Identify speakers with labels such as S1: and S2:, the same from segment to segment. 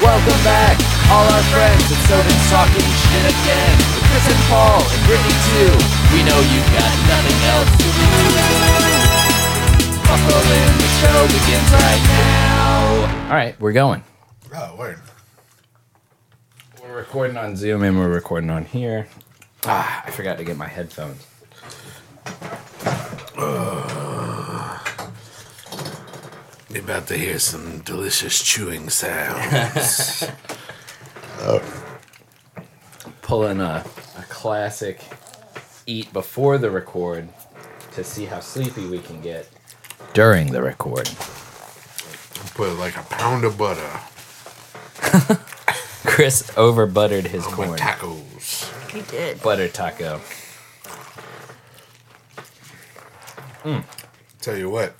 S1: welcome back, all our friends. It's so been talking shit again with Chris and Paul and Brittany too. We know you've got nothing else to do. Buckle in, the show begins right now. All right, we're going.
S2: Oh, word.
S1: We're recording on Zoom and we're recording on here. Ah, I forgot to get my headphones.
S2: You're about to hear some delicious chewing sounds.
S1: Pulling a, a classic eat before the record to see how sleepy we can get during the record.
S2: Put like a pound of butter
S1: Chris over buttered his
S2: on my
S1: corn.
S2: tacos.
S3: He did.
S1: Butter taco.
S2: Tell you what,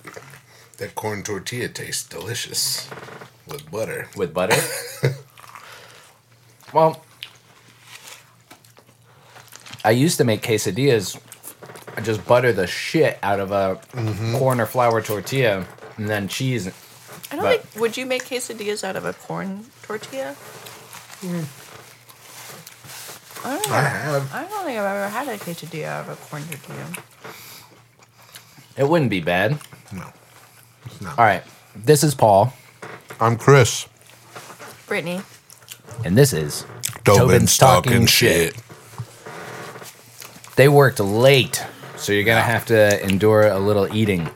S2: that corn tortilla tastes delicious with butter.
S1: with butter. well, I used to make quesadillas. I just butter the shit out of a corn or flour tortilla, and then cheese.
S3: I don't
S1: But-
S3: think. Would you make quesadillas out of a corn tortilla? I don't,
S2: I
S3: know.
S2: have.
S3: I don't think I've ever had a quesadilla out of a corn tortilla.
S1: It wouldn't be bad.
S2: No. It's not.
S1: All right, this is Paul,
S2: I'm Chris.
S3: Brittany,
S1: and this is
S2: Tobin's talking shit.
S1: They worked late, so you're gonna have to endure a little eating.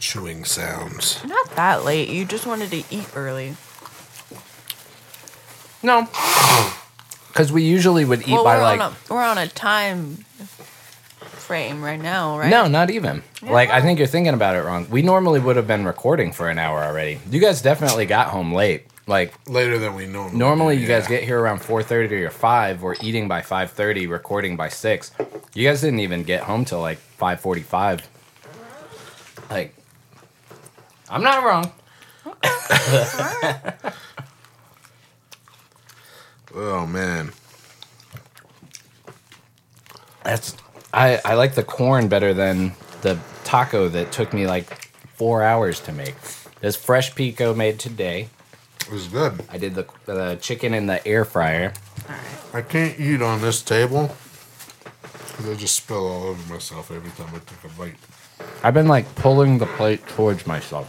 S2: Chewing sounds.
S3: not that late. You just wanted to eat early.
S1: No, because we usually would eat
S3: well,
S1: by
S3: we're
S1: like
S3: on a we're on a time frame right now, right?
S1: No, not even.
S3: Yeah.
S1: Like I think you're thinking about it wrong. We normally would have been recording for an hour already. You guys definitely got home late. Like
S2: Later than we normally.
S1: normally
S2: do,
S1: you guys
S2: yeah.
S1: get here around 4:30 or 5. We're eating by 5:30, recording by 6. You guys didn't even get home till like 5:45. Like I'm not wrong.
S2: Oh man.
S1: That's I I like the corn better than the taco that took me like 4 hours to make. This fresh pico made today.
S2: It was good.
S1: I did the the chicken in the air fryer.
S2: I can't eat on this table because I just spill all over myself every time I take a bite.
S1: I've been like pulling the plate towards myself.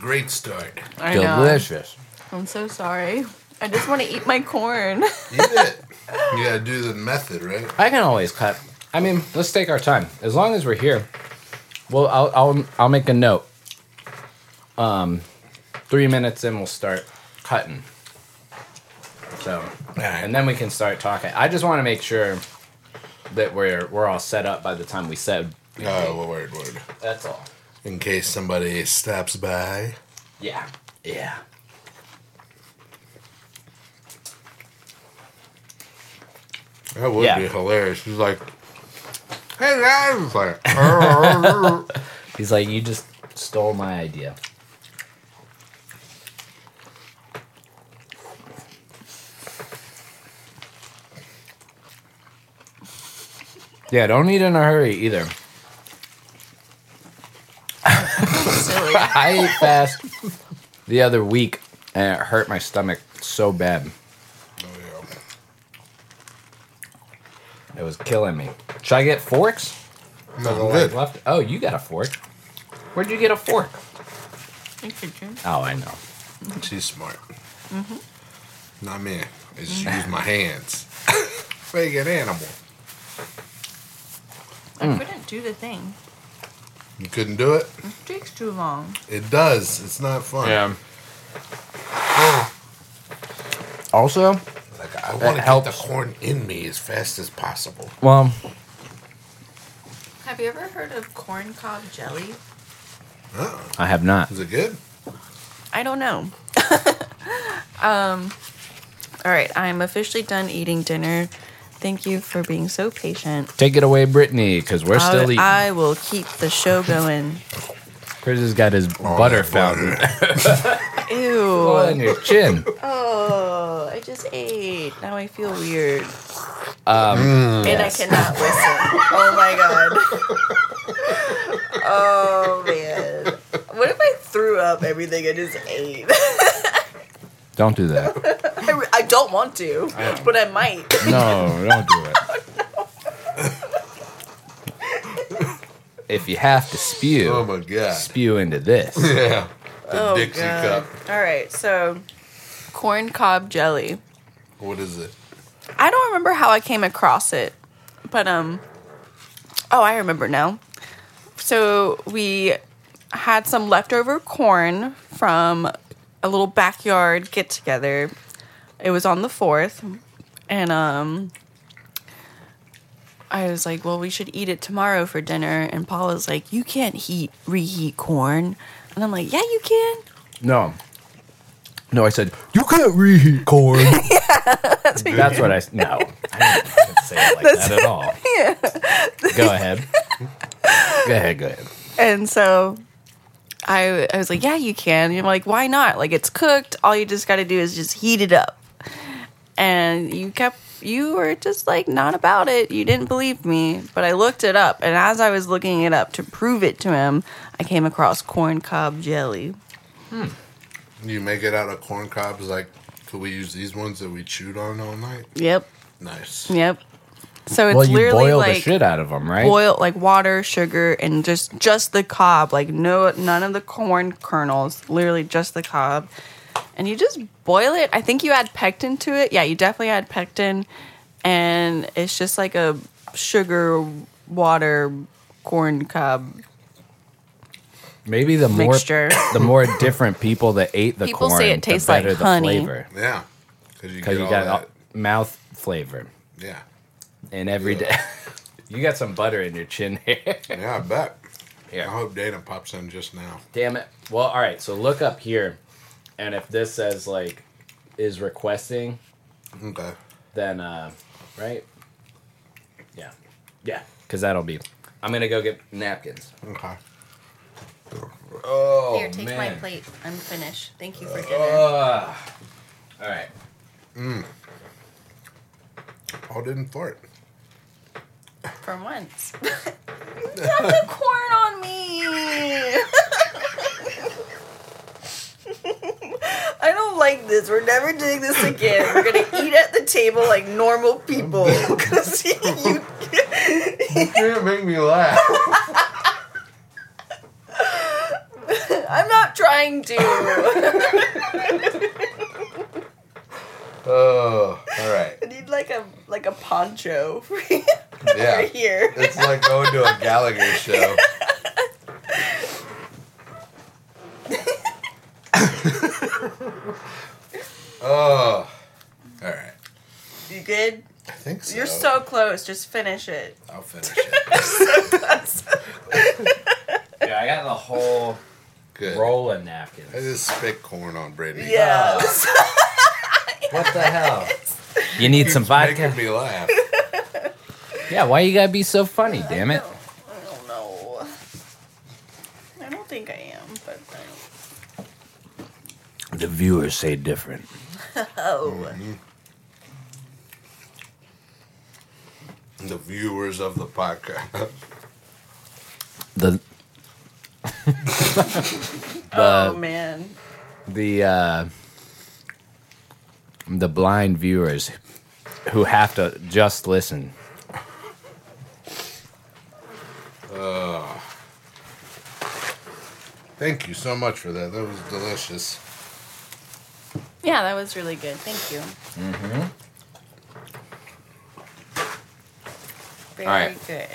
S2: Great start.
S3: I know.
S1: Delicious.
S3: I'm so sorry. I just want to eat my corn.
S2: Eat it. you gotta do the method, right?
S1: I can always cut. I mean, let's take our time. As long as we're here, well, I'll I'll I'll make a note. Um, three minutes in, we'll start cutting. So,
S2: right.
S1: and then we can start talking. I just want to make sure that we're we're all set up by the time we said.
S2: Oh, well, word, word.
S1: That's all.
S2: In case somebody stops by.
S1: Yeah. Yeah.
S2: That would
S1: Yeah.
S2: be hilarious. She's like, hey guys. It's like, "Oh, "Arr."
S1: He's like, you just stole my idea. Yeah, don't eat in a hurry either.
S3: Silly.
S1: I ate fast the other week and it hurt my stomach so bad.
S2: Oh, yeah.
S1: It was killing me. Should I get forks?
S2: No, I'm
S1: Like,
S2: good.
S1: left- Oh, you got a fork. Where'd you get a fork?
S3: Thank you, Jim.
S1: Oh, I know.
S2: She's smart.
S1: Mm-hmm.
S2: Not me. I just use my hands. Fake an animal.
S3: I couldn't do the thing.
S2: You couldn't do it?
S3: It takes too long.
S2: It does. It's not fun.
S1: Also,
S2: Like, I want to get the
S1: helps.
S2: corn in me as fast as possible.
S1: well,
S3: Have you ever heard of corn cob jelly?
S2: Uh-uh.
S1: I have not.
S2: Is it good?
S3: I don't know. um, all right, I'm officially done eating dinner. Thank you for being so patient.
S1: Take it away, Brittany, because we're
S3: I-
S1: still eating.
S3: I will keep the show going.
S1: Chris has got his
S2: Oh,
S1: butter
S2: that
S1: fountain.
S2: butter.
S1: All
S3: Ew.
S1: on your chin.
S3: Oh, I just ate. Now I feel weird. Um, and I cannot listen. Oh my god. Oh man. What if I threw up everything I just ate?
S1: Don't do that.
S3: I, re- I don't want to, but I might.
S1: No, don't do it. If you have to spew,
S2: Oh my god.
S1: spew into this.
S2: Yeah. The
S3: Oh,
S2: Dixie
S3: God.
S2: cup.
S3: All right, so corn cob jelly.
S2: What is it?
S3: I don't remember how I came across it, but um, oh, I remember now. So we had some leftover corn from a little backyard get together. It was on the fourth, and um, I was like, "Well, we should eat it tomorrow for dinner." And Paula's like, "You can't heat reheat corn," and I'm like, "Yeah, you can."
S1: No. No, I said, you can't reheat corn. That's what I s- No. I didn't say it like that at all. Go ahead. Go ahead, go ahead.
S3: And so I, I was like, yeah, you can. And I'm like, why not? Like, it's cooked. All you just got to do is just heat it up. And you kept, you were just like, not about it. You didn't believe me. But I looked it up. And as I was looking it up to prove it to him, I came across corn cob jelly.
S2: You make it out of corn cobs? Like, could we use these ones that we chewed on all night?
S3: Yep.
S2: Nice.
S3: Yep. So it's
S1: well, you
S3: literally
S1: boil
S3: like
S1: the shit out of them, right?
S3: boil like water, sugar, and just just the cob. Like no, none of the corn kernels. Literally just the cob, and you just boil it. I think you add pectin to it. Yeah, you definitely add pectin, and it's just like a sugar, water, corn cob.
S1: Maybe the more
S3: Mixture.
S1: the more different people that ate the
S3: People say
S1: corn,
S3: it tastes
S1: the
S3: like
S1: better the
S3: honey.
S1: flavor
S2: Yeah. Because you,
S1: because
S2: get
S1: you
S2: all
S1: got
S2: that.
S1: all- mouth flavor
S2: Yeah.
S1: in every day. you got some butter in your chin here.
S2: Yeah, I bet. I
S1: Here.
S2: hope Dana pops in just now.
S1: Damn it. Well, all right. So look up here, and if this says like is requesting,
S2: Okay.
S1: then uh, right? Yeah, yeah. Because that'll be. I'm gonna go get napkins.
S2: Okay.
S1: Oh
S3: Here, take my
S1: man. Uh,
S3: plate. I'm finished. Thank you for dinner.
S1: Ugh. all right.
S2: Paul didn't fart.
S3: For once, you have the corn on me. I don't like this. We're never doing this again. We're gonna eat at the table like normal people. Cause you,
S2: You can't make me laugh.
S3: I'm not trying to.
S2: Oh, all right.
S3: I need like a like a poncho for
S2: Yeah.
S3: here.
S2: It's like going to a Gallagher show. oh. All right.
S3: You good?
S2: I think so.
S3: You're so close. Just finish it.
S2: I'll finish it.
S1: Yeah, I got the whole
S2: Good.
S1: roll of napkins.
S2: I just spit corn on Brittany.
S3: Yeah.
S1: What the hell? You need some vodka.
S2: Making me laugh.
S1: Yeah, why you gotta be so funny? Damn it!
S3: I don't know. I don't think I am, but I don't.
S1: The viewers say different.
S3: Oh.
S2: The viewers of the podcast.
S1: The
S3: Oh man.
S1: the uh, the blind viewers who have to just listen.
S2: Thank you so much for that. That was delicious.
S3: Yeah, that was really good. Thank you. Mm-hmm. Very
S1: All right.
S3: good.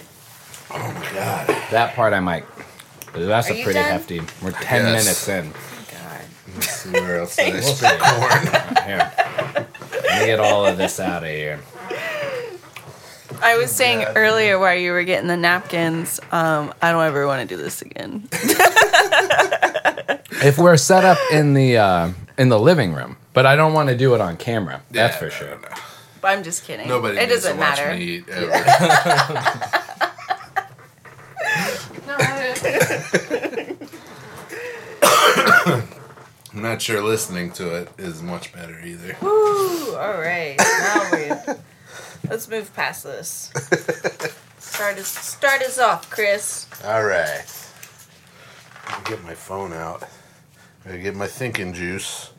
S2: Oh my god.
S1: That part I might. That's
S3: Are
S1: a
S3: you
S1: pretty
S3: done?
S1: hefty. We're ten
S2: guess.
S1: minutes in.
S3: God.
S2: Let's see where else did I
S1: We'll
S2: spit corn.
S1: Here, let me get all of this out of here.
S3: I was saying
S2: Yeah.
S3: earlier while you were getting the napkins, um, I don't ever want to do this again.
S1: If we're set up in the uh, in the living room, but I don't want to do it on camera. That's
S2: Yeah,
S1: for
S2: no,
S1: sure.
S2: no, no.
S3: But I'm just kidding.
S2: Nobody
S3: it
S2: needs
S3: doesn't
S2: to watch
S3: matter.
S2: me eat ever.
S3: No, I-
S2: not sure listening to it is much better either.
S3: Woo! All right, now we let's move past this. Start us start us off, Chris.
S2: All right. Let me get my phone out. I gotta get my thinking juice.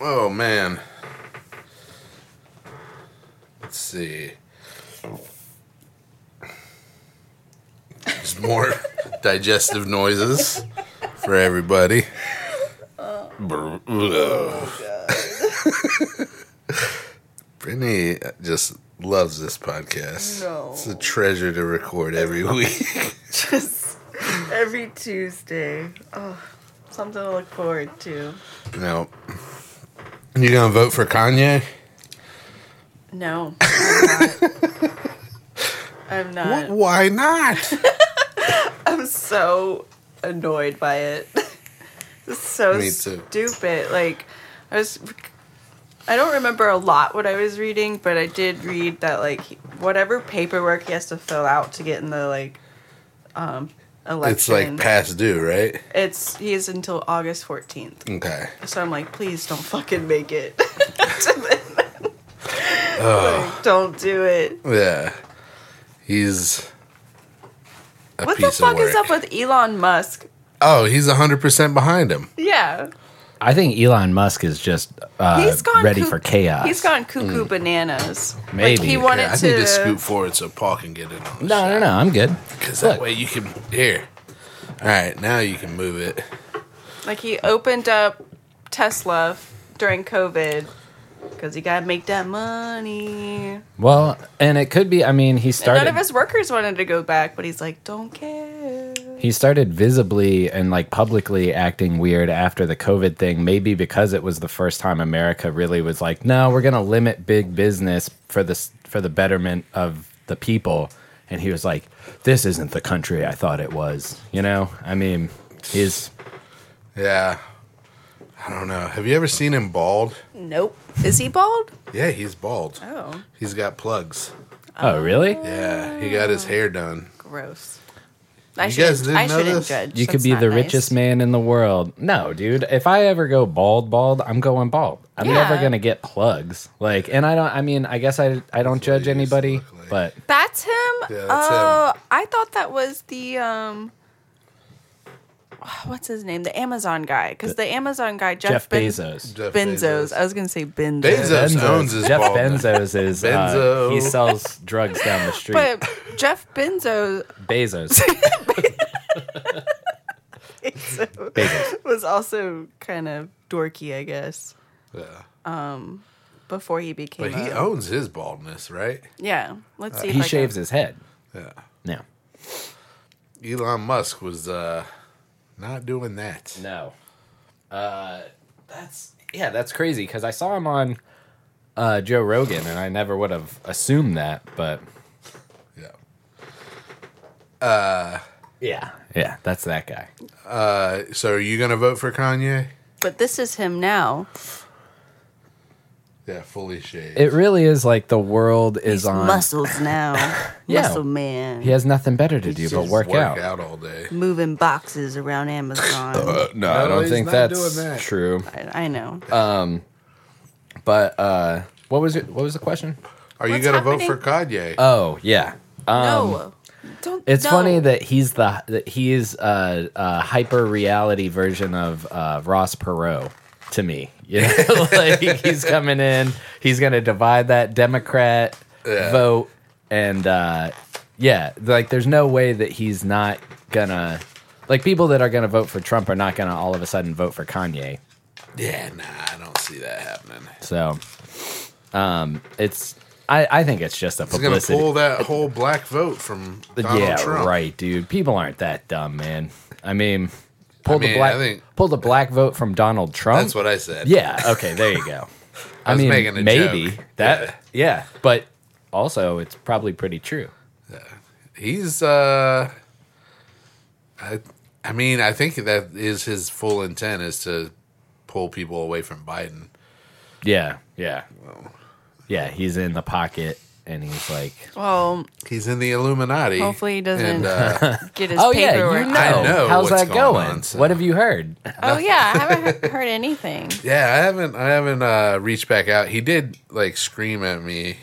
S2: oh man. Let's see. There's more digestive noises for everybody. Brr, ugh. Brittany just loves this podcast.
S3: No.
S2: It's a treasure to record every week.
S3: Just every Tuesday. Oh, something to look forward to.
S2: no. You gonna vote for Kanye?
S3: No, I'm not. I'm,
S2: Wh-
S3: not.
S2: Why not?
S3: I'm so annoyed by it. It's so
S2: Me too.
S3: stupid. Like, I was. I don't remember a lot what I was reading, but I did read that like whatever paperwork he has to fill out to get in the like um election.
S2: it's like past due, right?
S3: it's he is until August fourteenth.
S2: Okay.
S3: So I'm like, please don't fucking make it. Like, don't do it.
S2: Yeah. He's a
S3: What the
S2: piece
S3: fuck
S2: of work.
S3: is up with Elon Musk?
S2: oh, he's 100% behind him.
S3: Yeah,
S1: I think Elon Musk is just uh,
S3: he's gone
S1: ready
S3: cuck-
S1: for chaos. Hmm.
S3: He's gone cuckoo bananas.
S1: Maybe.
S3: like, he
S1: Yeah,
S2: Here,
S3: wanted
S2: I
S3: to.
S2: need to scoot forward so Paul can get in on this.
S1: No, no, no. I'm good.
S2: Because
S1: Look.
S2: that way you can. Here. All right, now you can move it.
S3: Like he opened up Tesla during COVID because he gotta make that money.
S1: Well, and it could be. I mean, he
S3: And
S1: started.
S3: none of his workers wanted to go back, but he's like, don't care.
S1: he started visibly and like publicly acting weird after the COVID thing, maybe because it was the first time America really was like, no, we're going to limit big business for this for the betterment of the people. And he was like, this isn't the country I thought it was. You know, I mean, he's
S2: Yeah. I don't know. Have you ever seen him bald?
S3: Nope. Is he bald?
S2: Yeah, he's bald.
S3: Oh,
S2: He's got plugs.
S1: oh really?
S2: Yeah, he got his hair done.
S3: gross. I
S2: You
S3: shouldn't-
S2: guys didn't
S3: I
S2: know
S3: shouldn't
S2: this?
S3: judge.
S1: You could
S3: That's
S1: be
S3: not
S1: the
S3: nice.
S1: richest man in the world. No, dude. If I ever go bald, bald, I'm going bald. I'm never
S3: Yeah.
S1: gonna get plugs. Like, and I don't. I mean, I guess I I don't judge
S2: he used to
S1: anybody,
S2: look like.
S1: but
S3: That's him.
S2: Yeah, that's
S3: oh, I thought that was the um. What's his name? The Amazon guy, because the Amazon guy, Jeff,
S1: Jeff
S3: Ben-
S1: Bezos.
S2: Jeff
S3: Benzos. I was gonna say Benzo.
S2: Bezos. Jeff owns his
S1: Jeff
S2: bald-
S1: Benzos is uh,
S2: Benzo.
S1: he sells drugs down the street.
S3: But Jeff Benzo
S1: Bezos, Bezos.
S3: was also kind of dorky, I guess,
S2: Yeah.
S3: before he became.
S2: But he
S3: a-
S2: owns his baldness, right?
S3: yeah, let's see. if
S1: He
S3: I can-
S1: shaves his head.
S2: Yeah.
S1: No,
S2: Elon Musk was uh, not doing that.
S1: no. Uh, that's yeah, that's crazy because I saw him on uh, Joe Rogan, and I never would have assumed that, but.
S2: Yeah.
S1: Yeah. Yeah, that's that guy.
S2: Uh, so are you gonna vote for Kanye?
S3: But this is him now.
S2: Yeah, fully shaved.
S1: It really is like the world is on.
S3: Muscles now.
S1: Yeah.
S3: Muscle man.
S1: He has nothing better to do but
S2: Just
S1: work, out.
S2: all day.
S3: Moving boxes around Amazon.
S2: Uh, no,
S1: I don't
S2: he's
S1: think
S2: not
S1: that's
S2: doing that.
S1: true.
S3: I, I know.
S1: Um, But uh, what was it? What was the question?
S2: Are you
S3: What's
S2: gonna vote for
S3: happening?
S2: Kanye?
S1: Oh yeah,
S3: no, don't.
S1: it's
S3: no.
S1: funny that he's the that he's a, a hyper reality version of uh, Ross Perot to me. You know, like he's coming in, he's gonna divide that Democrat
S2: Yeah.
S1: vote, and uh, yeah, like there's no way that he's not gonna like people that are gonna vote for Trump are not gonna all of a sudden vote for Kanye.
S2: yeah, nah, I don't see that happening.
S1: So, um, it's I I think it's just a
S2: He's gonna
S1: publicity.
S2: pull that whole black vote from Donald
S1: yeah,
S2: Trump.
S1: right, dude. People aren't that dumb, man. I mean, pull the
S2: mean,
S1: black
S2: I think-
S1: pull the black vote from Donald Trump.
S2: That's what I said.
S1: yeah. Okay. There you go. I,
S2: was
S1: mean,
S2: making a
S1: maybe
S2: joke.
S1: that. Yeah. But also, it's probably pretty true.
S2: He's uh I I mean, I think that is his full intent is to pull people away from Biden.
S1: Yeah. Yeah. Yeah. He's in the pocket and he's like,
S3: Well,
S2: He's in the Illuminati.
S3: Hopefully he doesn't.
S2: And, uh,
S3: get his
S1: "Oh yeah,
S3: paperwork.
S1: you know.
S2: I know
S1: How's
S2: what's
S1: that
S2: going
S1: going?
S2: on, so-
S1: What have you heard?"
S3: Oh yeah, I haven't he- heard anything.
S2: yeah, I haven't. I haven't uh, reached back out. He did like scream at me.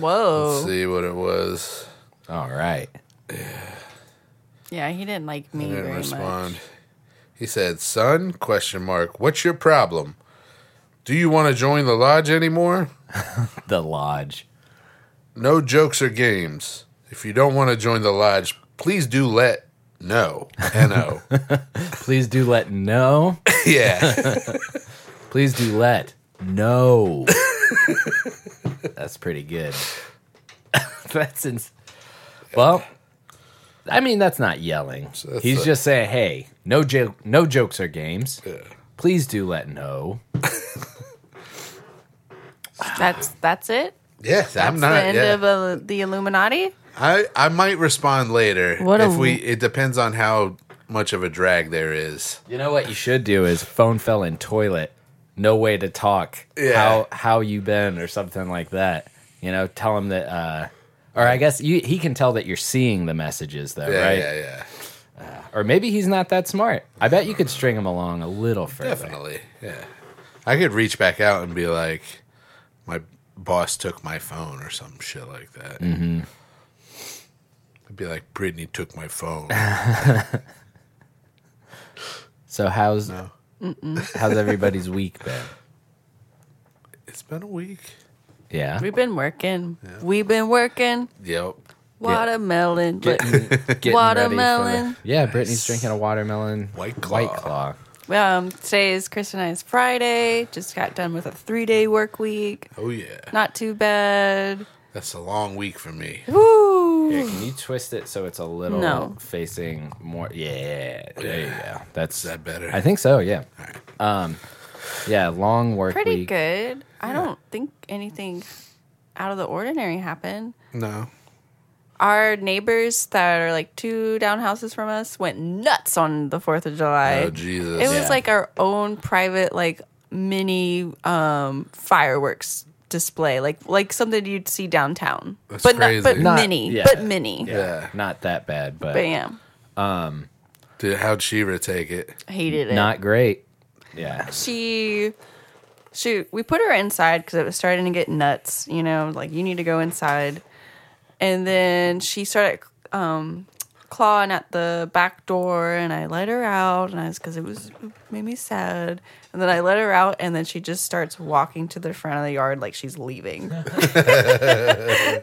S3: Whoa.
S2: see what it was.
S1: All right.
S3: Yeah, he didn't like me
S2: He didn't
S3: very
S2: respond.
S3: much.
S2: He said, "Son? Question mark. What's your problem? Do you want to join the lodge anymore?
S1: The lodge.
S2: No jokes or games. If you don't want to join the lodge, please do let no no.
S1: Please do let know.
S2: yeah,
S1: Please do let know. That's pretty good. that's ins- well. I mean, that's not yelling.
S2: that's
S1: He's
S2: a-
S1: just saying, "Hey, no joke, no jokes or games. Please do let know."
S3: That's that's it.
S2: yeah.
S3: That's
S2: I'm not.
S3: the end
S2: yeah.
S3: of uh, the Illuminati.
S2: I I might respond later.
S3: What a
S2: if we?
S3: w-
S2: It depends on how much of a drag there is.
S1: You know what you should do is phone fell in toilet. No way to talk.
S2: Yeah.
S1: How how you been or something like that. You know, tell him that uh or I guess you, he can tell that you're seeing the messages though,
S2: Yeah,
S1: right?
S2: yeah, yeah.
S1: Or maybe he's not that smart. I bet you could string him along a little further.
S2: Definitely. Yeah. I could reach back out and be like, my boss took my phone or some shit like that. Mm-hmm. I'd be like, Brittany took my phone.
S1: So how's how's everybody's week been?
S2: it's been a week.
S1: Yeah.
S3: We've been working. We've been working.
S2: Yep.
S3: Watermelon. Look,
S1: Getting ready for the-
S3: Watermelon.
S1: yeah, Brittany's drinking a watermelon.
S2: White Claw.
S1: White claw.
S3: um, today is Chris and I's Friday. Just got done with a three day work week.
S2: Oh yeah.
S3: Not too bad.
S2: That's a long week for me.
S1: Here,
S3: Woo!
S1: can you twist it so it's a little
S3: No.
S1: facing more? Yeah, there you go. That's
S2: Is that better?
S1: I think so. Yeah. Um, yeah. Long work
S3: Pretty
S1: week.
S3: good. I don't think anything out of the ordinary happened.
S2: no.
S3: Our neighbors that are like two down houses from us went nuts on the 4th of July.
S2: Oh Jesus.
S3: It was
S1: Yeah.
S3: like our own private like mini um fireworks display, like like something you'd see downtown.
S2: That's
S3: but
S2: crazy.
S3: not but
S1: Not-
S3: mini,
S1: yeah.
S3: but mini.
S1: Yeah,
S2: Yeah.
S1: Not that bad, but
S3: Bam.
S2: Dude, how'd Shira take it?
S3: Hated it.
S1: not great. Yeah.
S3: she she we put her inside because it was starting to get nuts you know like you need to go inside and then she started um clawing at the back door and i let her out and i was because it was it made me sad and then i let her out and then she just starts walking to the front of the yard like she's leaving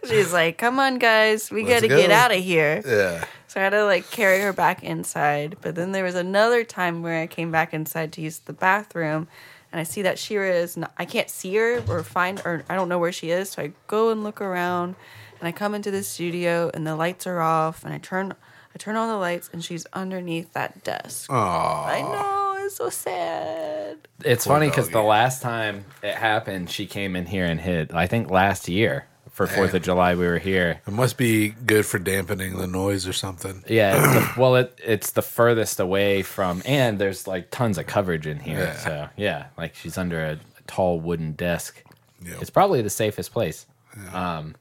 S3: she's like come on guys we
S2: Let's
S3: gotta get
S2: go."
S3: out of here
S2: Yeah.
S3: so I had to like carry her back inside. But then there was another time where I came back inside to use the bathroom, and I see that Shira is not. I can't see her or find or I don't know where she is. So I go and look around, and I come into the studio, and the lights are off, and I turn. I turn on the lights and she's underneath that desk.
S2: Aw.
S3: I know, it's so sad.
S1: It's
S2: Poor
S1: funny because the
S2: doggy.
S1: last time it happened, she came in here and hit. I think last year for Fourth of July, we were here.
S2: It must be good for dampening the noise or something.
S1: Yeah. It's the, well, it, it's the furthest away from, and there's like tons of coverage in here.
S2: Yeah.
S1: So yeah, like she's under a, a tall wooden desk.
S2: Yep.
S1: It's probably the safest place. Um,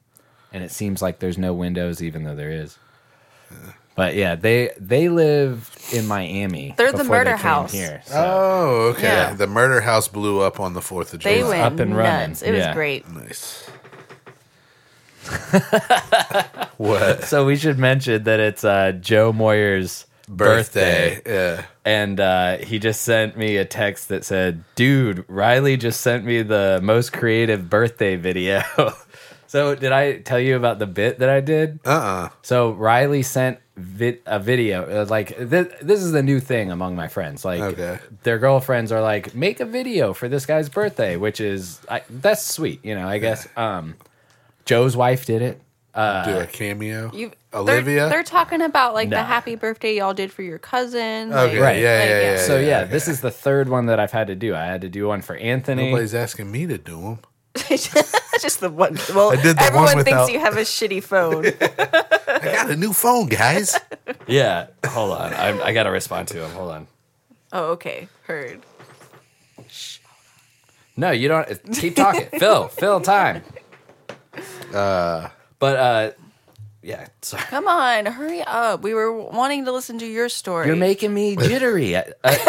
S1: and it seems like there's no windows, even though there is. But yeah, they they live in Miami.
S3: They're the
S1: before
S3: murder
S1: came
S3: house.
S1: Here, so.
S2: Oh, okay.
S3: Yeah.
S2: The murder house blew up on the 4th of July.
S3: They went
S1: up and running,
S3: nuts. It was
S1: yeah.
S3: great.
S2: Nice. what?
S1: So we should mention that it's uh, Joe Moyer's birthday.
S2: Birthday. Yeah.
S1: and uh, he just sent me a text that said, "Dude, Riley just sent me the most creative birthday video." so did I tell you about the bit that I did?
S2: Uh uh
S1: So Riley sent vid- a video. uh, Like th- this is the new thing among my friends. Like
S2: Okay.
S1: their girlfriends are like, make a video for this guy's birthday, which is I, that's sweet. You know, I guess. Um, Joe's wife did it.
S2: Do
S1: Uh,
S2: a cameo.
S3: You,
S2: Olivia?
S3: They're, they're talking about like
S1: No.
S3: the happy birthday y'all did for your cousin.
S2: Okay.
S3: like-
S1: Right.
S2: Yeah, yeah,
S3: Like,
S2: yeah.
S3: yeah.
S1: So yeah,
S2: yeah,
S1: this is the third one that I've had to do. I had to do one for Anthony.
S2: Nobody's asking me to do them.
S3: just the one. Well,
S2: did the
S3: everyone
S2: one without-
S3: thinks you have a shitty phone.
S2: I got a new phone, guys.
S1: Yeah, hold on. I, I got to respond to him. Hold on.
S3: oh, okay. Heard.
S1: No, you don't. Keep talking, Phil. Phil, time. But uh, yeah, sorry.
S3: Come on, hurry up. We were wanting to listen to your story.
S1: You're making me jittery. Uh,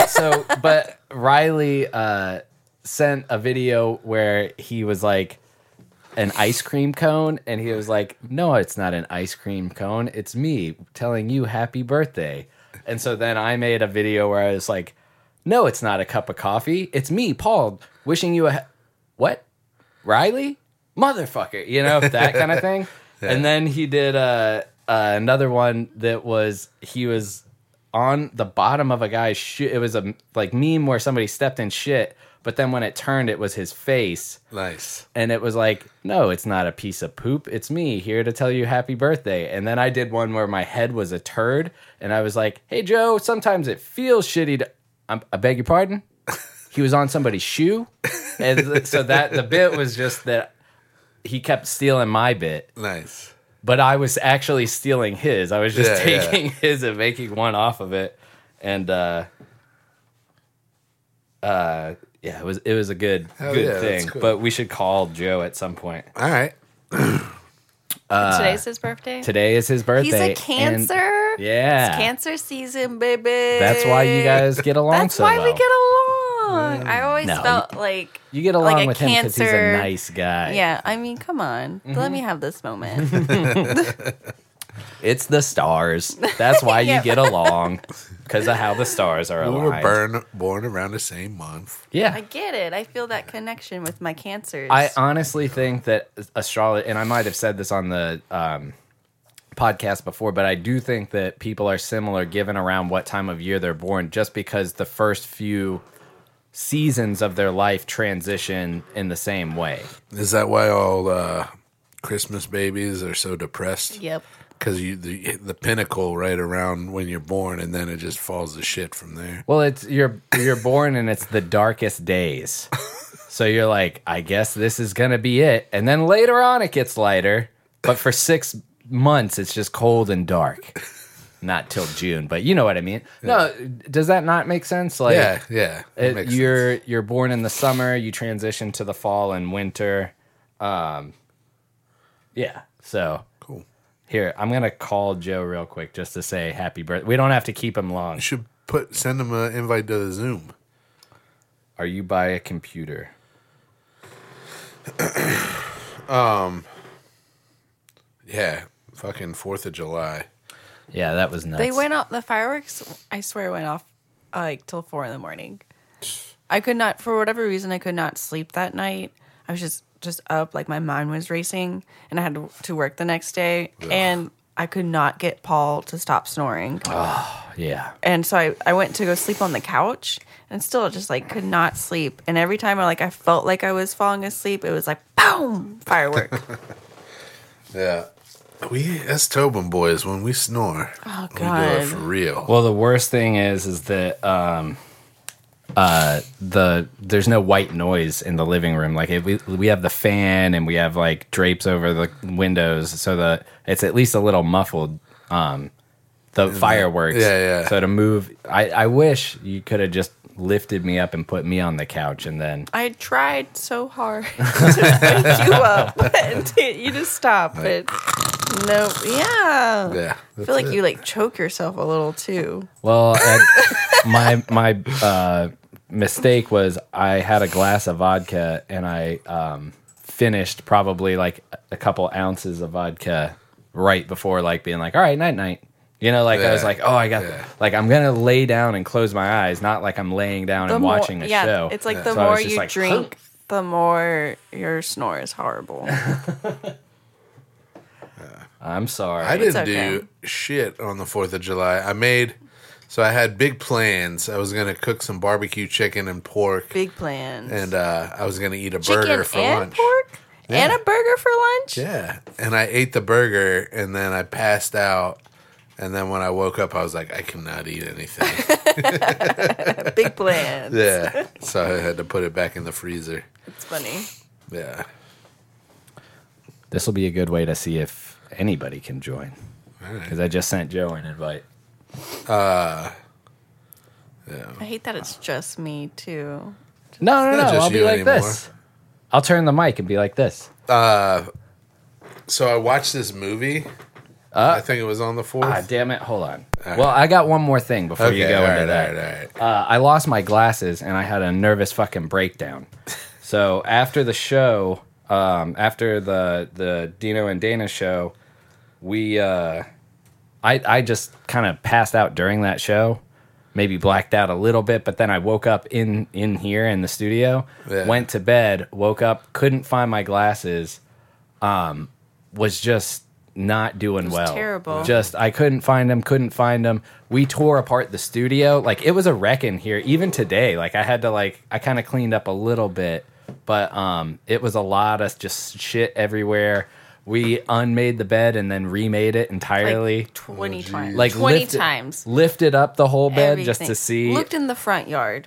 S1: so, but Riley uh, sent a video where he was like an ice cream cone, and he was like, "No, it's not an ice cream cone. It's me telling you happy birthday." And so then I made a video where I was like, "No, it's not a cup of coffee. It's me, Paul, wishing you a ha- what, Riley, motherfucker. You know that kind of thing." And then he did uh, uh, another one that was he was on the bottom of a guy's shit. It was a like meme where somebody stepped in shit, but then when it turned, it was his face,
S2: Nice.
S1: and it was like, no, it's not a piece of poop. It's me here to tell you happy birthday. And then I did one where my head was a turd, and I was like, hey Joe, sometimes it feels shitty. To, I'm, I beg your pardon. He was on somebody's shoe, and th- so that the bit was just that he kept stealing my bit
S2: Nice.
S1: but I was actually stealing his. I was just
S2: Yeah, yeah.
S1: taking his and making one off of it, and uh, uh, yeah, it was it was a good
S2: Hell
S1: good
S2: yeah, that's
S1: thing.
S2: cool.
S1: But we should call Joe at some point.
S2: All right.
S3: Today's his birthday.
S1: Today is his Uh, birthday.
S3: He's a
S1: and-
S3: cancer.
S1: yeah.
S3: It's cancer season, baby.
S1: That's why you guys get along
S3: That's
S1: so
S3: why
S1: well. Mm.
S3: we get along. I always
S1: No,
S3: felt like
S1: you get along
S3: like a
S1: with him because he's a
S3: cancer-
S1: nice guy.
S3: Yeah, I mean, come on. Let
S1: Mm-hmm.
S3: me have this moment.
S1: It's the stars. That's why
S3: Yeah.
S1: you get along because of how the stars are
S2: We
S1: aligned.
S2: were born born around the same month.
S1: Yeah.
S3: I get it. I feel that connection with my cancers.
S1: I um, honestly think that astrology, and I might have said this on the um, podcast before, but I do think that people are similar given around what time of year they're born, just because the first few seasons of their life transition in the same way.
S2: Is that why all uh, Christmas babies are so depressed?
S3: yep.
S2: Because you the, hit the pinnacle right around when you're born, and then it just falls to shit from there.
S1: Well, it's you're you're born and it's the darkest days, so you're like, I guess this is gonna be it, and then later on it gets lighter, but for six months it's just cold and dark. Not till June, but you know what I mean. No, does that not make sense? Like,
S2: Yeah, yeah. that
S1: it-
S2: makes
S1: you're you're born in the summer, you transition to the fall and winter. Um, yeah. So
S2: Cool.
S1: here, I'm gonna call Joe real quick just to say happy birthday. We don't have to keep him long.
S2: You should put send them an invite to the Zoom.
S1: Are you by a computer?
S2: Yeah, fucking Fourth of July.
S1: Yeah, that was nuts.
S3: They went off the fireworks. I swear went off uh, like till four in the morning. I could not, for whatever reason, I could not sleep that night. I was just just up, like my mind was racing, and I had to, to work the next day, and I could not get Paul to stop snoring.
S1: Yeah.
S3: and so I, I went to go sleep on the couch and still just like could not sleep and every time i like i felt like i was falling asleep it was like boom firework
S2: Yeah. We as Tobin boys, when we snore,
S3: Oh,
S2: we do
S3: God.
S2: it for real.
S1: Well, the worst thing is, is that um, uh, the there's no white noise in the living room. Like if we we have the fan and we have like drapes over the windows, so the it's at least a little muffled. Um, the fireworks.
S2: yeah, yeah.
S1: So to move, I I wish you could have just lifted me up and put me on the couch, and then
S3: i tried so hard to wake you up and you just stop it no yeah
S2: yeah.
S3: i feel like you like choke yourself a little too
S1: Well, and my my uh, mistake was I had a glass of vodka and I um, finished probably like a couple ounces of vodka right before like being like, all right, night night. You know, like I was
S2: Yeah,
S1: like, oh, I got
S2: yeah.
S1: like I'm gonna lay down and close my eyes, not like I'm laying down
S3: the
S1: and
S3: more
S1: watching a
S3: yeah
S1: show.
S3: it's like
S2: Yeah.
S3: the
S1: So I was
S3: more
S1: just
S3: you
S1: like,
S3: drink the more your snore is horrible
S1: I'm sorry.
S2: I didn't
S3: okay.
S2: do shit on the 4th of July. I made, so I had big plans. I was going to cook some barbecue chicken and pork,
S3: big plans
S2: and uh, I was going to eat a
S3: chicken
S2: burger for
S3: and
S2: lunch.
S3: pork and a burger for lunch
S2: Yeah. And I ate the burger, and then I passed out. And then when I woke up, I was like, I cannot eat anything.
S3: big plans
S2: yeah. So I had to put it back in the freezer.
S3: It's funny.
S2: Yeah.
S1: This will be a good way to see if anybody can join because I just sent Joe an invite.
S3: I hate that it's just me too.
S1: No,
S2: not
S1: no, no.
S2: just
S1: I'll be
S2: you
S1: like
S2: anymore.
S1: this. I'll turn the mic and be like this.
S2: So I watched this movie.
S1: Uh,
S2: I think it was on the fourth.
S1: Ah, damn it. Hold on. Well, I got one more thing before you go
S2: all
S1: into
S2: right,
S1: that.
S2: all right, all right.
S1: Uh, I lost my glasses and I had a nervous fucking breakdown. So after the show, um, after the the Dino and Dana show, we uh, I I just kind of passed out during that show, maybe blacked out a little bit, but then I woke up in in here in the studio,
S2: Yeah.
S1: went to bed, woke up, couldn't find my glasses, um, was just not doing well.
S3: terrible.
S1: Just I couldn't find them, couldn't find them. We tore apart the studio. Like it was a wreck in here. Even today, like I had to like I kind of cleaned up a little bit, but um it was a lot of just shit everywhere. We unmade the bed and then remade it entirely.
S3: Like 20 times.
S1: Like,
S3: 20
S1: lifted-
S3: times.
S1: Lifted up the whole bed just to
S3: Everything.
S1: see.
S3: Looked in the front yard.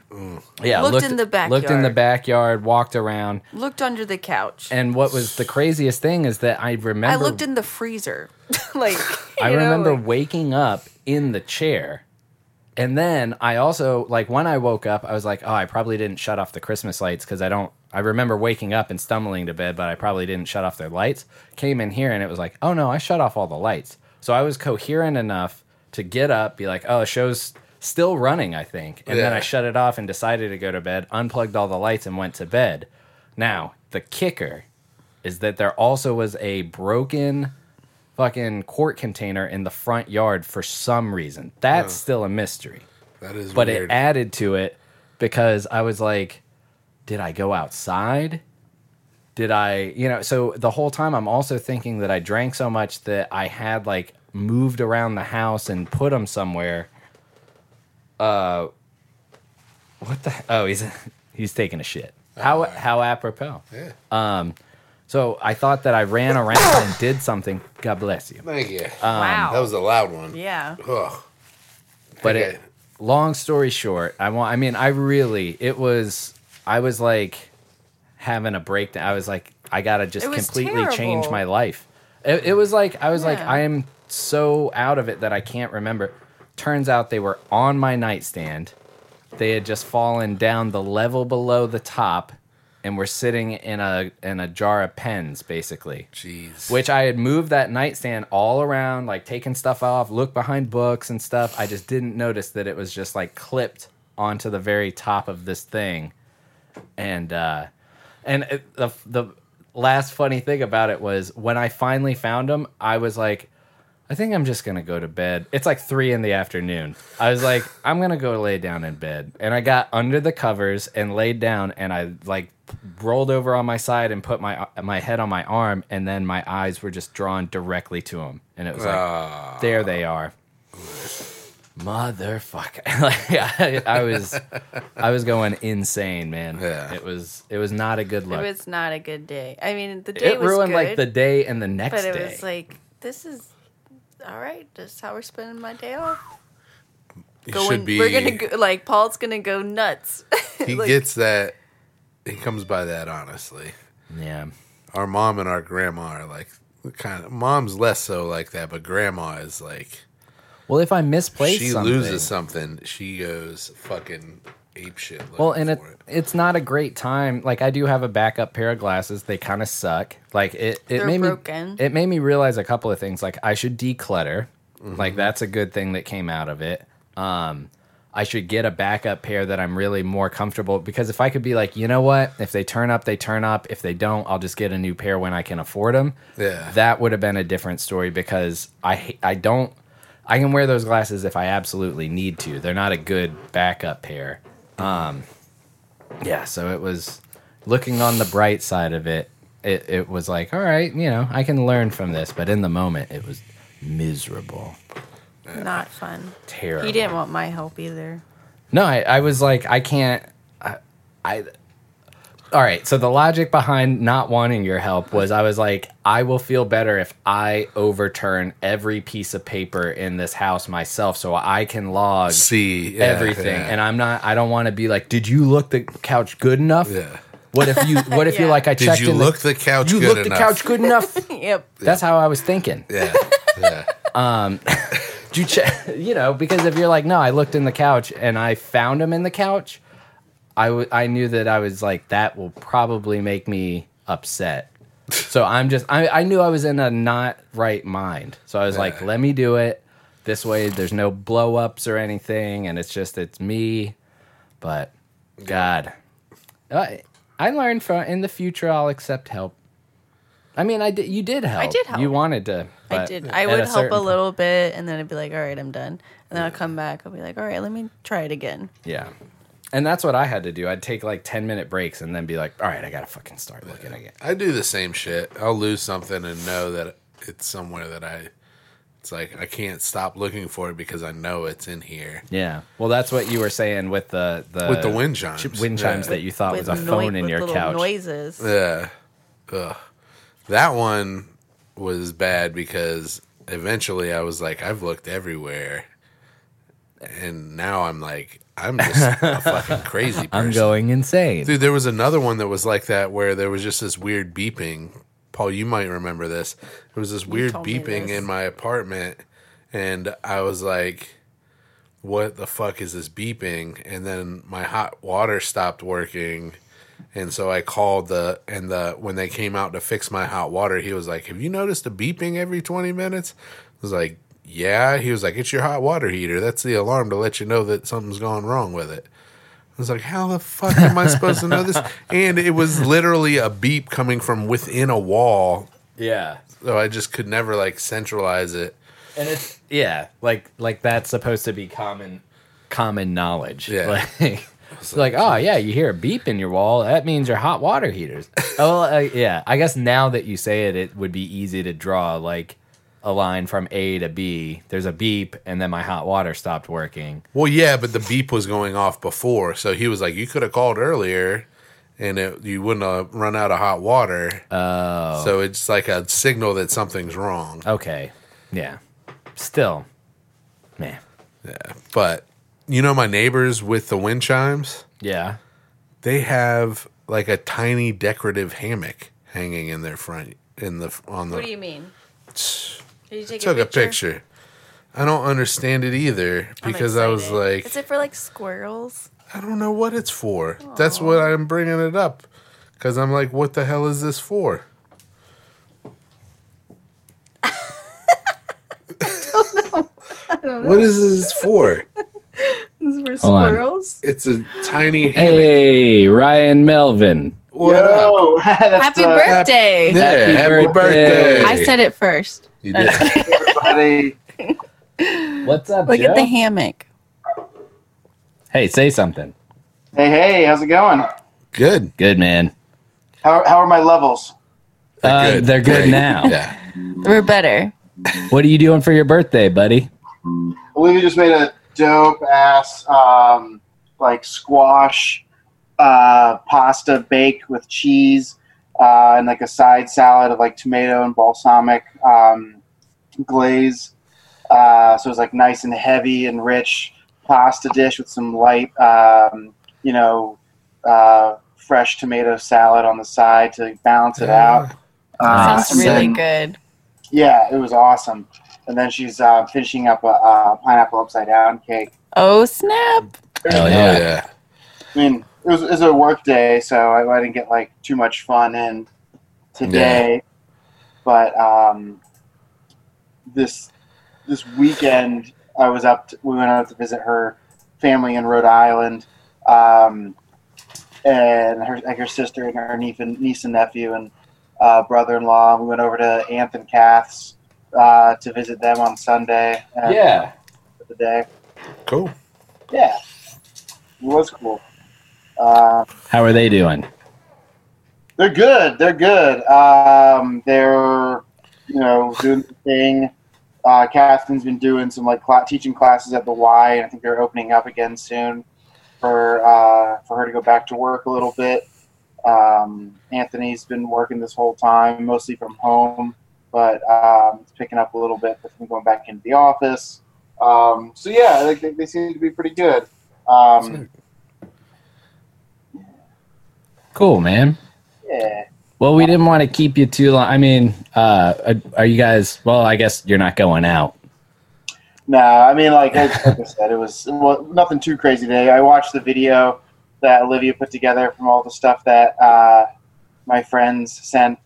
S1: yeah,
S3: looked in the
S1: Looked in the
S3: backyard.
S1: backyard. Walked around.
S3: Looked under the couch.
S1: And what was the craziest thing is that I remember.
S3: I looked in the freezer. like
S1: I
S3: you know,
S1: remember
S3: like-
S1: waking up in the chair. And then I also like when I woke up, I was like, "Oh, I probably didn't shut off the Christmas lights because I don't." I remember waking up and stumbling to bed, but I probably didn't shut off their lights. Came in here and it was like, "Oh no, I shut off all the lights." So I was coherent enough to get up, be like, "Oh, the show's still running, I think," and then
S2: Yeah.
S1: I shut it off and decided to go to bed. Unplugged all the lights and went to bed. Now the kicker is that there also was a broken fucking quart container in the front yard for some reason. That's still a mystery.
S2: That is
S1: But
S2: weird.
S1: it added to it because I was like, did I go outside? Did I, you know, so the whole time I'm also thinking that I drank so much that I had like moved around the house and put them somewhere. Uh what the Oh, he's he's taking a shit. How how apropos.
S2: yeah.
S1: So I thought that I ran around and did something. God bless you.
S2: Thank you.
S1: um,
S3: wow.
S2: that was a loud one.
S3: yeah.
S2: Ugh.
S1: but
S2: Okay.
S1: it, long story short, I want. I mean, I really. It was. I was like having a breakdown. I was like, I gotta just
S3: It was
S1: completely
S3: terrible.
S1: change my life. It, it was like I was like,
S3: Yeah.
S1: I am so out of it that I can't remember. Turns out they were on my nightstand. They had just fallen down the level below the top, and were sitting in a in a jar of pens, basically
S2: Jeez.
S1: which I had moved that nightstand all around, like taking stuff off, looked behind books and stuff. I just didn't notice that it was just like clipped onto the very top of this thing, and uh, and it, the the last funny thing about it was when I finally found them, I was like. I think I'm just gonna go to bed. It's like three in the afternoon. I was like, I'm gonna go lay down in bed, and I got under the covers and laid down, and I like rolled over on my side and put my my head on my arm, and then my eyes were just drawn directly to him, and it was like,
S2: Uh, Ah.
S1: there they are, motherfucker! like, I, I was I was going insane, man.
S2: Yeah.
S1: It was it was not a good
S3: It
S1: look. It,
S3: was not a good day. I mean, the day was
S1: ruined
S3: good,
S1: like the day and the next
S3: but it
S1: day.
S3: was like this is all right. This is how we're spending my day off.
S2: You
S3: Going,
S2: should be.
S3: We're gonna go, like Paul's gonna go nuts.
S2: he
S3: Like,
S2: gets that. He comes by that honestly.
S1: yeah.
S2: Our mom and our grandma are like kind of. Mom's less so like that, but grandma is like.
S1: Well, if I misplaced
S2: she
S1: something,
S2: loses something. She goes fucking ape shit.
S1: Well, and it,
S2: for it.
S1: it's not a great time. Like I do have a backup pair of glasses. They kind of suck. Like it, it
S3: They're
S1: made
S3: broken.
S1: me. It made me realize a couple of things. Like I should declutter.
S2: Mm-hmm.
S1: Like that's a good thing that came out of it. Um, I should get a backup pair that I'm really more comfortable because if I could be like, you know what, if they turn up, they turn up. If they don't, I'll just get a new pair when I can afford them.
S2: Yeah.
S1: that would have been a different story because I ha- I don't. I can wear those glasses if I absolutely need to. They're not a good backup pair. Um, Yeah, so it was looking on the bright side of it. It it was like, all right, you know, I can learn from this, but in the moment, it was miserable,
S3: not fun.
S1: terrible.
S3: He didn't want my help either.
S1: No, I, I was like, I can't. I, I. All right. So the logic behind not wanting your help was I was like, I will feel better if I overturn every piece of paper in this house myself, so I can log
S2: see yeah,
S1: everything.
S2: yeah.
S1: And I'm not. I don't want to be like, did you look the couch good enough?
S2: Yeah.
S1: What if you? What if
S3: Yeah.
S1: you're like I
S2: Did
S1: checked?
S2: you
S1: in
S2: look the couch
S1: you
S2: good
S1: looked
S2: enough?
S1: the couch good enough.
S3: yep.
S1: That's how I was thinking.
S2: Yeah. Yeah.
S1: Did you check? You know, because if you're like, no, I looked in the couch and I found him in the couch, I w- I knew that I was like, that will probably make me upset. So I'm just I, I knew I was in a not right mind. So I was like,
S2: Yeah.
S1: let me do it. This way there's no blow ups or anything, and it's just it's me. But God. I, I learned from in the future I'll accept help. I mean I did you did help.
S3: did help.
S1: You wanted to.
S3: I
S1: but
S3: did. I
S1: at
S3: would help
S1: certain
S3: a
S1: point-
S3: little bit, and then I'd be like, "All right, I'm done." And then I'll come back. I'll be like, "All right, let me try it again."
S1: Yeah. And that's what I had to do. I'd take like 10 minute breaks and then be like, all right, I got to fucking start looking again.
S2: I do the same shit. I'll lose something and know that it's somewhere that I. It's like I can't stop looking for it because I know it's in here
S1: Yeah. Well, that's what you were saying with the, the
S2: with the wind chimes.
S1: ch- wind chimes that you thought was a
S3: noi-
S1: phone in
S3: with
S1: your
S3: little
S1: couch.
S3: noises.
S2: Yeah. Ugh. That one was bad because eventually I was like, I've looked everywhere. And now I'm like, I'm just a fucking crazy person.
S1: I'm going insane.
S2: Dude, there was another one that was like that where there was just this weird beeping. Paul, you might remember this. There was this weird
S3: told me
S2: beeping
S3: this.
S2: in my apartment, and I was like, what the fuck is this beeping? And then my hot water stopped working. And so I called the and the when they came out to fix my hot water, he was like, "Have you noticed a beeping every 20 minutes?" I was like, "Yeah." He was like, "It's your hot water heater. That's the alarm to let you know that something's gone wrong with it." I was like, "How the fuck am I supposed to know this?" And it was literally a beep coming from within a wall,
S1: Yeah.
S2: so I just could never like centralize it.
S1: And it's, yeah, like, like that's supposed to be common, common knowledge.
S2: Yeah.
S1: Like, it's like, oh, yeah, you hear a beep in your wall. That means your hot water heaters. oh, uh, yeah. I guess now that you say it, it would be easy to draw like a line from A to B. There's a beep, and then my hot water stopped working.
S2: Well, yeah, but the beep was going off before, so he was like, "You could have called earlier, and it, you wouldn't have run out of hot water." Oh, so it's like a signal that something's wrong.
S1: Okay. Yeah. Still, man.
S2: But you know, my neighbors with the wind chimes,
S1: Yeah.
S2: they have like a tiny decorative hammock hanging in their front in the on the
S3: What do you mean? Did you take
S2: took a picture. I don't understand it either
S3: I'm
S2: because I was
S3: excited.
S2: like,
S3: is it for like squirrels?
S2: I don't know what it's for. That's what I'm bringing it up because I'm like, what the hell is this for? What is this for?
S3: Is it for
S1: Hold on.
S3: squirrels?
S2: It's a tiny.
S1: Hey, Ryan Melvin.
S2: What up?
S4: Yo, that's,
S3: Happy
S4: uh,
S3: birthday!
S2: Yeah, happy,
S1: Happy
S2: birthday.
S1: birthday.
S3: I said it first.
S2: You did.
S4: everybody.
S1: What's up,
S3: Look at
S1: Joe?
S3: the hammock.
S1: hey, say something.
S4: Hey, hey, how's it going?
S2: Good.
S1: Good, man.
S4: How, how are my levels?
S1: Uh, They're good
S2: Great.
S1: now.
S2: Yeah.
S3: We're better.
S1: What are you doing for your birthday, buddy?
S4: We just made a dope ass um, like squash uh, pasta baked with cheese uh, and like a side salad of like tomato and balsamic um, glaze. Uh, so it was like nice and heavy and rich pasta dish with some light, um, you know, uh, fresh tomato salad on the side to balance it out. Uh,
S2: Ah,
S4: and
S3: Sounds really
S4: then-
S3: good.
S4: Yeah, it was awesome. And then she's uh, finishing up a, a pineapple upside down cake.
S3: Oh snap!
S2: Oh,
S1: Hell yeah.
S2: yeah.
S4: I mean, it was, it was a work day, so I, I didn't get like too much fun in today. But um, this this weekend, I was up. To, we went out to visit her family in Rhode Island, um, and her like her sister and her niece and niece and nephew and uh, brother in law. We went over to Anth and Kath's uh, to visit them on Sunday. uh, for the day.
S2: Cool.
S4: Yeah, it was cool. Um,
S1: How are they doing?
S4: They're good. They're good. Um, they're you know doing the thing. Uh, Catherine's been doing some like cla teaching classes at the Y, and I think they're opening up again soon for uh, for her to go back to work a little bit. Um, Anthony's been working this whole time, mostly from home, but um, it's picking up a little bit with him going back into the office. Um, so yeah, like, they, they seem to be pretty good. Um,
S1: Cool, man.
S4: yeah.
S1: Well, we didn't want to keep you too long. I mean, uh, are you guys? Well, I guess you're not going out.
S4: No, I mean, like, like like I said, it was well, nothing too crazy today. I watched the video that Olivia put together from all the stuff that uh, my friends sent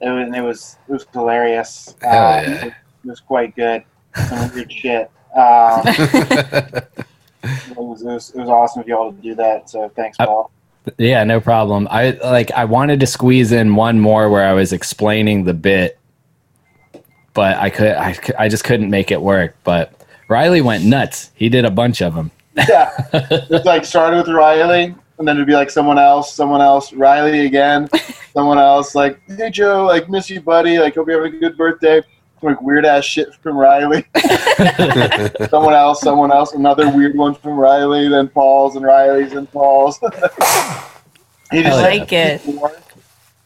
S4: It was, and it was it was hilarious.
S5: Hell
S4: Um,
S5: yeah.
S4: it, was quite good. Some weird shit. Um, it, was, it was it was awesome of y'all to do that. So thanks,
S1: Uh,
S4: Paul.
S1: Yeah, no problem. I like I wanted to squeeze in one more where I was explaining the bit, but I could I, cou- I just couldn't make it work. But Riley went nuts. He did a bunch of them.
S4: yeah, it's like started with Riley, and then it'd be like someone else, someone else, Riley again, someone else. Like, hey Joe, like miss you, buddy. Like, hope you're having a good birthday. Like weird ass shit from Riley. someone else, someone else, another weird one from Riley. Then Paul's and Riley's and Paul's. he
S1: Hell
S4: just
S1: yeah.
S4: like
S3: like it.
S4: more.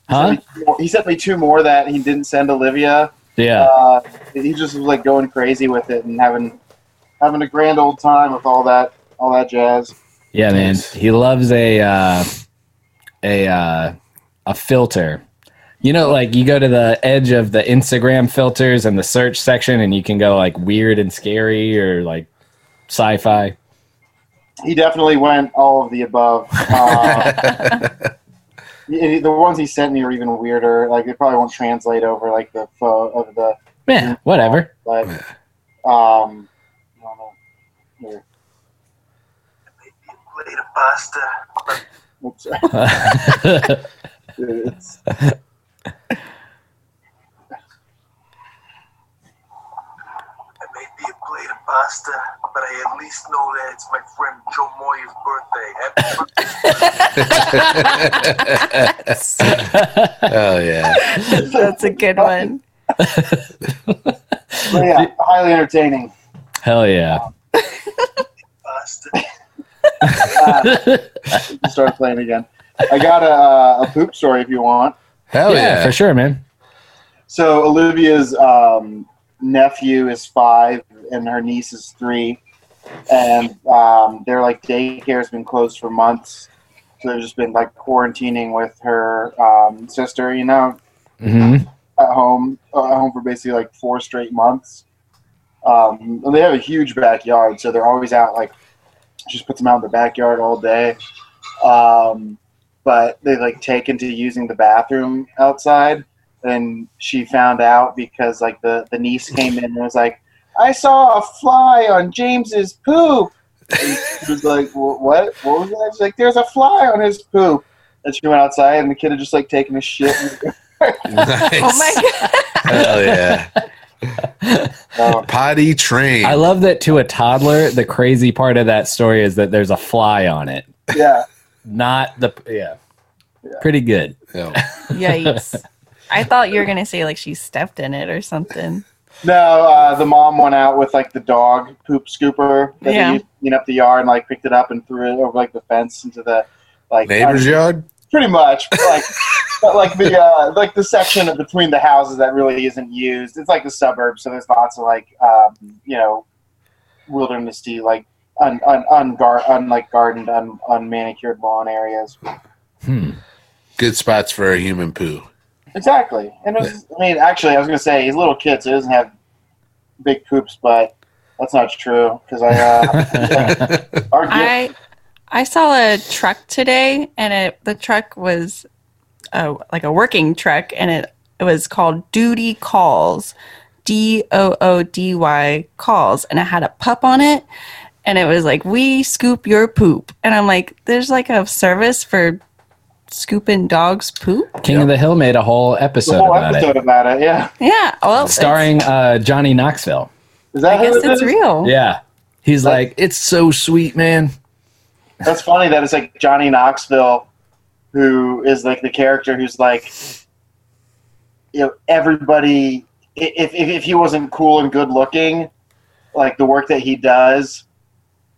S1: Huh?
S4: He sent me two more that he didn't send Olivia.
S1: Yeah.
S4: Uh, he just was like going crazy with it and having having a grand old time with all that all that jazz.
S1: Yeah, man.
S5: nice.
S1: He loves a uh a uh a filter. You know, like you go to the edge of the Instagram filters and the search section and you can go like weird and scary or like sci-fi.
S4: he definitely went all of the above. Uh, the the ones he sent me are even weirder. Like they probably won't translate over like the pho- of the
S1: Yeah, whatever.
S4: but um. I don't know. Here. Later, Buster. Oops, sorry. It's-
S6: I may be a blade of pasta, but I at least know that it's my friend Joe Moyer's birthday. Happy birthday.
S5: Oh yeah.
S3: That's a good one.
S4: but yeah, highly entertaining.
S1: Hell yeah.
S6: pasta.
S4: Uh,
S5: Oh,
S4: Start playing again. I got a, uh, a poop story if you want.
S5: Hell
S1: yeah,
S5: yeah.
S1: for sure, man.
S4: So Olivia's um, nephew is five, and her niece is three, and um, they're like daycare has been closed for months, so they've just been like quarantining with her um, sister, you know,
S1: hmm
S4: at home, uh, at home for basically like four straight months. Um, and they have a huge backyard, so they're always out like just puts them out in the backyard all day. Um, but they like taken to using the bathroom outside. And she found out because like the, the niece came in and was like, I saw a fly on James's poop. And she was like, "Wh- what? What was that? She's like, there's a fly on his poop. And she went outside and the kid had just like taken a shit.
S5: Nice.
S3: Oh my god.
S5: Hell yeah.
S4: Oh,
S5: Potty train.
S1: I love that to a toddler, the crazy part of that story is that there's a fly on it.
S4: yeah.
S1: Not the yeah. Pretty good.
S5: Yo,
S3: Yikes. I thought you were gonna say like she stepped in it or something.
S4: No, uh, the mom went out with like the dog poop scooper that
S3: Yeah.
S4: they used to clean up the yard and like picked it up and threw it over like the fence into the like uh,
S5: Neighbor's yard?
S4: pretty much but, like but, like the uh, like the section between the houses that really isn't used. It's like the suburbs, so there's lots of like um, you know wildernessy like un un ungar un like gardened un unmanicured lawn areas.
S1: Hmm.
S5: Good spots for a human poo.
S4: Exactly. And it was, I mean, actually, I was going to say he's a little kid, so he doesn't have big poops, but that's not true because I uh, our gift,
S3: I I saw a truck today, and it the truck was uh, like a working truck, and it, it was called Duty Calls, D O O D Y Calls, and it had a pup on it, and it was like we scoop your poop, and I'm like, there's like a service for scooping dogs poop.
S1: King of the Hill made a whole episode
S4: the whole
S1: about
S4: episode about it. Yeah,
S3: Yeah, well,
S1: it. Starring uh, Johnny Knoxville.
S4: is
S3: I
S4: that
S3: guess
S4: who it
S3: it's
S4: is?
S3: real.
S1: Yeah. He's like, it's so sweet, man.
S4: That's funny that it's like Johnny Knoxville, who is like the character who's like, you know, everybody. i- If if, if he wasn't cool and good looking, like the work that he does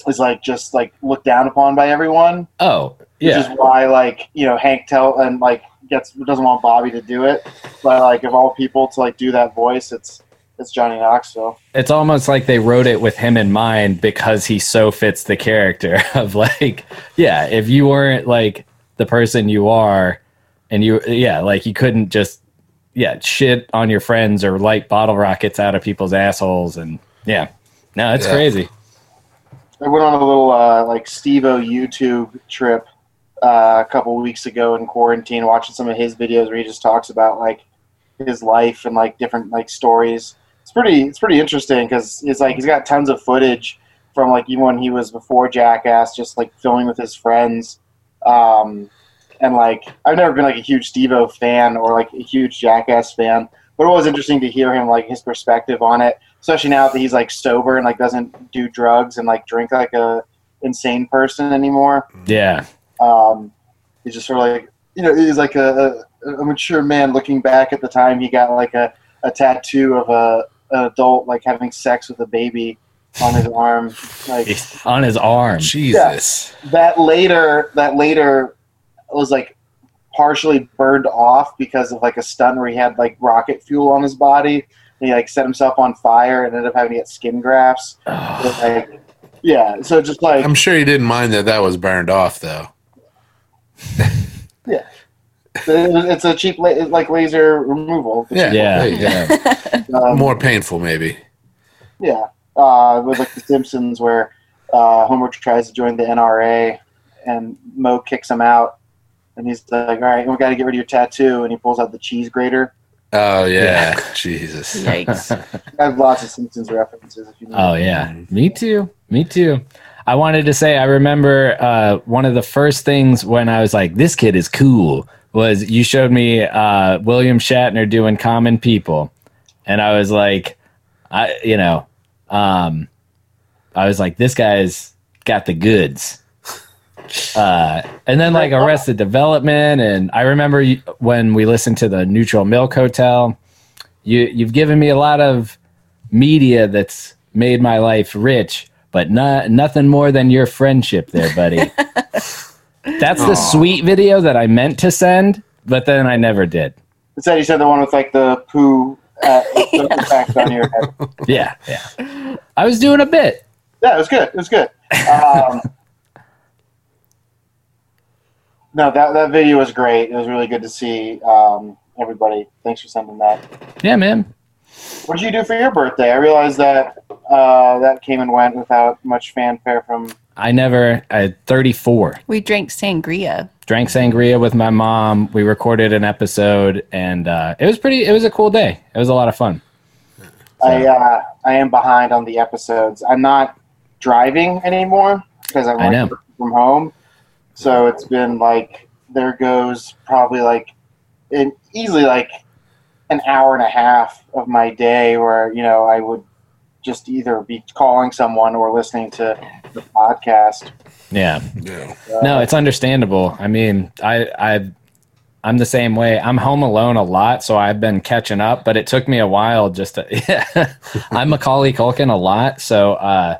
S4: is like just like looked down upon by everyone.
S1: Oh,
S4: which
S1: yeah.
S4: is why like you know Hank Tell and like gets doesn't want Bobby to do it, but like of all people to like do that voice, it's it's Johnny Knoxville.
S1: It's almost like they wrote it with him in mind because he so fits the character of like, yeah, if you weren't like the person you are and you, yeah, like you couldn't just, yeah, shit on your friends or light bottle rockets out of people's assholes. And yeah, no, it's
S5: Yeah.
S1: crazy.
S4: I went on a little uh, like Stevo YouTube trip uh, a couple weeks ago in quarantine, watching some of his videos where he just talks about like his life and like different like stories. It's pretty it's pretty interesting because it's like he's got tons of footage from like even when he was before Jackass, just like filming with his friends. Um, and like I've never been like a huge Devo fan or like a huge Jackass fan, but it was interesting to hear him like his perspective on it, especially now that he's like sober and like doesn't do drugs and like drink like a insane person anymore.
S1: Yeah.
S4: Um, he's just sort of like you know he's like a, a, a mature man looking back at the time he got like a, a tattoo of a an adult like having sex with a baby on his arm like
S1: It's on his arm.
S2: Jesus.
S4: that later that later was like partially burned off because of like a stunt where he had like rocket fuel on his body and he like set himself on fire and ended up having to get skin grafts But, like, yeah so just like
S2: I'm sure he didn't mind that that was burned off though.
S4: it was- it's a cheap la- it's like laser removal
S2: Yeah.
S1: Yeah.
S2: there you go.
S4: um,
S2: More painful maybe.
S4: yeah uh, it was like the simpsons where uh, homer tries to join the nra and mo kicks him out and he's like all right we got to get rid of your tattoo and he pulls out the cheese grater
S2: Oh yeah.
S1: Yeah.
S2: Jesus.
S3: Yikes.
S4: i have lots of simpsons references if you need
S1: Oh yeah, me too. Me too. I wanted to say I remember uh, one of the first things when I was like, "This kid is cool." Was you showed me uh, William Shatner doing Common People, and I was like, I you know, um, I was like, this guy's got the goods. Uh, and then like Arrested Development, and I remember you, when we listened to the Neutral Milk Hotel. You you've given me a lot of media that's made my life rich, but not nothing more than your friendship there, buddy. that's the sweet video that I meant to send, but then I never did.
S4: Instead, you said the one with like the poo uh, effect on your head.
S1: Yeah, yeah. I was doing a bit.
S4: Yeah, it was good. It was good. Um, no, that that video was great. It was really good to see um, everybody. Thanks for sending that.
S1: Yeah, man.
S4: What did you do for your birthday? I realized that uh, that came and went without much fanfare from.
S1: I never at 34
S3: we drank sangria.
S1: drank sangria with my mom. We recorded an episode and uh, it was pretty it was a cool day. It was a lot of fun.
S4: I uh, I am behind on the episodes. I'm not driving anymore because I'm
S1: I
S4: like,
S1: know.
S4: from home. So it's been like there goes probably like in easily like an hour and a half of my day where you know I would just either be calling someone or listening to the podcast.
S1: Yeah.
S2: Yeah.
S4: Uh,
S1: No, it's understandable. I mean, I I I'm the same way. I'm home alone a lot, so I've been catching up, but it took me a while just to yeah. I'm Macaulay Culkin a lot, so uh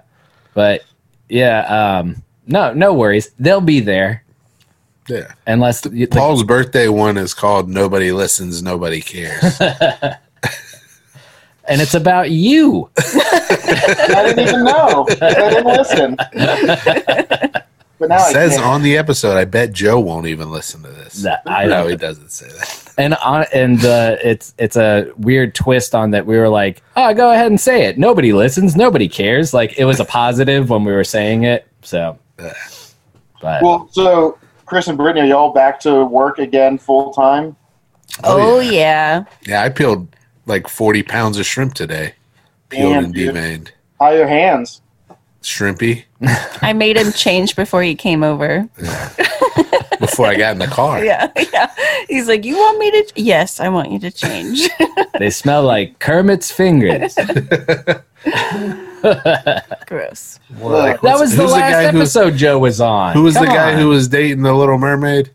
S1: but yeah, um no, no worries. They'll be there
S2: Yeah.
S1: unless you- the-
S2: Paul's birthday one is called Nobody Listens, Nobody Cares.
S1: and it's about you.
S4: I didn't even know. I didn't listen. But now I
S2: says
S4: can.
S2: on the episode, I bet Joe won't even listen to this.
S1: That- I
S2: no,
S1: don't-
S2: he doesn't say that.
S1: and on and uh, it's it's a weird twist on that we were like oh go ahead and say it nobody listens nobody cares like it was a positive when we were saying it so but
S4: Well, so Chris and Brittany, are y'all back to work again full time?
S2: Oh,
S3: Oh, yeah.
S2: Yeah, I peeled like 40 pounds of shrimp today. Peeled
S4: Damn,
S2: and
S4: dude.
S2: deveined.
S4: How are your hands?
S2: Shrimpy
S3: I made him change before he came over.
S2: before I got in the car.
S3: Yeah. Yeah. He's like, You want me to? ch- Yes, I want you to change.
S1: they smell like Kermit's fingers
S3: Gross.
S2: We're like,
S1: that was the
S2: who's
S1: last
S2: guy who was-
S1: episode Joe was on
S2: Who was the
S1: Come
S2: guy
S1: on.
S2: who was dating the Little Mermaid?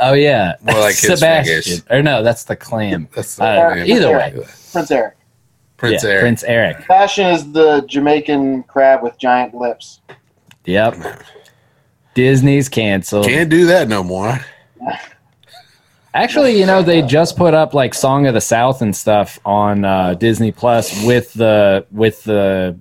S1: oh yeah
S2: More like his
S1: Sebastian
S2: fingers.
S1: or no that's the clam
S2: That's the
S1: Uh,
S2: name.
S1: either way
S4: Prince Eric.
S2: Prince
S1: Yeah,
S2: Eric.
S1: Prince Eric
S4: Fashion is the Jamaican crab with giant lips.
S1: yep Disney's canceled
S2: Can't do that no more.
S1: Actually, you know, they just put up like Song of the South and stuff on uh, Disney Plus with the with the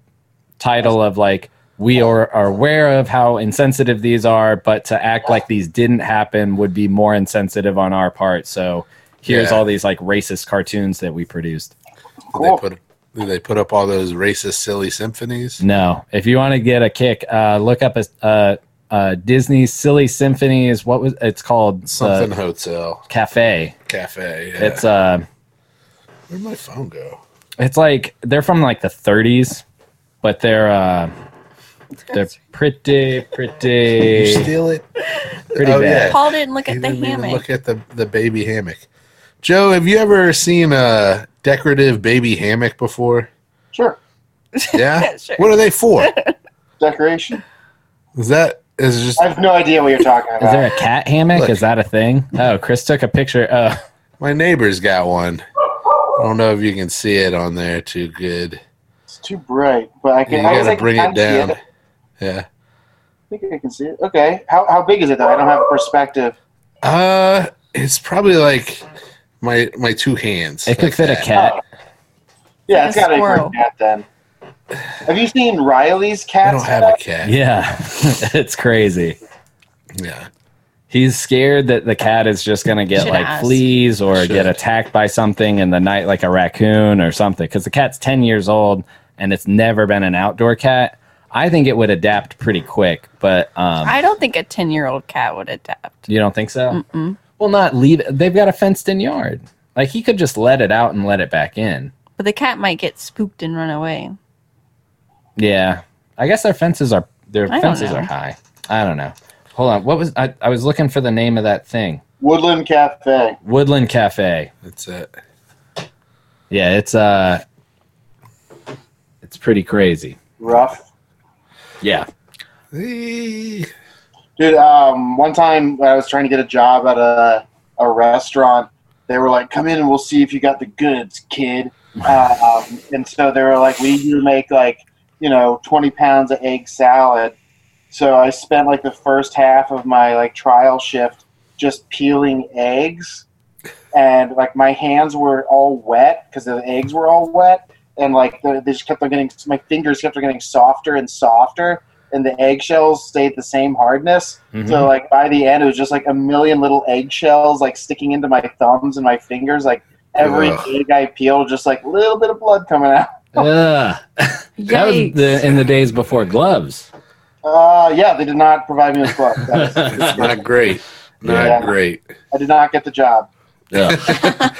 S1: title of like we are, are aware of how insensitive these are, but to act like these didn't happen would be more insensitive on our part. So here's
S2: Yeah.
S1: all these like racist cartoons that we produced.
S2: Did they
S4: Cool.
S2: put did they put up all those racist silly symphonies?
S1: No, if you want to get a kick, uh, look up a, uh uh Disney Silly Symphonies. What was it's called?
S2: Something
S1: Uh,
S2: hotel
S1: Cafe.
S2: cafe. Yeah.
S1: It's uh
S2: Where'd my phone go?
S1: It's like they're from like the 30s, but they're uh, they're pretty,
S2: You
S1: pretty,
S2: steal it?
S1: pretty
S2: oh,
S1: bad.
S3: Paul didn't look
S2: You
S3: at the
S2: didn't even
S3: hammock.
S2: Look at the, the baby hammock. Joe, have you ever seen a decorative baby hammock before?
S4: Sure.
S2: Yeah.
S3: Sure.
S2: What are they for?
S4: Decoration.
S2: Is that is it just
S4: I have no idea what you're talking
S1: Is
S4: about.
S1: there a cat hammock?
S2: Look.
S1: Is that a thing? Oh, Chris took a picture. Oh,
S2: my neighbor's got one. I don't know if you can see it on there too good.
S4: it's too bright, but I
S2: You
S4: can. I guess I
S2: gotta
S4: can
S2: bring
S4: kind
S2: it
S4: of see
S2: down.
S4: I
S2: Yeah.
S4: think I can see it. Okay. How, how big is it though? I don't have a perspective.
S2: Uh, it's probably like my my two hands.
S1: it could
S2: like
S1: fit
S2: that.
S1: a cat.
S4: Oh. Yeah,
S3: Like
S4: it's
S3: a
S4: got to be for
S3: squirrel.
S4: a cat then. Have you seen Riley's
S2: I
S4: cat?
S2: don't have
S4: setup?
S2: a cat.
S1: Yeah, it's crazy.
S2: Yeah.
S1: He's scared that the cat is just gonna get
S3: Should
S1: like
S3: ask.
S1: fleas or
S2: Should.
S1: get attacked by something in the night, like a raccoon or something. Because the cat's ten years old and it's never been an outdoor cat. I think it would adapt pretty quick, but um,
S3: I don't think a 10 year old cat would adapt.
S1: you don't think so? Well, not leave. They've got a fenced-in yard. Like he could just let it out and let it back in.
S3: But the cat might get spooked and run away.
S1: Yeah, I guess their fences are their
S3: don't
S1: fences
S3: know.
S1: are high. I don't know. Hold on. What was I? I was looking for the name of that thing.
S4: Woodland Cafe.
S1: Woodland Cafe.
S2: That's it.
S1: Yeah, it's uh, it's pretty crazy.
S4: Rough.
S1: Yeah.
S2: Eee.
S4: Dude, um, one time when I was trying to get a job at a, a restaurant, they were like, come in and we'll see if you got the goods, kid. Um, and so they were like, we need you to make like, you know, 20 pounds of egg salad. So I spent like the first half of my like trial shift just peeling eggs. And like my hands were all wet because the eggs were all wet. And like they they just kept on getting, my fingers kept on getting softer and softer. And the eggshells stayed the same hardness.
S1: Mm-hmm.
S4: So like by the end, it was just like a million little eggshells like sticking into my thumbs and my fingers. Like every
S2: Ugh.
S4: egg I peeled, just like a little bit of blood coming out.
S1: Ugh. that was
S3: Yikes.
S1: the, in the days before gloves.
S4: Uh, yeah, they did not provide me with blood. That was-
S2: It's not great. Not
S4: Yeah.
S2: great.
S4: I did not get the job.
S1: Ugh.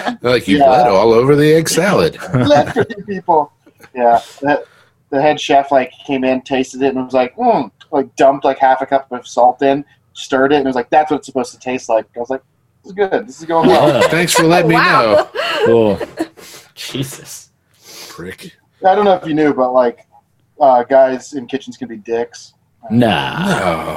S2: They're like you
S4: Yeah.
S2: bled all over the egg salad.
S4: Left for you people. Yeah, the, the head chef like came in, tasted it, and was like, mm, like dumped like half a cup of salt in, stirred it, and was like, that's what it's supposed to taste like. I was like, this is good. This is going well.
S1: Ugh.
S2: Thanks for letting me know.
S1: cool. Jesus.
S2: Prick.
S4: I don't know if you knew, but like uh, guys in kitchens can be dicks.
S1: Nah.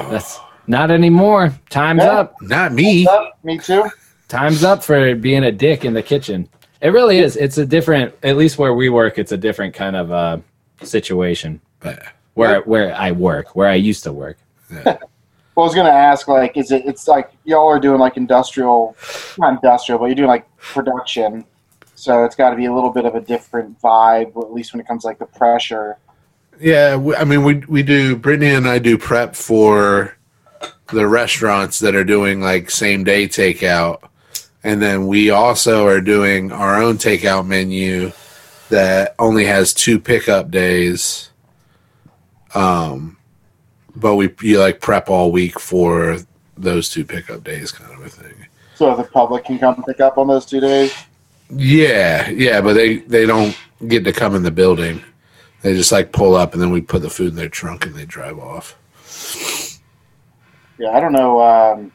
S2: No,
S1: That's not anymore. Time's
S4: Yeah.
S1: up.
S2: Oh, not me.
S4: Yep, me too.
S1: Time's up for being a dick in the kitchen. It really is. It's a different, at least where we work, it's a different kind of uh, situation.
S2: But
S1: Where where I work, where I used to work.
S4: Well, I was gonna ask, like, is it? It's like y'all are doing like industrial, not industrial, but you're doing like production, so it's got to be a little bit of a different vibe, at least when it comes to, like the pressure.
S2: Yeah, we, I mean, we we do. Brittany and I do prep for the restaurants that are doing like same day takeout, and then we also are doing our own takeout menu that only has two pickup days. Um, but we you like prep all week for those two pickup days, kind of a thing.
S4: So the public can come pick up on those two days.
S2: Yeah, yeah, but they they don't get to come in the building. They just like pull up, and then we put the food in their trunk, and they drive off.
S4: Yeah, I don't know. Um,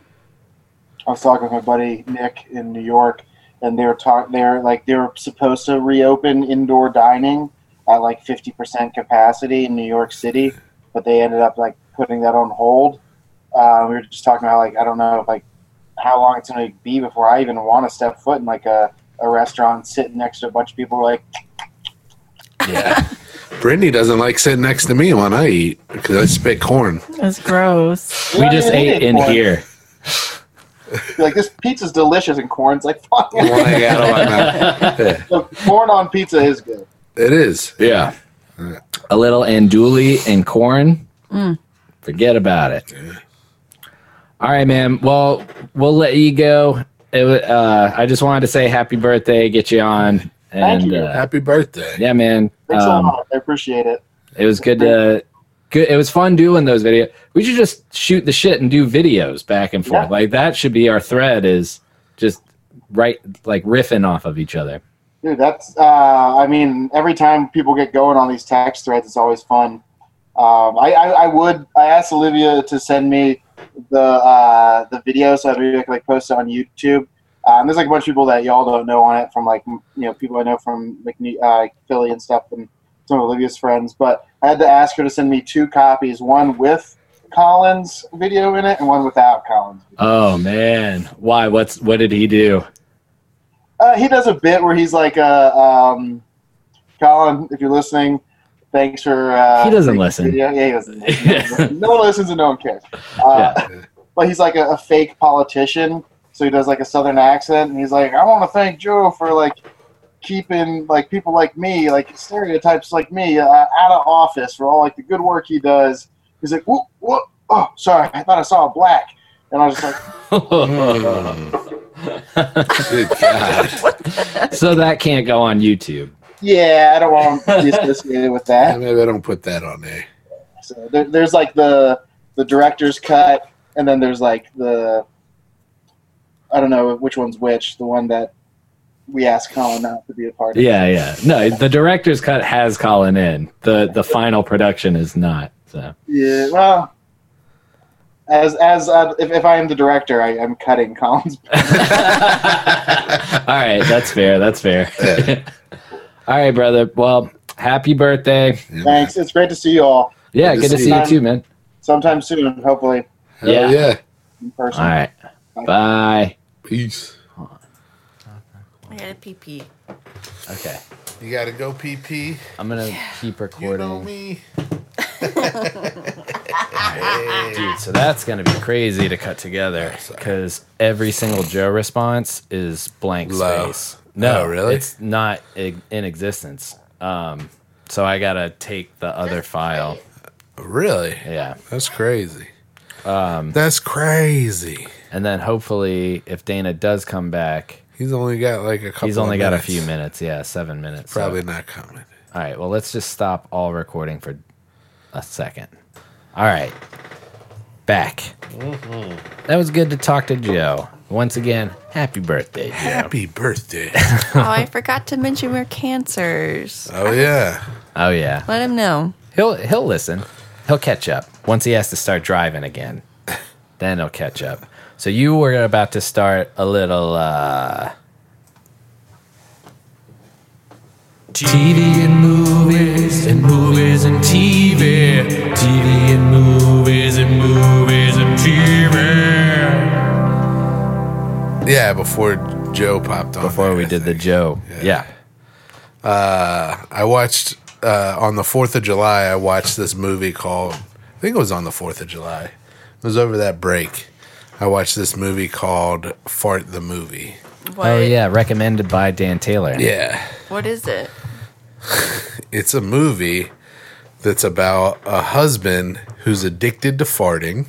S4: I was talking with my buddy Nick in New York, and they were talk. They're like they were supposed to reopen indoor dining at like fifty percent capacity in New York City, but they ended up like putting that on hold. Uh, we were just talking about like I don't know like how long it's going to be before I even want to step foot in like a, a restaurant sitting next to a bunch of people like
S2: Yeah. Brittany doesn't like sitting next to me when I eat because I spit corn.
S3: That's gross.
S1: We just
S4: "Yeah, I
S1: ate
S4: did
S1: in
S4: corn."
S1: here.
S4: Like this pizza's delicious, and corn's like fuck.
S2: Like, out of my mouth.
S4: Look, corn on pizza is good.
S2: It is.
S1: Yeah. A little andouille and corn.
S4: Mm.
S1: Forget about it. All right, man. Well, we'll let you go. It, wa- uh, I just wanted to say happy birthday, get you on. And
S4: Thank you.
S1: Uh,
S2: Happy birthday.
S1: yeah, man.
S4: Thanks
S1: Um,
S4: a lot. I appreciate it.
S1: it was good to. Good. It was fun doing those videos. We should just shoot the shit and do videos back and forth.
S4: Yeah.
S1: Like that should be our thread. Is just right like riffing off of each other.
S4: Dude, that's. Uh, I mean, every time people get going on these tax threads, it's always fun. Um, I, I, I would. I asked Olivia to send me the uh, the video so that maybe I could like post it on YouTube. Um, there's like a bunch of people that y'all don't know on it from like m- you know people I know from like New- uh, Philly and stuff and some of Olivia's friends. But I had to ask her to send me two copies, one with Collins video in it and one without Collins. Video.
S7: Oh man, why? What's what did he do?
S4: Uh, he does a bit where he's like, uh, um, Colin, if you're listening, thanks for. Uh,
S7: He doesn't
S4: making
S7: listen.
S4: the video. Yeah, he doesn't. no one listens and no one cares. Uh, But he's like a, a fake politician, so he does like a southern accent, and he's like, I want to thank Joe for like keeping like people like me, like stereotypes like me, uh, out of office for all like the good work he does. He's like, whoop, whoop. Oh, sorry, I thought I saw a black, and I was just like,
S2: Good God.
S7: so that can't go on YouTube.
S4: yeah, I don't want to be associated with that.
S2: Maybe I don't put that on there.
S4: So there, there's like the the director's cut, and then there's like the I don't know which one's which. The one that we asked Colin not to be a part of.
S7: Yeah, yeah. No, the director's cut has Colin in. The the final production is not. So
S4: Yeah. Well, as as uh, if, if I am the director, I, I'm cutting Colin's.
S7: All right, that's fair. That's fair.
S2: Yeah.
S7: all right, brother. Well, happy birthday.
S4: Thanks. It's great to see you all
S7: Yeah, good to see you too, man.
S4: sometime soon, hopefully
S2: Hell yeah.
S4: in
S7: All
S4: person.
S7: right. Bye.
S2: Peace.
S3: I gotta pee pee.
S7: Okay.
S2: You gotta go PP.
S1: I'm gonna keep recording.
S2: You know me.
S1: Dude, so that's gonna be crazy to cut together because every single Joe response is blank
S2: Low.
S1: space. No,
S2: Oh, really?
S1: it's not i- in existence. Um, so I gotta take the other file.
S2: Really?
S1: Yeah,
S2: That's crazy. Um, That's crazy.
S1: and then hopefully, if Dana does come back,
S2: He's only got like a couple.
S1: he's only
S2: of
S1: got a
S2: minutes.
S1: few minutes. Yeah, seven minutes. so-
S2: Probably not coming.
S1: All right. Well, let's just stop all recording for a second. All right. Back.
S2: Mm-hmm.
S1: That was good to talk to Joe. Once again, happy birthday, Joe.
S2: Happy birthday.
S3: Oh, I forgot to mention we're cancers.
S2: oh yeah.
S1: Oh yeah.
S3: Let him know.
S1: He'll he'll listen. He'll catch up once he has to start driving again. then he'll catch up. So you were about to start a little uh TV and movies and movies and TV. TV and movies and movies and TV.
S2: Yeah, before Joe popped on.
S1: Before
S2: there,
S1: we
S2: I
S1: did the
S2: think.
S1: Joe. Yeah.
S2: I watched uh, on the Fourth of July. I watched this movie called. I think it was on the Fourth of July. It was over that break. I watched this movie called Fart the Movie.
S3: What,
S1: Oh yeah, recommended by Dan Taylor.
S2: Yeah.
S3: What is it?
S2: it's a movie that's about a husband who's addicted to farting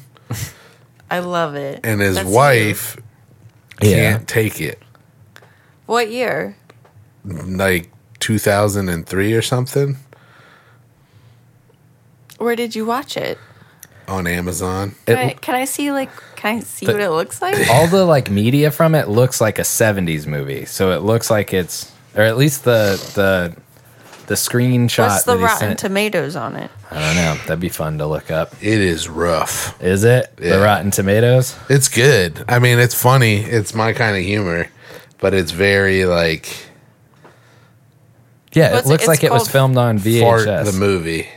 S3: I love it.
S2: and his
S3: That's you.
S2: wife
S1: Yeah.
S2: can't take it
S3: What year?
S2: like 2003 or something
S3: Where did you watch it?
S2: on amazon
S1: It-
S3: Can, I, can I see like? Can I see
S1: The-
S3: what it looks like?
S1: all the like media from it looks like a 70s movie so it looks like it's or at least the the the screenshot
S3: What's the
S1: that he
S3: Rotten
S1: sent-
S3: Tomatoes on it?
S1: i don't know that'd be fun to look up
S2: it is rough
S1: is it
S2: Yeah.
S1: the rotten tomatoes
S2: it's good i mean it's funny it's my kind of humor but it's very like
S1: yeah
S3: What's
S1: it
S3: it-
S1: looks
S3: it's
S1: like it was
S3: called
S1: filmed on
S2: fart
S1: vhs
S2: the movie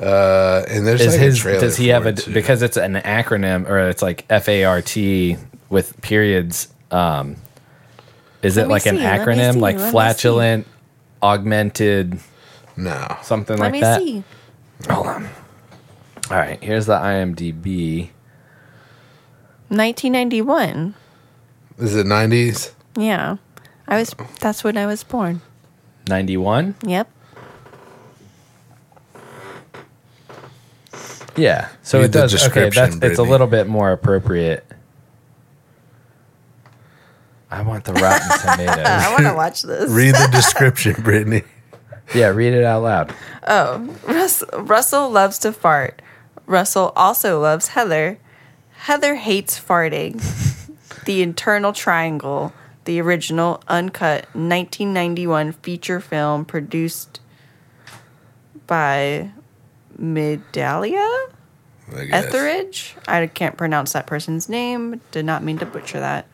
S2: uh and there's
S1: is
S2: like
S1: his
S2: a trailer
S1: does he
S2: for
S1: have a
S2: it, too.
S1: because it's an acronym or it's like f-a-r-t with periods um is
S3: Let
S1: it
S3: me
S1: like an
S3: see, let me
S1: acronym
S3: see,
S1: like
S3: let me see.
S1: flatulent augmented
S2: no
S1: something
S3: Let
S1: like
S3: me
S1: that
S3: see.
S1: Hold on. All right, here's the IMDb.
S3: 1991.
S2: is it 90s
S3: Yeah, I was. That's when I was born.
S1: 91?
S3: Yep.
S1: Yeah. So
S2: Read
S1: it
S2: the
S1: does. Okay,
S2: description,
S1: that's it's a
S2: Brittany.
S1: little bit more appropriate. I want the Rotten Tomatoes.
S3: I want to watch this.
S2: read the description brittany
S1: yeah, read it out loud.
S3: Russ, Russell loves to fart. Russell also loves Heather. Heather hates farting. the internal triangle. the original uncut 1991 feature film produced by Midalia
S2: I guess.
S3: Etheridge. I can't pronounce that person's name. Did not mean to butcher that.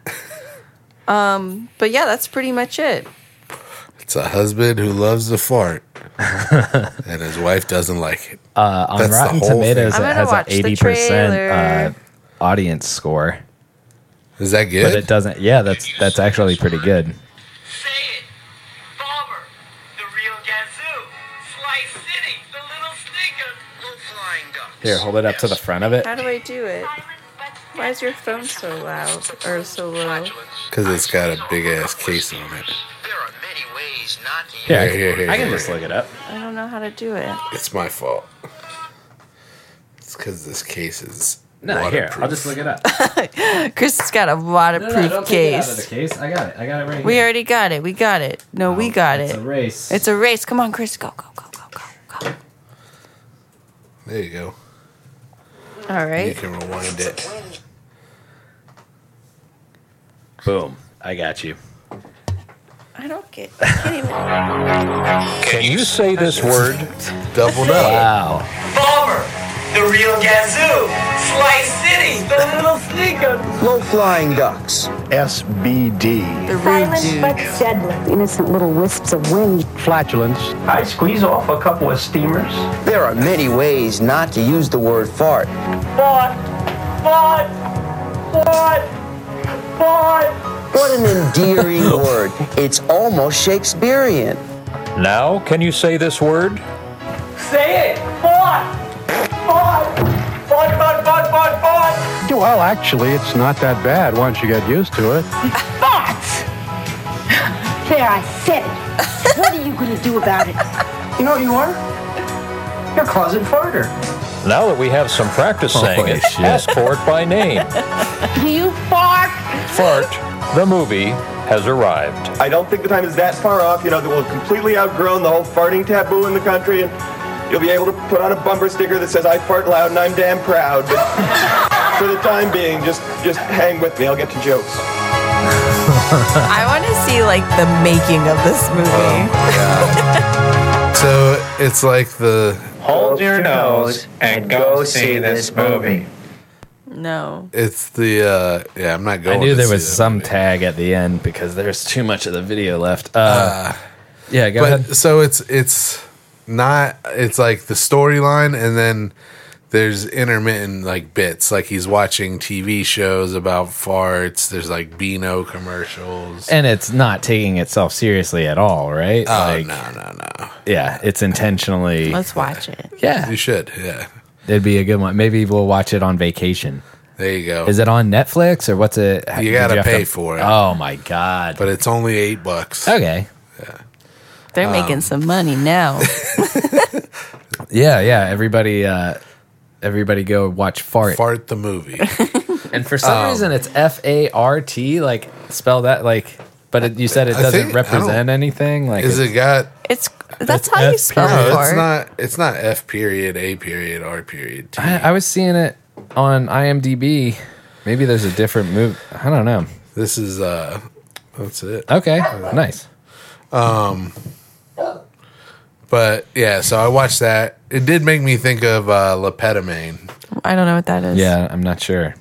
S3: um, but yeah, that's pretty much it.
S2: It's a husband who loves to fart, and his wife doesn't like it.
S1: Uh, on
S2: That's the
S1: Rotten
S2: whole
S1: Tomatoes,
S3: thing.
S1: it
S3: I'm
S1: has
S3: gonna
S1: an
S3: watch the
S1: eighty percent
S3: trailer.
S1: uh, audience score,
S2: Is that
S1: but
S2: good?
S1: it doesn't. Yeah, that's that's actually pretty good.
S8: Say it. Bomber, the real Gazoo, Sly City, the little Snickers, low flying ducks.
S1: Here, hold it up to the front of it.
S3: How do I do it? Why is your phone so loud or so low?
S2: Because it's got a big ass case on it.
S8: There are many ways not to
S1: Here, I
S2: Here,
S1: can-
S2: here, here,
S1: I can
S2: here.
S1: just look it up.
S3: I don't know how to do it.
S2: It's my fault. It's because this case is
S1: No, here, I'll just look it up.
S3: Chris has got a waterproof case.
S1: case. I got it. I got it right
S3: We already got it. We got it. No, we got it.
S1: race.
S3: Oh, It's a race. Come on, Chris. Go, go, go, go, go, go.
S2: There you go.
S3: All
S2: You
S3: right.
S2: can rewind it.
S1: boom. I got you.
S3: I don't get. I can't even.
S5: Can you say this word?
S2: Doubled up.
S1: Wow.
S8: Bomber, the real Gazoo, Sly City, the little Snickers.
S5: Low flying ducks. SBD.
S3: The rude
S9: Silent
S3: dude.
S9: but deadly. Innocent little wisps of wind.
S5: Flatulence.
S10: I squeeze off a couple of steamers.
S11: There are many ways not to use the word fart.
S10: Fart, fart, fart, fart.
S11: What an endearing word. It's almost Shakespearean.
S5: Now, can you say this word?
S10: Say it. Fart, fart, fart, fart, fart, fart, fart.
S5: Well, actually, it's not that bad once you get used to it.
S9: There, I said it. what are you going to do about it?
S10: You know what you are? You're a closet farter.
S5: Now that we have some practice saying
S1: Holy
S5: it,
S1: shit.
S5: ask for it by name.
S9: Do you fart?
S5: Fart, the movie, has arrived.
S10: I don't think the time is that far off. You know that we'll have completely outgrown the whole farting taboo in the country, and you'll be able to put on a bumper sticker that says "I fart loud and I'm damn proud." But for the time being, just just hang with me. I'll get to jokes.
S3: I want to see like the making of this movie.
S2: So it's like the
S10: Hold your nose and go see this movie.
S3: No.
S2: it's the uh yeah. I'm not
S1: I
S2: going.
S1: knew
S2: to
S1: there
S2: see
S1: was
S2: that
S1: some
S2: movie.
S1: tag at the end because there's too much of the video left. Uh, yeah, go
S2: But
S1: ahead.
S2: so it's it's not. It's like the storyline, and then there's intermittent like bits. Like he's watching TV shows about farts. There's like Beano commercials.
S1: And it's not taking itself seriously at all, right?
S2: oh
S1: Like,
S2: no no no!
S1: Yeah, it's intentionally.
S3: Let's watch it.
S1: Yeah,
S2: You should yeah.
S1: it'd be a good one. Maybe we'll watch it on vacation.
S2: There you go.
S1: Is it on Netflix or what's it? did
S2: gotta
S1: have
S2: pay for it.
S1: Oh my god.
S2: but it's only eight bucks.
S1: okay. Um,
S3: They're making some money now.
S1: Yeah, yeah. Everybody, uh, everybody, go watch fart.
S2: Fart the movie.
S1: And for
S2: Oh.
S1: some reason, it's F A R T. Like spell that like. But it, you said it
S2: I
S1: doesn't
S2: think- I don't-
S1: represent anything. Like
S2: Is
S1: it's-
S2: it got?
S3: It's that's how you
S1: That's
S3: spell
S2: No, it's
S3: fart.
S2: not. It's not F period, A period, R period. T.
S1: I, I was seeing it on IMDb. Maybe there's a different move. I don't know.
S2: This is uh, that's it.
S1: Okay, nice.
S2: But yeah, so I watched that. It did make me think of uh, Lepetamine.
S3: I don't know what that is.
S1: Yeah, I'm not sure.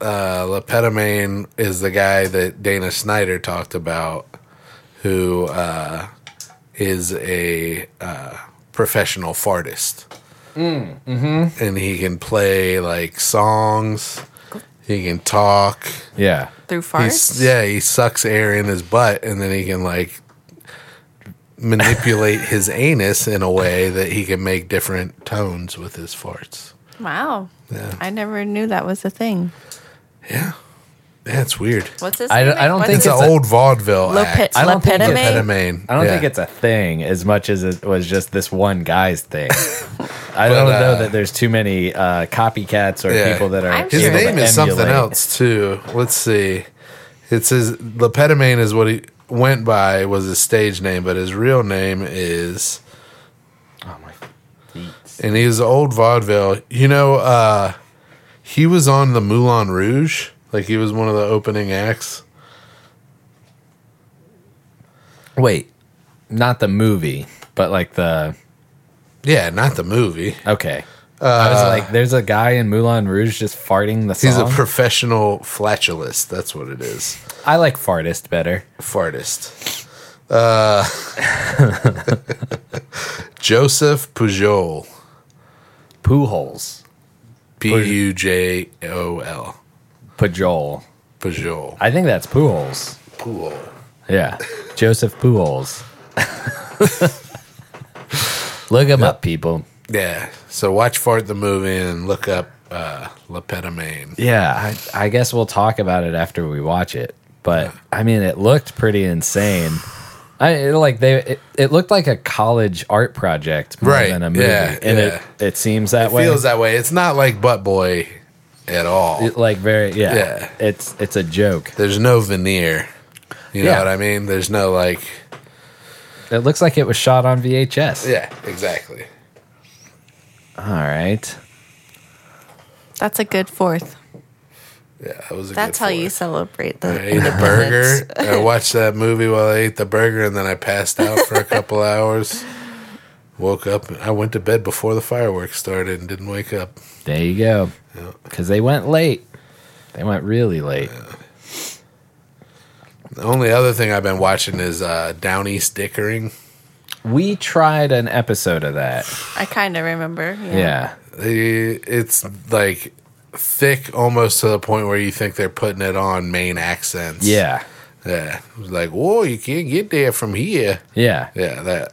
S2: Uh, Lepetamine is the guy that Dana Snyder talked about, who uh, is a uh, professional fartist. mm-hmm. And he can play like songs. He can talk.
S1: Yeah,
S3: Through
S2: He's,
S3: farts.
S2: yeah, he sucks air in his butt, and then he can like manipulate his anus in a way that he can make different tones with his farts.
S3: Wow.
S2: Yeah,
S3: I never knew that was a thing.
S2: yeah, that's weird.
S3: What's this?
S1: I don't- I don't think
S2: It's,
S1: It's
S2: an
S1: a-
S2: old vaudeville
S3: Lopet-
S2: act.
S1: I don't think it's-
S3: Lepetamine.
S2: Lepetamine.
S1: I don't
S2: Yeah.
S1: think it's a thing as much as it was just this one guy's thing. I
S2: But,
S1: don't know
S2: uh,
S1: that there's too many uh, copycats or
S2: Yeah.
S1: people that are.
S3: I'm
S2: His
S3: sure
S1: able to
S2: name is something
S1: emulate.
S2: else too. Let's see. It says Lepetamine is what he went by was his stage name, but his real name is.
S1: Oh my feet.
S2: and he was old vaudeville. You know, uh, he was on the Moulin Rouge. Like he was one of the opening acts.
S1: Wait, not the movie, but like the.
S2: Yeah, not the movie.
S1: Okay. I was like, there's a guy in Moulin Rouge just farting the song.
S2: He's a professional flatulist. That's what it is.
S1: I like fartist better.
S2: Fartist. Uh, Joseph Pujol.
S1: Pujols.
S2: P U J O L.
S1: Pujol.
S2: Pujol.
S1: I think that's Pujols.
S2: Pujol.
S1: Yeah. Joseph Pujols. Look him up, people.
S2: Yeah. So watch Fart the movie and look up uh, Lepetamine.
S1: Yeah, I, I guess we'll talk about it after we watch it. But I mean, it looked pretty insane. I it, like they. It, it looked like a college art project more
S2: Right,
S1: than a movie,
S2: yeah,
S1: and it it seems that way.
S2: Feels that way. It's not like Butt Boy at all.
S1: It, like very yeah,
S2: Yeah.
S1: It's it's a joke.
S2: There's no veneer. You know
S1: Yeah.
S2: what I mean? There's no like.
S1: It looks like it was shot on VHS.
S2: Yeah, exactly.
S1: All right.
S3: That's a good fourth.
S2: Yeah, that was a
S3: That's
S2: good
S3: how you celebrate the.
S2: I ate a burger. I watched that movie while I ate the burger, and then I passed out for a couple hours. Woke up. I went to bed before the fireworks started and didn't wake up.
S1: There you go. Because they went late. They went really late.
S2: The only other thing I've been watching is uh, Down East Dickering.
S1: We tried an episode of that.
S3: I kind of remember.
S1: Yeah.
S2: They- It's like thick, almost to the point where you think they're putting it on main accents.
S1: Yeah.
S2: yeah. It was like, whoa, you can't get there from here.
S1: Yeah.
S2: Yeah, that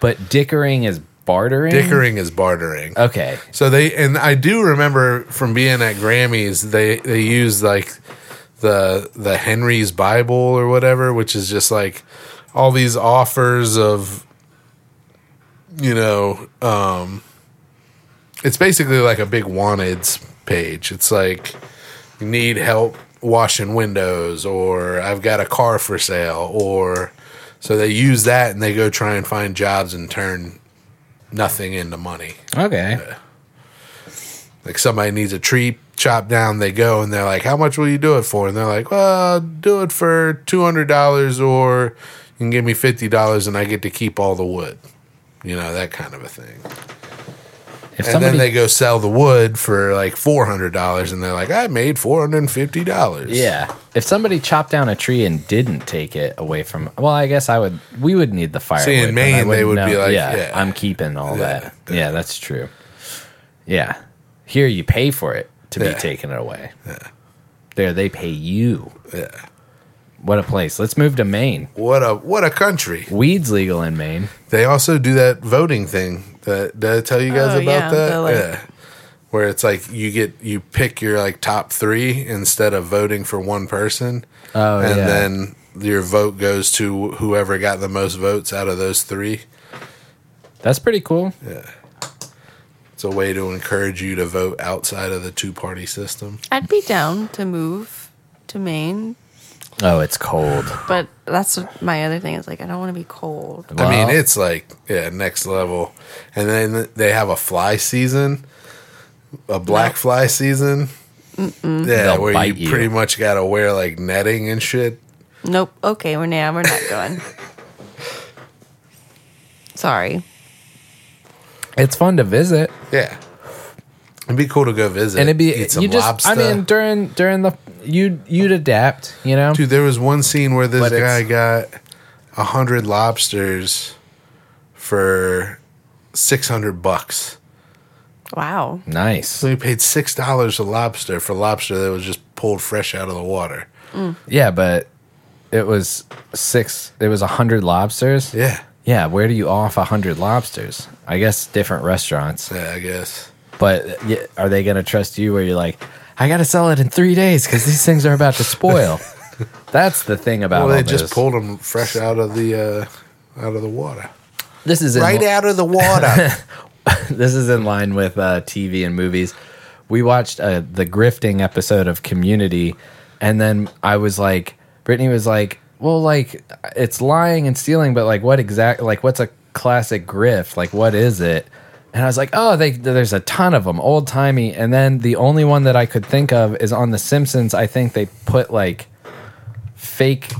S1: But dickering is bartering.
S2: dickering is bartering.
S1: Okay.
S2: So they and I do remember from being at Grammys, they they used like the the Henry's Bible or whatever, which is just like all these offers of you know, um it's basically like a big wanteds page. It's like need help washing windows or I've got a car for sale or so they use that and they go try and find jobs and turn nothing into money
S1: Okay.
S2: like somebody needs a tree chopped down they go and they're like how much will you do it for and they're like well I'll do it for $200 or you can give me $50 and i get to keep all the wood you know that kind of a thing
S1: If
S2: and then
S1: somebody
S2: they go sell the wood for like $400 and they're like i made $450
S1: Yeah. If somebody chopped down a tree and didn't take it away from well, I guess I would we would need the firewood.
S2: See, in
S1: but I
S2: Maine, they
S1: wouldn't
S2: would be like, yeah.
S1: I'm keeping all that. Yeah, that's true. Yeah. Here you pay for it to
S2: Yeah.
S1: be taken away. There they pay you. What a place. Let's move to Maine.
S2: what a what a country
S1: Weed's legal in Maine.
S2: They also do that voting thing. That did I tell you guys
S3: Oh,
S2: about
S3: yeah,
S2: that?
S3: the, like-
S2: yeah. Where it's like you get you pick your like top three instead of voting for one person.
S1: Oh,
S2: and
S1: yeah.
S2: then your vote goes to whoever got the most votes out of those three.
S1: That's pretty cool.
S2: It's a way to encourage you to vote outside of the two party system.
S3: I'd be down to move to Maine,
S1: Oh, it's cold.
S3: but that's what my other thing is like I don't want to be cold.
S2: I mean,
S1: Well-
S2: it's like yeah, next level. And then they have a fly season, a black fly season. Yeah,
S1: They'll
S2: where you,
S1: bite you.
S2: pretty much got to wear like netting and shit.
S3: Nope. Okay, we're now we're not going. Sorry.
S1: It's fun to visit.
S2: Yeah. It'd be cool to go visit.
S1: and it'd be
S2: eat some
S1: you just
S2: lobster.
S1: I mean during during the you you'd adapt, you know.
S2: dude, there was one scene where this
S1: But
S2: guy
S1: it's-
S2: got a hundred lobsters for six hundred bucks.
S3: Wow.
S1: Nice.
S2: So he paid six dollars a lobster for lobster that was just pulled fresh out of the water.
S1: Yeah, but it was six. It was a hundred lobsters.
S2: Yeah.
S1: Yeah, where do you off a hundred lobsters? I guess different restaurants.
S2: Yeah, I guess.
S1: But y- are they going to trust you? Where you're like, I got to sell it in three days because these things are about to spoil. That's the thing about
S2: Well, they
S1: all
S2: just
S1: this.
S2: pulled them fresh out of the uh, out of the water.
S1: this is in
S2: Right out of the water.
S1: this is in line with uh, TV and movies. We watched uh, the grifting episode of Community, and then I was like, Brittany was like, "Well, like it's lying and stealing, but like what exact? Like what's a classic grift? Like what is it?" And I was like, "Oh, they, there's a ton of them, old timey." And then the only one that I could think of is on The Simpsons. I think they put like fake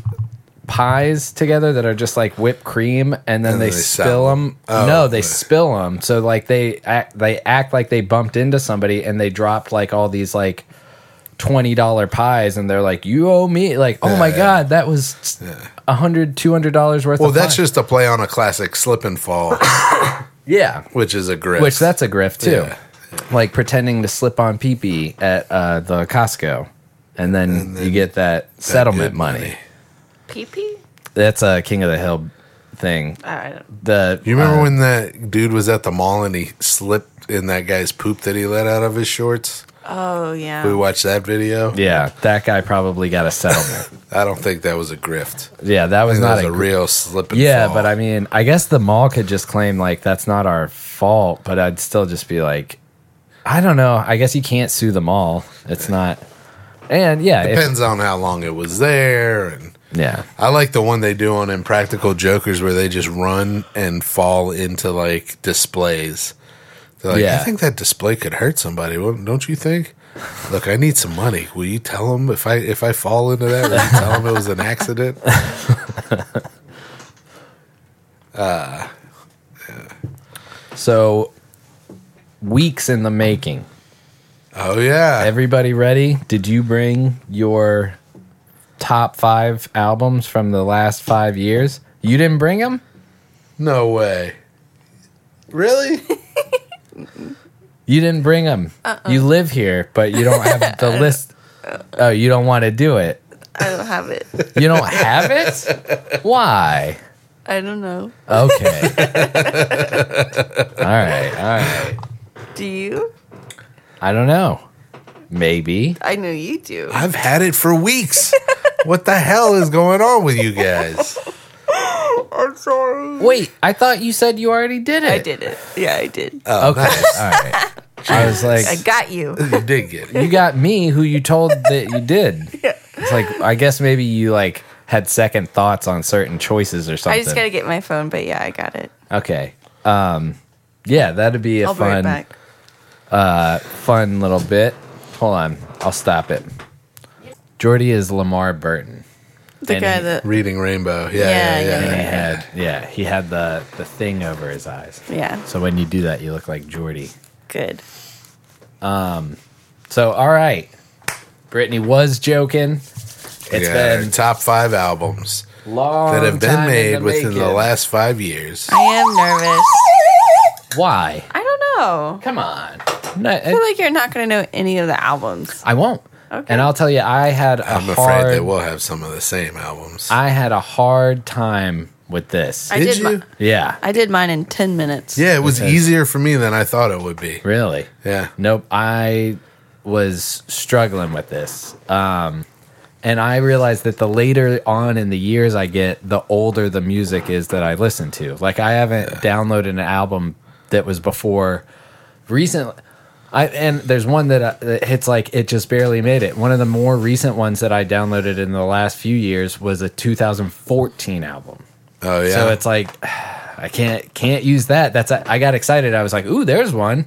S1: pies together that are just like whipped cream, and then
S2: And
S1: they,
S2: they sell
S1: spill
S2: them.
S1: them.
S2: Oh,
S1: no, they
S2: okay.
S1: spill them. So like they act, they act like they bumped into somebody, and they dropped like all these like twenty dollar pies, and they're like, "You owe me!" Like, oh my
S2: Yeah.
S1: god, that was a hundred, two hundred dollars worth.
S2: Well,
S1: of
S2: that's
S1: pie.
S2: just a play on a classic slip and fall,
S1: yeah.
S2: which is a grip.
S1: Which that's a grift too.
S2: Yeah.
S1: Like pretending to slip on pee pee at uh, the Costco, and then, you get that, settlement
S2: good
S1: money.
S3: Pee pee?
S1: That's a King of the Hill thing.
S3: I don't
S1: The
S2: You remember
S1: uh,
S2: when that dude was at the mall and he slipped in that guy's poop that he let out of his shorts?
S3: Oh, yeah.
S2: We watched that video.
S1: Yeah, that guy probably got a settlement.
S2: I don't think that was a grift.
S1: yeah, that was
S2: I think
S1: not
S2: that was
S1: a
S2: a,
S1: gr-
S2: real slip and
S1: Yeah,
S2: fall.
S1: but I mean, I guess the mall could just claim like that's not our fault, but I'd still just be like, I don't know. I guess you can't sue the mall. It's not. And yeah, if-
S2: depends on how long it was there. And
S1: yeah,
S2: I like the one they do on Impractical Jokers where they just run and fall into like displays. They're like,
S1: Yeah.
S2: I think that display could hurt somebody, won't- don't you think? Look, I need some money. Will you tell them if I if I fall into that? Will you tell them it was an accident?
S1: so weeks in the making.
S2: Oh yeah,
S1: Everybody ready? Did you bring your top five albums from the last five years? You didn't bring them?
S2: no way. Really?
S1: You didn't bring them.
S3: Uh-uh.
S1: You live here, but you don't have the list. Oh, you don't want to do it.
S3: I don't have it.
S1: You don't have it? Why?
S3: I don't know.
S1: Okay. all right. All right.
S3: Do you?
S1: I don't know. Maybe.
S3: I know you do.
S2: I've had it for weeks. what the hell is going on with you guys?
S3: I'm sorry.
S1: Wait, I thought you said you already did it.
S3: I did it. Yeah, I did.
S2: Oh,
S1: Okay.
S2: nice.
S1: All right. I was like,
S3: I got you.
S2: you did get it.
S1: you got me who you told that you did.
S3: Yeah.
S1: It's like, I guess maybe you like had second thoughts on certain choices or something.
S3: I just got to get my phone, but yeah, I got it.
S1: Okay. Um, yeah, that'd be a
S3: I'll bring it
S1: fun,
S3: back.
S1: fun little bit. Hold on, I'll stop it. Jordy is Lamar Burton.
S3: The
S1: and
S3: guy
S1: he-
S3: that,
S2: Reading Rainbow.
S3: Yeah,
S2: Yeah, yeah, yeah.
S1: And he had, yeah, he had the the thing over his eyes.
S3: yeah,
S1: So when you do that, you look like Jordy.
S3: good.
S1: So all right, Brittany was joking. It's
S2: Yeah,
S1: been
S2: top five albums
S1: long
S2: that have been
S1: time in
S2: made within the
S1: making.
S2: last five years.
S3: I am nervous.
S1: Why?
S3: I don't know.
S1: Come on. No,
S3: I feel like you're not going to know any of the albums.
S1: I won't.
S3: Okay.
S1: And I'll tell you, I had a
S2: I'm
S1: hard.
S2: afraid they will have some of the same albums.
S1: I had a hard time with this.
S3: I
S2: Did
S3: did
S2: you?
S3: my-
S1: yeah.
S3: I did mine in 10 minutes.
S2: yeah, it was easier for me than I thought it would be.
S1: Really?
S2: Yeah.
S1: Nope. I was struggling with this. Um, and I realized that the later on in the years I get, the older the music is that I listen to. Like, I haven't downloaded an album that was before recently. I, and there's one that, uh, that hits like it just barely made it. One of the more recent ones that I downloaded in the last few years was a 2014 album.
S2: Oh yeah.
S1: So it's like I can't can't use that. That's I got excited. I was like, "Ooh, there's one."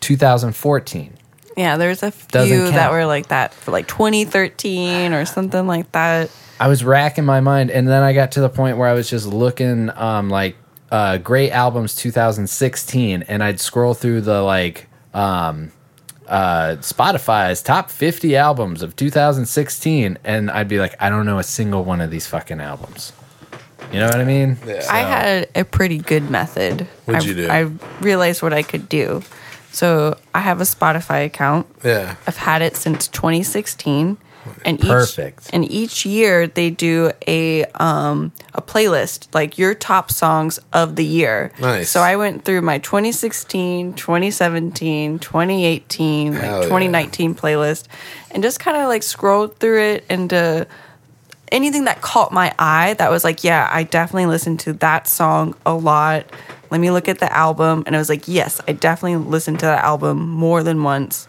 S1: 2014.
S3: Yeah, there's a
S1: Doesn't
S3: few that
S1: count.
S3: were like that for like 2013 or something like that.
S1: I was racking my mind, and then I got to the point where I was just looking um, like uh, great albums 2016, and I'd scroll through the like um, uh, Spotify's top 50 albums of 2016, and I'd be like, I don't know a single one of these fucking albums. You know what I mean?
S2: Yeah.
S3: I had a pretty good method.
S2: What'd
S3: I,
S2: you do?
S3: I realized what I could do. So I have a Spotify account.
S2: yeah.
S3: I've had it since 2016, and
S1: Perfect.
S3: Each, and each year they do a um a playlist like your top songs of the year.
S2: Nice.
S3: So I went through my 2016, 2017, 2018, like
S2: Hell yeah.
S3: 2019 playlist, and just kind of like scrolled through it and. Uh, anything that caught my eye that was like, yeah, I definitely listened to that song a lot. Let me look at the album. And I was like, yes, I definitely listened to that album more than once.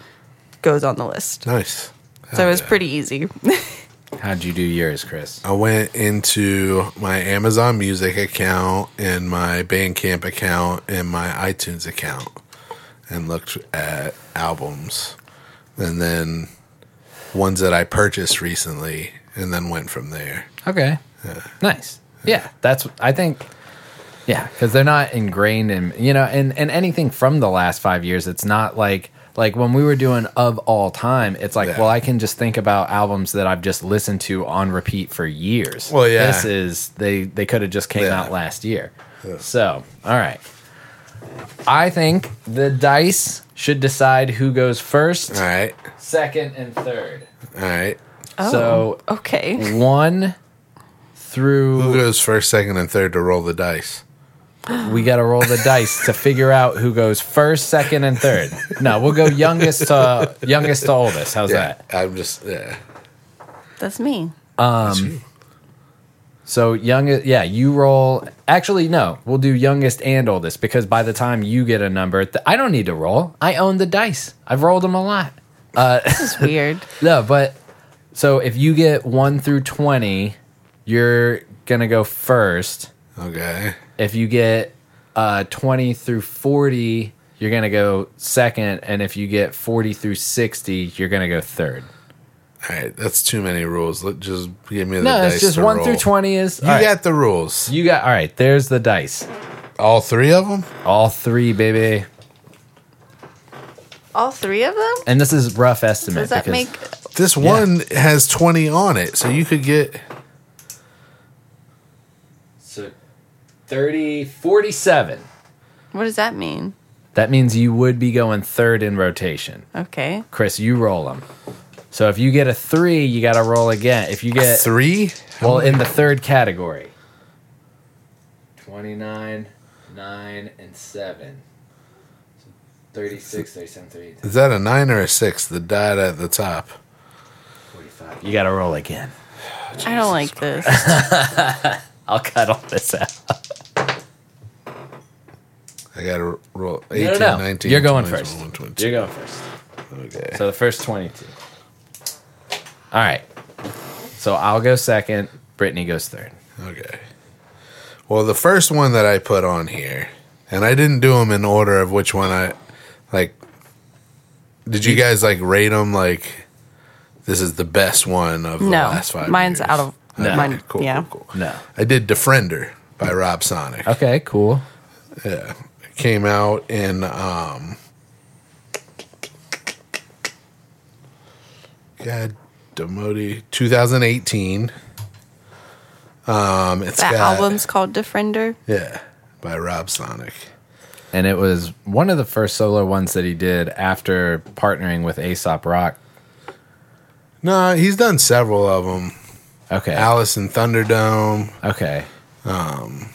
S3: Goes on the list.
S2: Nice.
S3: so it was pretty easy.
S1: How'd you do yours, Chris?
S2: I went into my Amazon Music account and my Bandcamp account and my iTunes account and looked at albums and then ones that I purchased recently and then went from there.
S1: Okay. Nice. Yeah, that's. I think. Yeah, because they're not ingrained in you know, and and anything from the last five years, it's not like like when we were doing of all time. It's like, well, I can just think about albums that I've just listened to on repeat for years.
S2: Well, yeah.
S1: this is they they could have just came
S2: Yeah.
S1: out last year. So, all right. I think the dice should decide who goes first,
S2: All right.
S1: second, and third.
S2: All right.
S1: So
S3: Oh, okay.
S1: one through
S2: who goes first, second, and third to roll the dice.
S1: We got to roll the dice to figure out who goes first, second, and third. No, we'll go youngest to youngest to oldest. How's
S2: Yeah, I'm just yeah.
S3: That's me.
S1: that? Um, so youngest, yeah, you roll. Actually, no, we'll do youngest and oldest because by the time you get a number, th- I don't need to roll. I own the dice. I've rolled them a lot. Uh, this
S3: is weird.
S1: no, but so if you get one through twenty, you're gonna go first.
S2: Okay.
S1: If you get uh, 20 through 40, you're going to go second. And if you get 40 through 60, you're going to go third.
S2: All right, that's too many rules. Let just give me the
S1: No,
S2: dice.
S1: it's just
S2: to
S1: 1
S2: roll.
S1: through 20 is.
S2: You
S1: all right.
S2: got the rules.
S1: You got. All right, there's the dice.
S2: All three of them?
S1: All three, baby.
S3: All three of them?
S1: And this is rough estimate.
S3: Does that
S1: because
S3: make
S2: This one has 20 on it, so you could get
S1: so 30, 47.
S3: what does that mean?
S1: That means you would be going third in rotation.
S3: Okay.
S1: Chris, you roll them. So if you get a three, you got to roll again. If you get
S2: three,
S1: well, in the third category, twenty-nine, nine, and seven. So 36, 37, 38,
S2: is that a 9 or a 6? The dot at the top.
S1: 45. You got to roll again.
S3: I don't like this.
S1: I'll cut all this out.
S2: I got to roll
S1: No,
S2: 18,
S1: no, no.
S2: 19.
S1: You're going
S2: 20,
S1: 1st
S2: 21,
S1: You're going first.
S2: 22. Okay.
S1: So the first 22. All right. So I'll go second. Brittany goes third.
S2: Okay. Well, the first one that I put on here, and I didn't do them in order of which one I like. Did you guys like rate them like this is the best one of the
S3: No.
S2: last five?
S3: Mine's
S2: years?
S3: out of
S2: Okay,
S3: mine.
S2: cool,
S3: yeah.
S2: cool, cool.
S1: No.
S2: I did Defender by Rob Sonic.
S1: Okay, cool.
S2: Yeah. It came out in um God Demody 2018. Um it's
S3: That
S2: got,
S3: album's called Defender.
S2: Yeah. By Rob Sonic.
S1: And it was one of the first solo ones that he did after partnering with Aesop Rock.
S2: No, he's done several of them.
S1: Okay.
S2: Alice in Thunderdome,
S1: Okay.
S2: um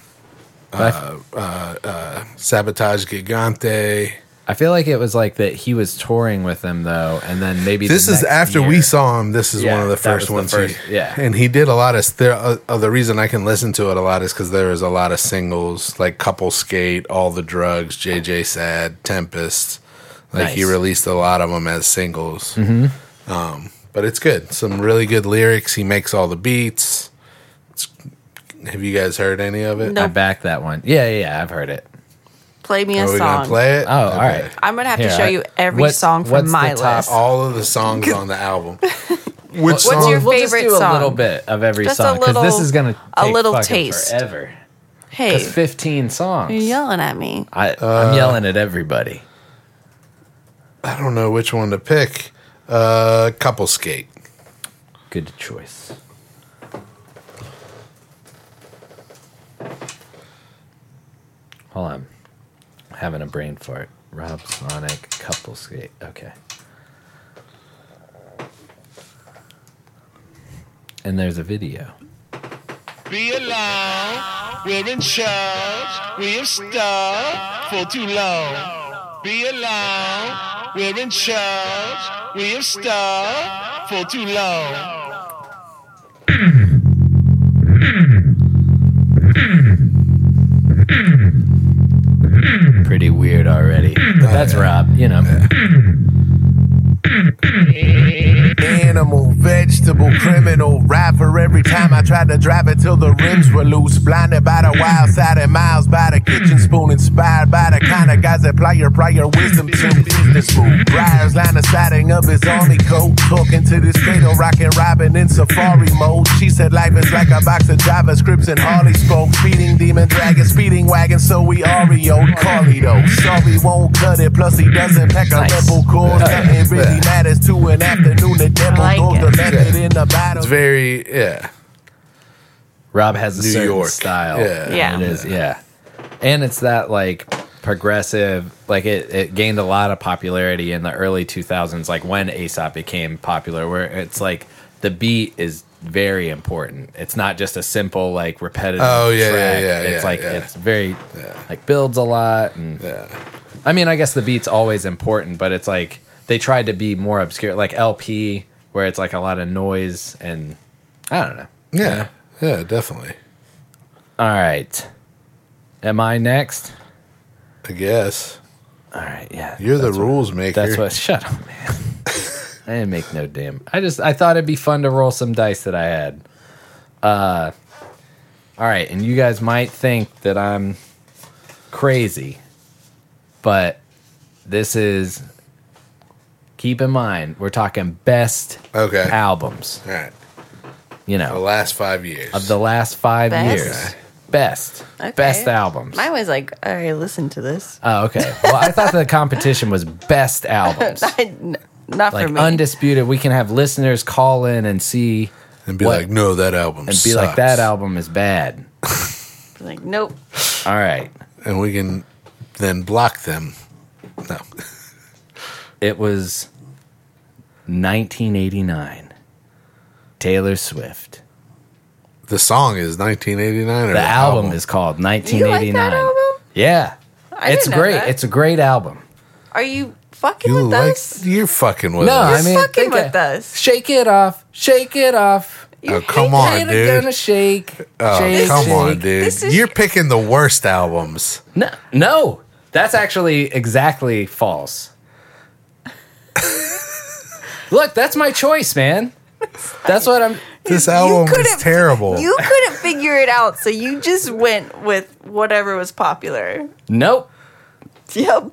S1: But I-
S2: uh, uh, uh, Sabotage Gigante.
S1: I feel like it was like that he was touring with them though, and then maybe the
S2: this is
S1: next
S2: after
S1: year-
S2: we saw him. This is
S1: Yeah,
S2: one of the
S1: that
S2: first
S1: was
S2: ones.
S1: the
S2: he-
S1: first- yeah.
S2: and he did a lot of. There, uh, uh, the reason I can listen to it a lot is because there is a lot of singles like Couple Skate, All the Drugs, JJ Sad, Tempest. Like he
S1: Nice. Mm-hmm.
S2: released a lot of them as singles. Um, but it's good. Some really good lyrics. He makes all the beats. It's, have you guys heard any of it?
S1: I
S3: Nope.
S1: back that one. Yeah, yeah, yeah, I've heard it.
S3: Play me a
S2: Are we
S3: song.
S2: gonna play it?
S1: Oh, all right.
S3: I'm gonna have
S1: Here,
S3: to show
S1: I-
S3: you every
S1: what-
S3: song from
S1: what's the
S3: my
S1: top-
S3: list.
S2: All of the songs on the album. Which
S1: What's
S2: song?
S3: your
S1: We'll just
S3: favorite
S1: do a
S3: song?
S1: little bit of every
S3: Just a
S1: song because this
S3: little-
S1: is gonna
S3: a
S1: take
S3: little
S1: fucking
S3: taste.
S1: forever.
S3: hey,
S1: It's fifteen songs.
S3: you're yelling at me.
S1: I,
S2: Uh,
S1: I'm yelling at everybody.
S2: I don't know which one to pick. Uh, couple skate.
S1: Good choice. Hold on. I'm having a brain fart. Rob Sonic couple skate. Okay. And there's a video.
S5: Be alone. We're in charge. We have starved for too long. Be alone. We're in charge. We have starved for too long.
S1: Pretty weird already. But that's Rob, you know.
S5: Animal vein.
S12: vegetable criminal rapper every time I tried to drive it till the rims were loose. Blinded by the wild side and miles by the kitchen spoon. Inspired by the kind of guys that apply your prior wisdom to business move. Briar's line of sighting of his only coat. Talking to this fatal rockin' Robin in safari mode. She said life is like a box of JavaScripts and Harley spoke. Feeding demon dragon, speeding wagon, so we Oreo Carlito. Sorry won't cut it, plus he doesn't pack a rebel cause. Nothing really matters to an afternoon. The devil
S2: like
S12: goes
S2: it.
S12: the method in the battle.
S2: It's very yeah.
S1: Rob has a
S2: New
S1: certain
S2: York.
S1: style.
S2: Yeah.
S1: And
S2: Yeah.
S1: It is, yeah. And it's that like progressive, like it, it gained a lot of popularity in the early 2000s, like when Aesop became popular, where it's like the beat is very important. It's not just a simple, like repetitive.
S2: Oh, yeah, yeah,
S1: track.
S2: yeah,
S1: It's
S2: yeah,
S1: like,
S2: yeah.
S1: it's very, like builds a lot. And I mean, I guess the beat's always important, but it's like they tried to be more obscure, like LP, where it's like a lot of noise and I don't know.
S2: Yeah. Yeah, definitely.
S1: All right. Am I next?
S2: I guess.
S1: All right, yeah.
S2: You're the rules maker.
S1: That's what. Shut up, man. I didn't make no damn. I just I thought it'd be fun to roll some dice that I had. Uh, all right, and you guys might think that I'm crazy, but this is. Keep in mind, we're talking best
S2: okay.
S1: albums.
S2: All right.
S1: You know,
S2: the last five years
S1: of the last five
S3: Best?
S1: years, best,
S3: Okay.
S1: best albums.
S3: Mine was like, all right, listen to this.
S1: Oh, okay. Well, I thought the competition was best album,
S3: I- n- not
S1: like
S3: for me.
S1: undisputed. We can have listeners call in and see
S2: and be like, no, that album
S1: and be like,
S2: sucks.
S1: that album is bad.
S3: like, nope.
S1: All right,
S2: and we can then block them. No,
S1: it was 1989. Taylor Swift.
S2: The song is 1989. Or
S1: The album is called
S3: You like
S1: 1989.
S3: that album?
S1: Yeah,
S3: I
S1: it's
S3: didn't know
S1: great.
S3: that.
S1: It's a great album.
S3: Are you fucking
S2: You
S3: with
S2: like
S3: us?
S2: you're fucking with
S1: No,
S2: us.
S1: I mean,
S3: You're fucking
S1: think
S3: with us.
S1: Shake it off. Shake it off.
S2: Oh, come on,
S1: Ain't it
S2: dude.
S1: gonna shake.
S2: Oh,
S1: shake,
S2: come
S1: shake.
S2: on, dude. You're picking the worst albums.
S1: No, no, that's actually exactly false. Look, that's my choice, man. That's what I'm.
S2: This album is
S3: could've-
S2: terrible.
S3: You couldn't figure it out, so you just went with whatever was popular.
S1: Nope.
S3: Yep.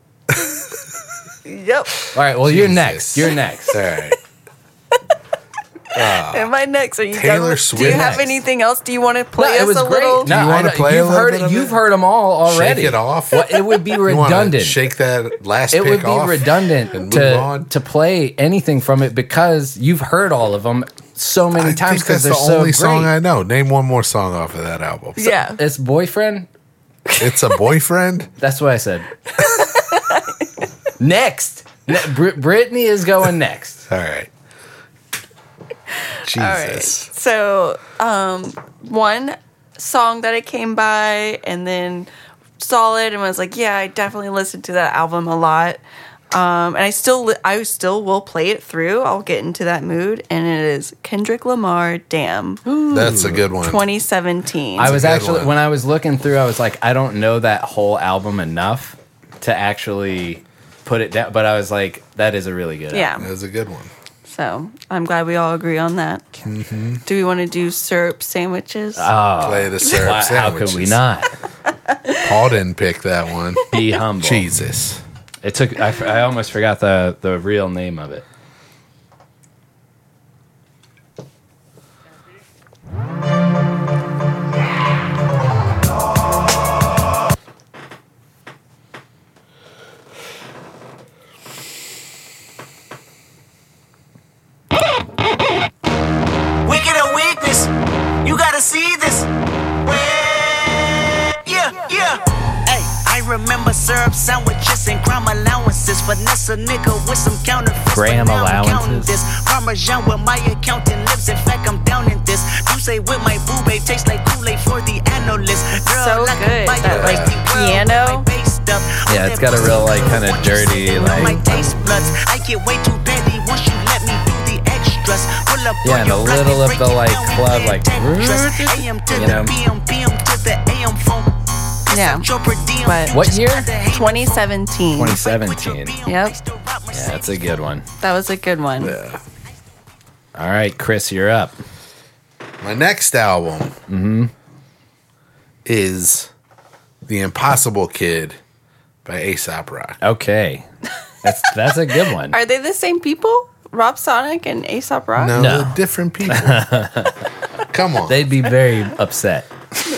S3: yep.
S1: All right. Well, you're next. You're next.
S2: All right.
S3: and my next, are you
S1: Taylor
S3: done? with- Do you
S1: Swift.
S3: have
S1: Next.
S3: anything else? Do you want to play
S1: it
S3: us
S1: was
S3: a
S1: great.
S3: little?
S1: No, I
S2: wanna
S1: don't-
S2: play a
S1: you've
S2: little
S1: heard
S2: bit
S1: it,
S2: of
S1: You've heard them all already.
S2: Shake it off.
S1: What- it would be
S2: You wanna
S1: redundant.
S2: Shake that last
S1: it
S2: pick
S1: would be
S2: off
S1: redundant
S2: and
S1: to
S2: move on.
S1: to play anything from it because you've heard all of them so many
S2: I
S1: times
S2: think that's
S1: because they're
S2: the
S1: so
S2: only
S1: great.
S2: song I know. Name one more song off of that album.
S3: yeah.
S1: It's boyfriend.
S2: It's a boyfriend.
S1: That's what I said. next, Ne- Br- Brittany is going next.
S2: All right.
S3: All right. So, um, one song that I came by, and then saw it, and was like, "Yeah, I definitely listened to that album a lot." Um, and I still, li- I still will play it through. I'll get into that mood, and it is Kendrick Lamar. Damn,
S2: That's a good one.
S3: 2017.
S1: I was actually when I was looking through, I was like, I don't know that whole album enough to actually put it down. But I was like, that is a really good.
S3: Yeah.
S1: album.
S3: That
S2: was a good one.
S3: so I'm glad we all agree on that.
S1: Mm-hmm.
S3: Do we want to do syrup sandwiches?
S1: Oh,
S2: Play the syrup
S1: why- How could we
S2: sandwiches.
S1: not?
S2: Paul didn't pick that one.
S1: Be humble.
S2: Jesus.
S1: It took. I, f- I almost forgot the the real name of it.
S8: Wicked and weakness. You gotta see this. Yeah, yeah. Hey, I remember syrup sandwiches and crime allowances. Finesse a nigga with some counterfeits.
S1: Gram
S8: but now I'm counting
S1: allowances.
S8: This Parmesan with my accountant lips. In fact, I'm down in this. You say with my boo babe tastes like Kool-Aid for the analyst. Girl,
S3: So
S8: I can
S3: good.
S8: bite
S3: That,
S8: like the
S3: like,
S8: world.
S3: piano.
S8: Based up.
S1: Yeah, it's got a real like kind of dirty
S8: My
S1: like.
S8: taste buds. I get way too petty once you let me do the extras. Pull up
S1: Yeah, and a little of the like club like.
S8: AM to
S1: You
S8: the
S1: know.
S8: PM, PM to the AM phone.
S3: yeah. But
S1: What year?
S3: 2017.
S1: 2017.
S3: Yep.
S1: Yeah, that's a good one.
S3: That was a good one.
S1: All All right, Chris, you're up.
S2: My next album
S1: Mm-hmm.
S2: is The Impossible Kid by Aesop Rock.
S1: Okay. That's that's a good one.
S3: Are they the same people? Rob Sonic and Aesop
S1: Uh,
S3: Rock?
S2: No, they're different people. Come on.
S1: They'd be very upset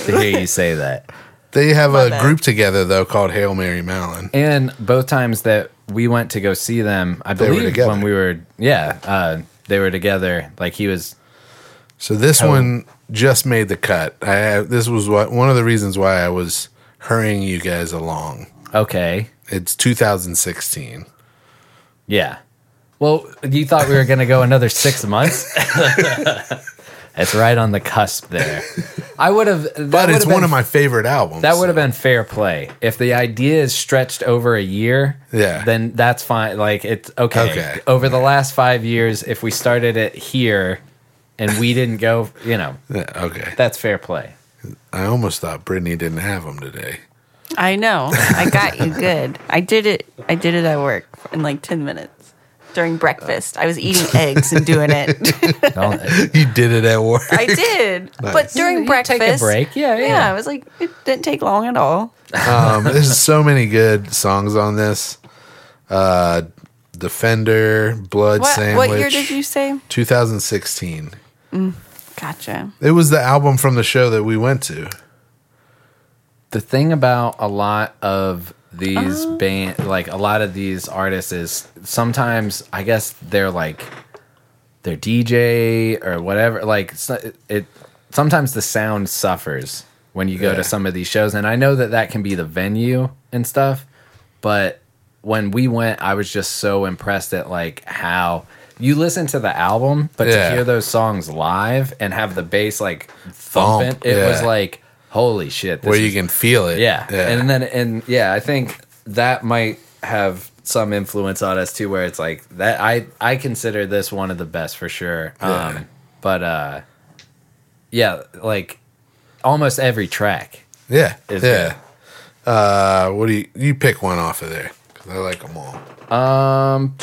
S1: to hear you say that.
S2: They have
S1: My
S2: a
S1: bad.
S2: group together though called Hail Mary Malin.
S1: And both times that we went to go see them, I
S2: They were
S1: believe
S2: together.
S1: when we were yeah, uh, they were together. Like he was
S2: So this
S1: Oh.
S2: one just made the cut. I this was what one of the reasons why I was hurrying you guys along.
S1: Okay.
S2: It's 2016.
S1: Yeah. Well, you thought we were going to go another six months? it's right on the cusp there. I would have.
S2: But it's one of my favorite albums.
S1: That would have been fair play. If the idea is stretched over a year,
S2: Yeah.
S1: then that's fine. Like it's okay.
S2: Okay.
S1: Over the last five years, if we started it here and we didn't go, you know,
S2: okay,
S1: that's fair play.
S2: I almost thought Brittany didn't have them today.
S3: I know. I got you good. I did it. I did it at work in like 10 minutes during breakfast. I was eating eggs and doing it.
S2: you did it at work.
S3: I did.
S2: Nice.
S3: But during
S1: You take a
S3: breakfast.
S1: break. Yeah, yeah.
S3: Yeah, I was like, it didn't take long at all.
S2: um, there's so many good songs on this. Uh, Defender, Blood
S3: What,
S2: Sandwich.
S3: what year did you say?
S2: 2016.
S3: Mm, gotcha.
S2: It was the album from the show that we went to.
S1: the thing about a lot of these band like a lot of these artists is sometimes i guess they're like their dj or whatever like so- it sometimes the sound suffers when you go
S2: Yeah.
S1: to some of these shows and i know that that can be the venue and stuff but when we went i was just so impressed at like how you listen to the album but
S2: Yeah.
S1: to hear those songs live and have the bass like thumping
S2: Thump,
S1: it was
S2: yeah.
S1: like holy shit this
S2: Where
S1: is
S2: you can feel it.
S1: yeah.
S2: Yeah.
S1: And then and yeah, I think that might have some influence on us too where it's like that I I consider this one of the best for sure.
S2: Yeah.
S1: Um but uh yeah, like almost every track.
S2: Yeah.
S1: It's
S2: yeah. Uh, what do you you pick one off of there? Because I like them all.
S1: Um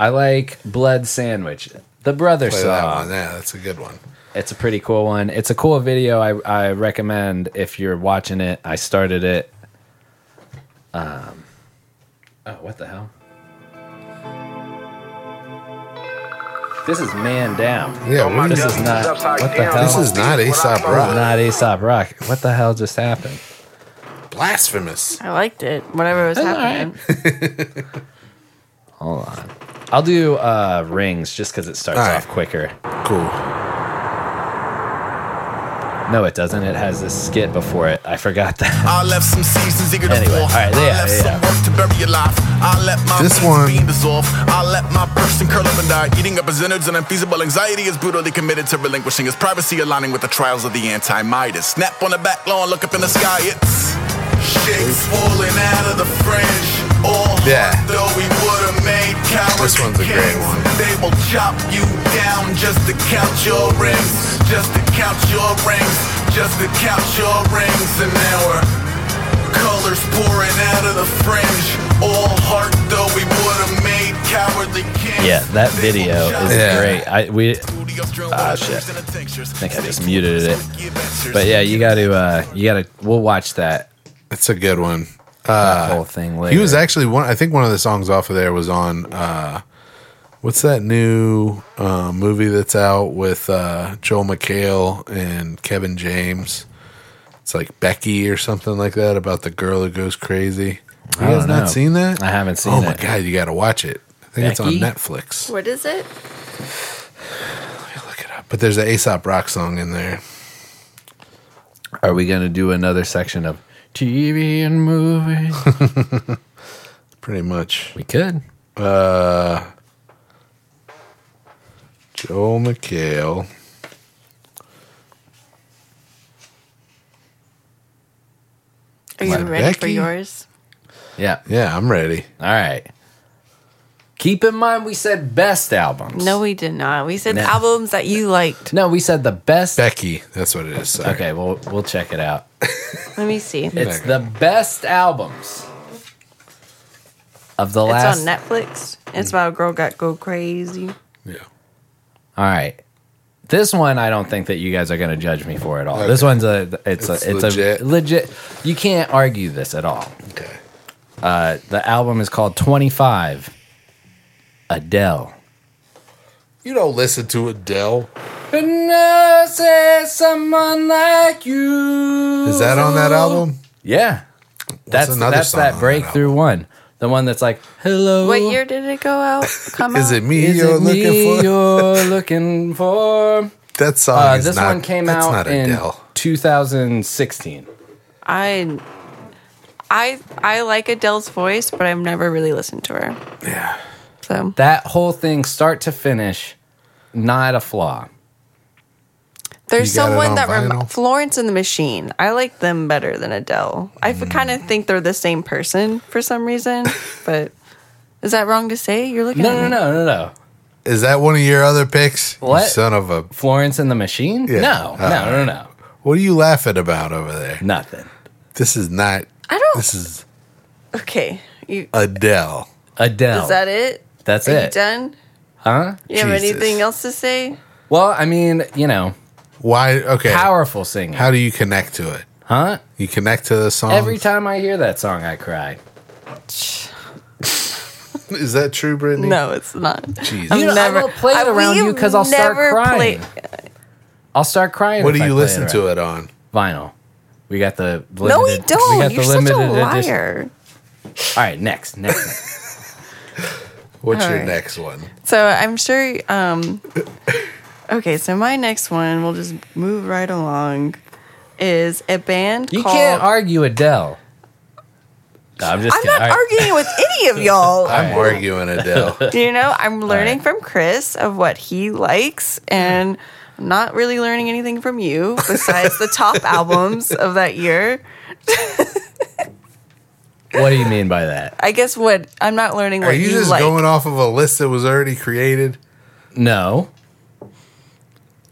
S1: I like Blood Sandwich. The brother
S2: Play that
S1: song.
S2: one. Yeah, that's a good one.
S1: It's a pretty cool one. It's a cool video. I, I recommend if you're watching it. I started it. Um, oh, what the hell? This is Man Down.
S2: Yeah, Oh my
S1: this
S2: God.
S1: is not.
S2: Upside
S1: What the
S2: down.
S1: hell?
S2: This is not Aesop
S1: This is
S2: Rock.
S1: not Aesop Rock. What the hell just happened?
S2: Blasphemous.
S3: I liked it. Whatever was
S1: That's all
S3: happening.
S1: Hold on. I'll do uh, Rings just because it starts
S2: All right.
S1: off quicker.
S2: Cool.
S1: No, it doesn't. It has this skit before it. I forgot that.
S13: I left some seasons eager to
S1: Anyway,
S13: fall.
S1: all right,
S13: I
S1: yeah,
S13: left
S1: yeah.
S13: some work to bury your life. I let my
S2: This
S13: beans
S2: one-
S13: be dissolved. I let my person curl up and die. Eating up his innards and unfeasible anxiety is brutally committed to relinquishing his privacy, aligning with the trials of the anti Midas. Snap on the back lawn, look up in the sky. It's shakes falling out of the fringe. All
S2: Yeah.
S13: though we would have made cowards.
S2: This one's a great one.
S13: They will chop you down just to count your rings. Just to count your rings. Just to count your rings. And now we're colors pouring out of the fringe. All heart though we would have made cowardly kings.
S1: Yeah, that video is
S2: Yeah.
S1: great. I we ah shit. I think I just muted it. But yeah, you got to uh you got to we'll watch that
S2: That's a good one.
S1: that whole thing later.
S2: He was actually one. I think one of the songs off of there was on. Uh, what's that new uh, movie that's out with uh, Joel McHale and Kevin James? It's like Becky or something like that about the girl who goes crazy.
S1: I
S2: You guys
S1: don't know.
S2: not seen that?
S1: I haven't seen
S2: Oh
S1: it.
S2: my god, you got to watch it. I think it's on
S1: Becky?
S2: Netflix.
S3: What is it?
S2: But there's an Aesop Rock song in there.
S1: Are we going to do another section of TV and movies?
S2: Pretty much.
S1: we could.
S2: Uh, Joel McHale.
S3: Are you
S2: My
S3: ready for
S2: Becky?
S3: yours?
S1: Yeah.
S2: Yeah, I'm ready.
S1: All right. Keep in mind we said best albums.
S3: No, we did not. We said
S1: No.
S3: albums that you liked.
S1: No, we said the best.
S2: Becky, that's what it is. Sorry.
S1: Okay, we'll we'll check it out.
S3: Let me see. It's
S1: It's the best albums of the last
S3: on Netflix. It's about a girl got go crazy.
S2: Yeah.
S1: All right. This one, I don't think that you guys are going to judge me for at all.
S2: Okay.
S1: This one's a it's,
S2: It's
S1: a it's
S2: legit.
S1: a legit. You can't argue this at all.
S2: Okay.
S1: Uh, the album is called Twenty Five. Adele.
S2: You don't listen to Adele.
S1: someone like you.
S2: Is that on that album?
S1: Yeah. that's
S2: another
S1: that's
S2: song
S1: that
S2: on that
S1: breakthrough one. The one that's like, hello.
S3: What year did it go out? Come
S2: Is
S3: out?
S2: it me
S1: Is
S2: you're
S1: it
S2: looking
S1: me
S2: for?
S1: you're looking for?
S2: That song
S1: Uh,
S2: is
S1: this
S2: not-
S1: one came
S2: that's
S1: out
S2: not
S1: in
S2: Adele.
S1: 2016.
S3: I I I like Adele's voice, but I've never really listened to her.
S2: Yeah.
S3: So
S1: That whole thing, start to finish, not a flaw.
S3: there's
S1: You got it
S3: someone
S1: on
S3: that rem-
S1: vinyl?
S3: Florence and the Machine. I like them better than Adele. I kind
S1: Mm.
S3: of think they're the same person for some reason, but is that wrong to say? You're looking at me.
S1: no, no.
S2: Is that one of your other picks? You
S1: What?
S2: son of a
S1: Florence and the Machine?
S2: Yeah.
S1: No, no,
S2: Uh,
S1: no, no.
S2: What are you laughing about over there?
S1: Nothing.
S2: This is not.
S3: I don't.
S2: This is
S3: Okay, you.
S2: Adele.
S1: Adele.
S3: Is that it?
S1: That's
S3: Are
S1: it.
S3: You done?
S1: Huh?
S3: You have anything else to say?
S1: Well, I mean, you know.
S2: Why? Okay.
S1: Powerful singing.
S2: How do you connect to it?
S1: Huh?
S2: You connect to the song.
S1: Every time I hear that song, I cry.
S2: is that true, Brittany?
S3: No, it's not.
S2: Jeez.
S3: I'm
S1: You know, I won't play it
S3: I-
S1: around you
S3: we've
S1: 'cause I'll start
S3: never
S1: crying. I'll start crying.
S2: What
S1: if
S2: do
S1: I
S2: you
S1: play
S2: listen
S1: it
S2: to it on?
S1: Vinyl. We got the
S3: No, we
S1: limited- We got
S3: don't.
S1: the
S3: You're such a
S1: limited edition.
S3: liar.
S1: All right, next, next. next.
S2: What's
S3: All
S2: your
S3: right.
S2: next one?
S3: So I'm sure. Um, okay, so my next one, we'll just move right along, is a band
S1: You
S3: called.
S1: can't argue Adele. No, I'm just
S3: I'm
S1: kidding.
S3: not
S1: All right.
S3: arguing with any of y'all.
S2: I'm arguing Adele.
S3: you know, I'm learning from Chris of what he likes and I'm not really learning anything from you besides the top albums of that year.
S1: What do you mean by that?
S3: I guess what I'm not learning what
S2: Are you, just
S3: like.
S2: going off of a list that was already created?
S1: No.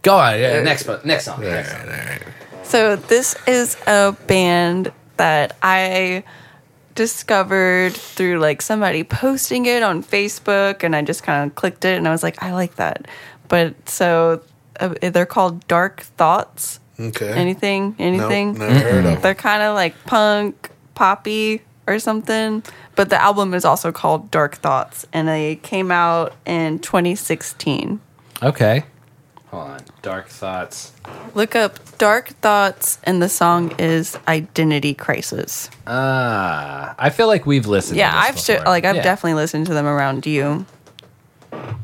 S1: Go on. Yeah,
S3: Uh,
S1: next, one, next song. Next song.
S3: So this is a band that I discovered through like somebody posting it on Facebook, and I just kind of clicked it, and I was like, I like that. But so uh, they're called Dark Thoughts.
S2: Okay.
S3: Anything? Anything?
S2: Eh. never heard of 'em.
S3: They're kind of like punk, poppy, or something. But the album is also called Dark Thoughts, and they came out in 2016.
S1: Okay. Hold on. Dark thoughts.
S3: Look up Dark Thoughts, and the song is Identity Crisis.
S1: Ah, I feel like we've listened.
S3: yeah,
S1: to this
S3: I've sure,
S1: before.
S3: like I've
S1: Yeah.
S3: definitely listened to them around you.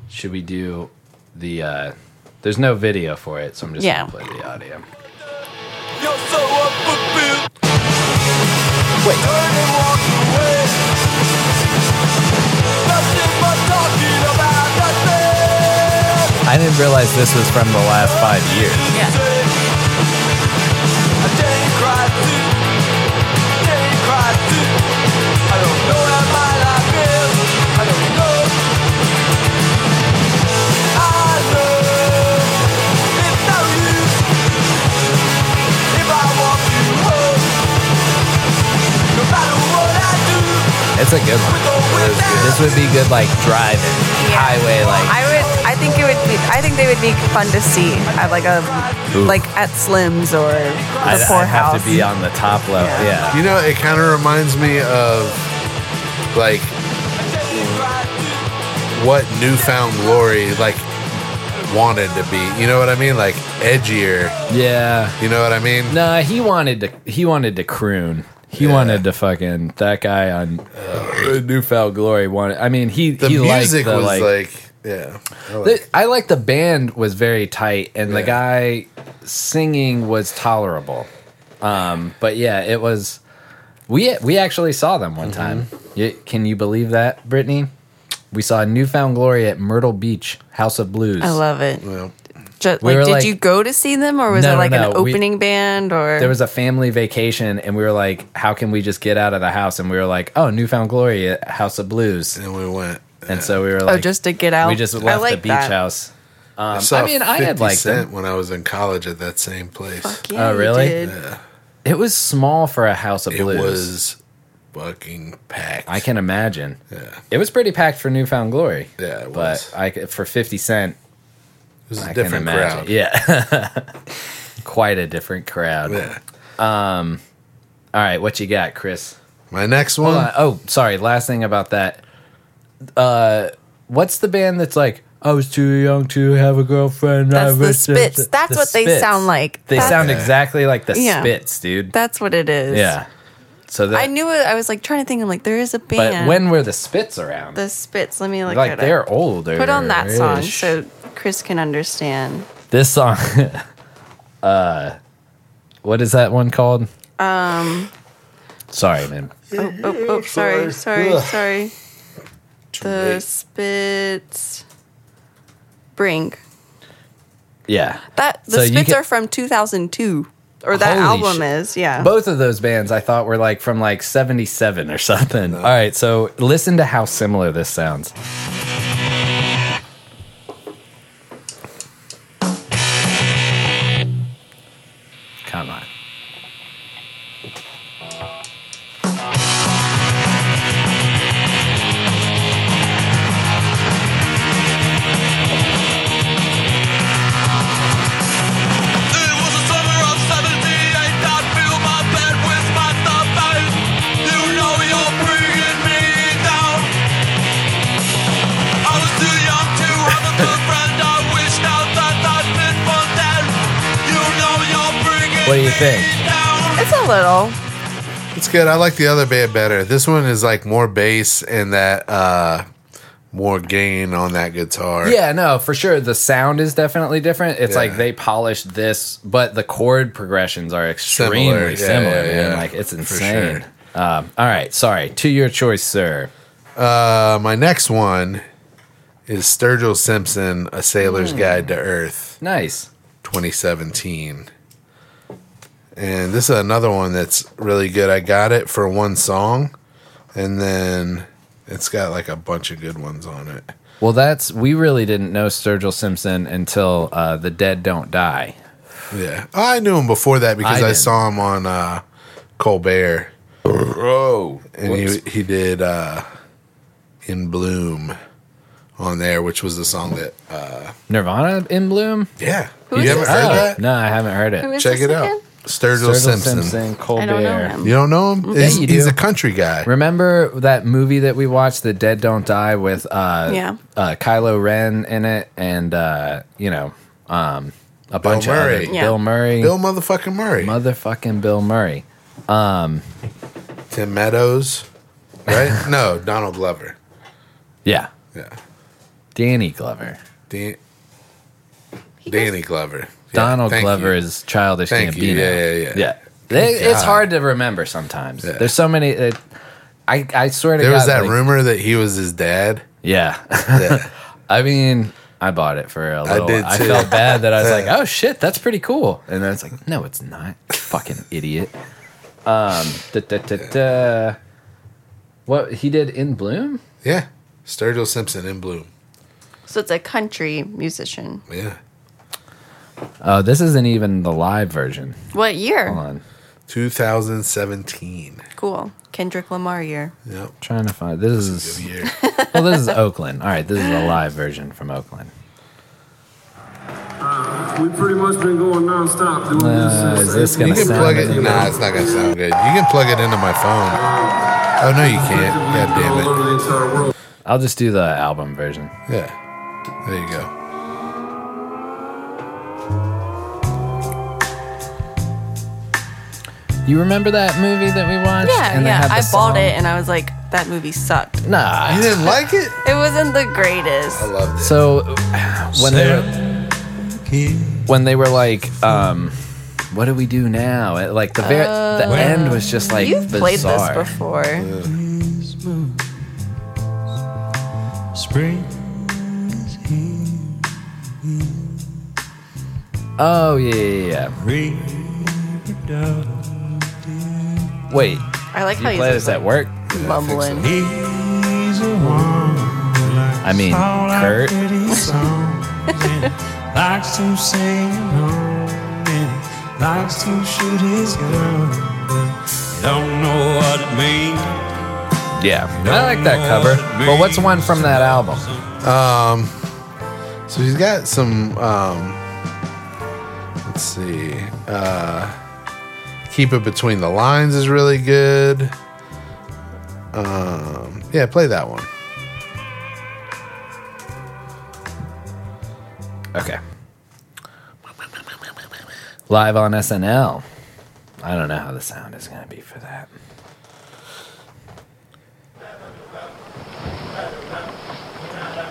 S1: Should we do the? uh There's no video for it, so I'm just
S3: Yeah.
S1: gonna play the audio.
S5: You're so unfulfilled.
S1: Wait.
S5: Turn and walk away. Nothing but talking about nothing.
S1: I didn't realize this was from the last five years.
S5: I didn't cry too. Didn't cry too. I don't know how my life is. I don't know. I know it's no use. If I walk you home, no matter what I do,
S1: It's a good one. This would be good, like driving highway, like
S3: I would, I think it would be, I think they would be fun to see at like a,
S1: Oof.
S3: like at Slim's or
S1: I'd,
S3: the
S1: I'd have
S3: Poorhouse.
S1: to be on the top level. Yeah.
S2: You know, it kind of reminds me of like what newfound glory like wanted to be. You know what I mean? Like edgier.
S1: Yeah.
S2: You know what I mean?
S1: Nah, he wanted to. He wanted to croon. He wanted to fucking that guy on uh, Newfound Glory. Wanted. I mean, he
S2: The
S1: he
S2: music
S1: liked the,
S2: was like,
S1: like,
S2: yeah. I
S1: the-
S2: like-
S1: I like the band was very tight, and the
S2: Yeah.
S1: guy singing was tolerable. Um, but yeah, it was. We we actually saw them one time. Y- can you believe that, Brittany? We saw Newfound Glory at Myrtle Beach House of Blues.
S3: I love it. Ju-
S1: We were
S3: like, did
S1: like-
S3: you go to see them, or was
S1: No,
S3: it
S1: no,
S3: like an
S1: no, we-
S3: opening band? Or
S1: there was a family vacation and we were like how can we just get out of the house and we were like oh newfound glory at house of blues
S2: and we went
S1: and so we were
S3: oh,
S1: like
S3: just to get out.
S1: we just
S3: I
S1: left the
S3: like
S1: beach
S3: that.
S1: house
S2: I,
S1: um,
S2: saw
S1: i mean i had
S2: 50
S1: liked
S2: Cent
S1: them
S2: when I was in college at that same place.
S3: Yeah,
S1: oh
S3: you
S1: really
S3: did.
S1: it was small for a house of
S2: It
S1: blues
S2: was fucking packed.
S1: I can imagine.
S2: Yeah.
S1: It was pretty packed for Newfound Glory.
S2: Yeah, it
S1: but
S2: was.
S1: I c- for fifty cent.
S2: It was a
S1: I can
S2: different
S1: imagine.
S2: crowd.
S1: Yeah, quite a different crowd.
S2: Yeah.
S1: Um. All right, what you got, Chris?
S2: My next
S1: Hold
S2: one.
S1: on. Oh, sorry. Last thing about that. Uh, what's the band that's like? I was too young to have a girlfriend. I
S3: That's the
S1: was just-
S3: Spits. That's
S1: The
S3: what they
S1: Spits.
S3: sound like.
S1: They
S3: That's-
S1: sound exactly like the
S3: Yeah.
S1: Spits, dude.
S3: That's what it is.
S1: yeah. So that,
S3: I knew it. I was like trying to think. I'm like, there is a
S1: but
S3: band.
S1: when were the Spits around?
S3: the Spits, let me look
S1: like
S3: it
S1: they're
S3: up.
S1: older.
S3: Put on that song
S1: ish.
S3: so Chris can understand.
S1: This song. uh, what is that one called?
S3: Um.
S1: Sorry, man.
S3: Oh, oh, oh sorry, sorry,
S1: Ugh.
S3: sorry. The
S1: late.
S3: Spits. Bring
S1: Yeah.
S3: that. The
S1: So you
S3: Spits
S1: can-
S3: are from 2002, or that
S1: Holy
S3: album
S1: shit.
S3: is. Yeah.
S1: Both of those bands I thought were like from like 77 or something. All right, so listen to how similar this sounds. Come on. What do you think?
S3: It's a little.
S2: It's good. I like the other band better. This one is like more bass and that uh more gain on that guitar.
S1: Yeah, no, for sure. The sound is definitely different. It's like
S2: Yeah.
S1: they polished this, but the chord progressions are
S2: Similar.
S1: extremely similar.
S2: Yeah, yeah,
S1: man.
S2: yeah.
S1: Like it's
S2: For
S1: insane. Um, all right, sorry. To your choice, sir.
S2: Uh my next one is Sturgill Simpson, A Sailor's Guide to Earth,
S1: Nice.
S2: 2017. And this is another one that's really good. I got it for one song and then it's got like a bunch of good ones on it.
S1: Well, that's we really didn't know Sturgill Simpson until uh, the Dead Don't Die.
S2: Yeah. I knew him before that because
S1: I
S2: I,
S1: didn't.
S2: saw him on uh, Colbert.
S1: Bro.
S2: And he, he did uh, In Bloom on there, which was the song that. Uh,
S1: Nirvana in Bloom.
S2: yeah.
S3: Who
S2: you
S3: is
S2: haven't
S3: this
S2: heard
S1: Oh,
S2: that?
S1: No, I haven't heard it.
S3: Who is
S2: Check
S3: this
S2: it out.
S3: again?
S2: Sturgill, Simpson.
S1: Colbert.
S3: I don't know him.
S2: You don't know him?
S1: Yeah,
S2: he's
S1: you
S2: he's
S1: do.
S2: a country guy.
S1: Remember that movie that we watched, The Dead Don't Die, with uh,
S3: Yeah.
S1: uh, Kylo Ren in it, and uh, you know, um, a bunch
S2: Murray.
S1: of other,
S3: Yeah.
S1: Bill Murray,
S2: Bill motherfucking Murray.
S1: motherfucking Bill Murray. Um,
S2: Tim Meadows. Right? no, Donald Glover.
S1: yeah,
S2: Yeah.
S1: Danny Glover.
S2: Dan- Danny Glover. Yeah,
S1: Donald
S2: thank
S1: Glover
S2: you.
S1: is childish
S2: Thank
S1: Gambino.
S2: you. Yeah, yeah, yeah.
S1: It- it's
S2: God.
S1: hard to remember sometimes.
S2: Yeah.
S1: There's so many. It, I I swear to
S2: There
S1: God,
S2: was that
S1: like-
S2: rumor that he was his dad.
S1: Yeah.
S2: Yeah.
S1: I mean, I bought it for a little. I,
S2: did
S1: I
S2: too.
S1: felt bad that I was like,
S2: Yeah.
S1: "Oh shit, that's pretty cool," and then it's like, "No, it's not." Fucking idiot. Um, da, da, da, da. what he did in Bloom?
S2: Yeah. Sturgill Simpson in Bloom.
S3: So it's a country musician.
S2: Yeah.
S1: Oh, this isn't even the live version.
S3: What year?
S1: Hold on,
S2: 2017.
S3: Cool. Kendrick Lamar year.
S2: Yep.
S1: trying to find. This
S2: Good
S1: is
S2: year.
S1: well, this is Oakland. All right, this is a live version from Oakland.
S14: We've pretty much been going nonstop doing
S1: Uh,
S14: this.
S1: is this
S2: You
S1: gonna
S2: can
S1: sound
S2: plug it.
S1: any good?
S2: Nah, it's not gonna sound good. You can plug it into my phone. Oh no, you can't. God damn it.
S1: I'll just do the album version.
S2: Yeah. There you go.
S1: You remember that movie that we watched?
S3: Yeah,
S1: they
S3: yeah.
S1: had the
S3: I bought
S1: song?
S3: it and I was like, that movie sucked.
S1: Nah,
S2: You didn't like it?
S3: It wasn't the greatest.
S2: I loved it.
S1: So when they were, when they were like, um, what do we do now? It- like the ver- the
S3: Oh.
S1: end was just like
S3: You've
S1: bizarre.
S3: played this before.
S5: Spring.
S1: Oh yeah, yeah, yeah. Wait,
S3: I like
S1: you
S3: how you
S1: play this at work?
S3: mumbling.
S1: I mean, Kurt.
S5: Likes to sing along and likes to shoot his gun.
S15: Don't know what it means.
S1: Yeah, I like that cover. But what's one from that album?
S2: Um, so he's got some. Um, let's see. Uh, Keep it between the lines is really good. Um, yeah, play that one.
S1: Okay. Live on SNL. I don't know how the sound is going to be for that.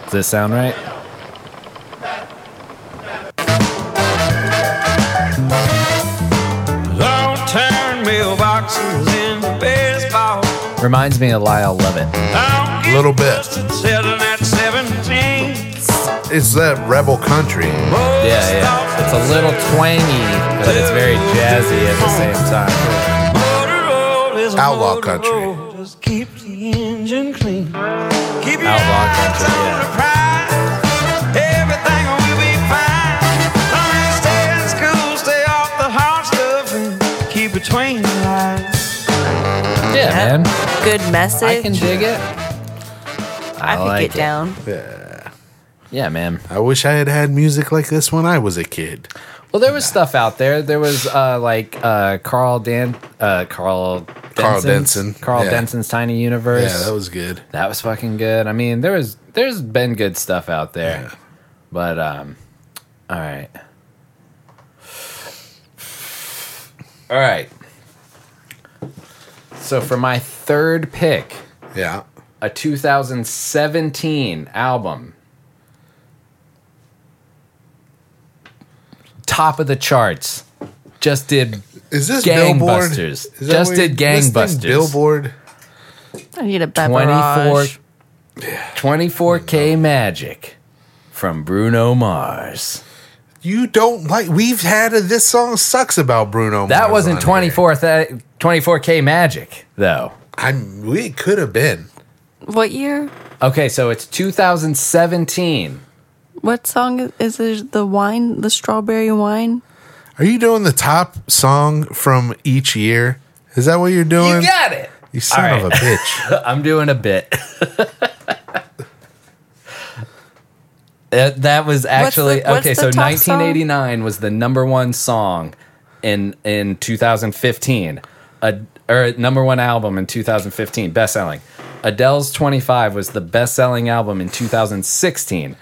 S1: Does this sound right?
S15: Long turn mailboxes in baseball.
S1: Reminds me of Lyle Lovett.
S2: A little bit.
S15: Settling at 17.
S2: It's that rebel country.
S1: Yeah, yeah. It's a little twangy, but it's very jazzy at the same time.
S2: Outlaw country.
S15: Just keep the engine clean. Keep your
S1: Outlaw
S15: eyes
S1: country,
S15: on the prize. Everything will be fine. Long as you stay in school, stay off the hard stuff and keep between the lines.
S1: Yeah, man.
S3: Good message. I can
S1: dig it.
S3: I, could
S2: like
S3: get
S2: it.
S3: down.
S2: Yeah.
S1: Yeah, man.
S2: I wish I had had music like this when I was a kid.
S1: Well, there was stuff out there. There was uh, like uh, Carl Dan, uh, Carl, Denson's,
S2: Carl Denson,
S1: Carl
S2: yeah.
S1: Denson's Tiny Universe.
S2: Yeah, that was good.
S1: That was fucking good. I mean, there was there's been good stuff out there, but um, all right, all right. So for my third pick,
S2: yeah,
S1: a 2017 album, top of the charts, just did.
S2: Is this Billboard?
S1: gangbusters?
S2: Is that
S1: Just
S2: what
S1: did
S2: you- this thing,
S1: gangbusters.
S2: Billboard.
S3: I need a
S1: 24,
S3: beverage.
S1: 24K Magic from Bruno Mars.
S2: You don't like. We've had a, this song sucks about Bruno.
S1: That
S2: Mars
S1: wasn't
S2: on
S1: 24 24K Magic, though.
S2: I'm. We could have been.
S3: What year?
S1: Okay, so it's 2017.
S3: What song is- is it? The wine, the strawberry wine.
S2: Are you doing the top song from each year? Is that what you're doing?
S1: You got it.
S2: You son
S1: All
S2: of a
S1: right.
S2: bitch.
S1: I'm doing a bit. Uh, that, that was actually
S3: the- what's
S1: okay.
S3: the
S1: So
S3: top song?
S1: 1989 was the number one song in in 2015. A, or number one album in 2015, best selling. Adele's 25 was the best selling album in 2016.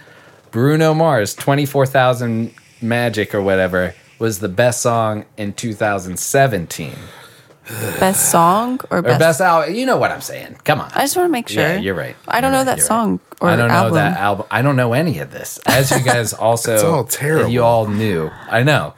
S1: Bruno Mars 24,000 Magic or whatever was the best song in 2017
S3: Best song or
S1: or
S3: best?
S1: best album. You know what I'm saying? Come on.
S3: I just want to make sure.
S1: Yeah, you're right.
S3: I don't know that song or
S1: I don't
S3: album.
S1: know that album. I don't know any of this. As you guys also,
S2: It's all terrible.
S1: You all knew. I know.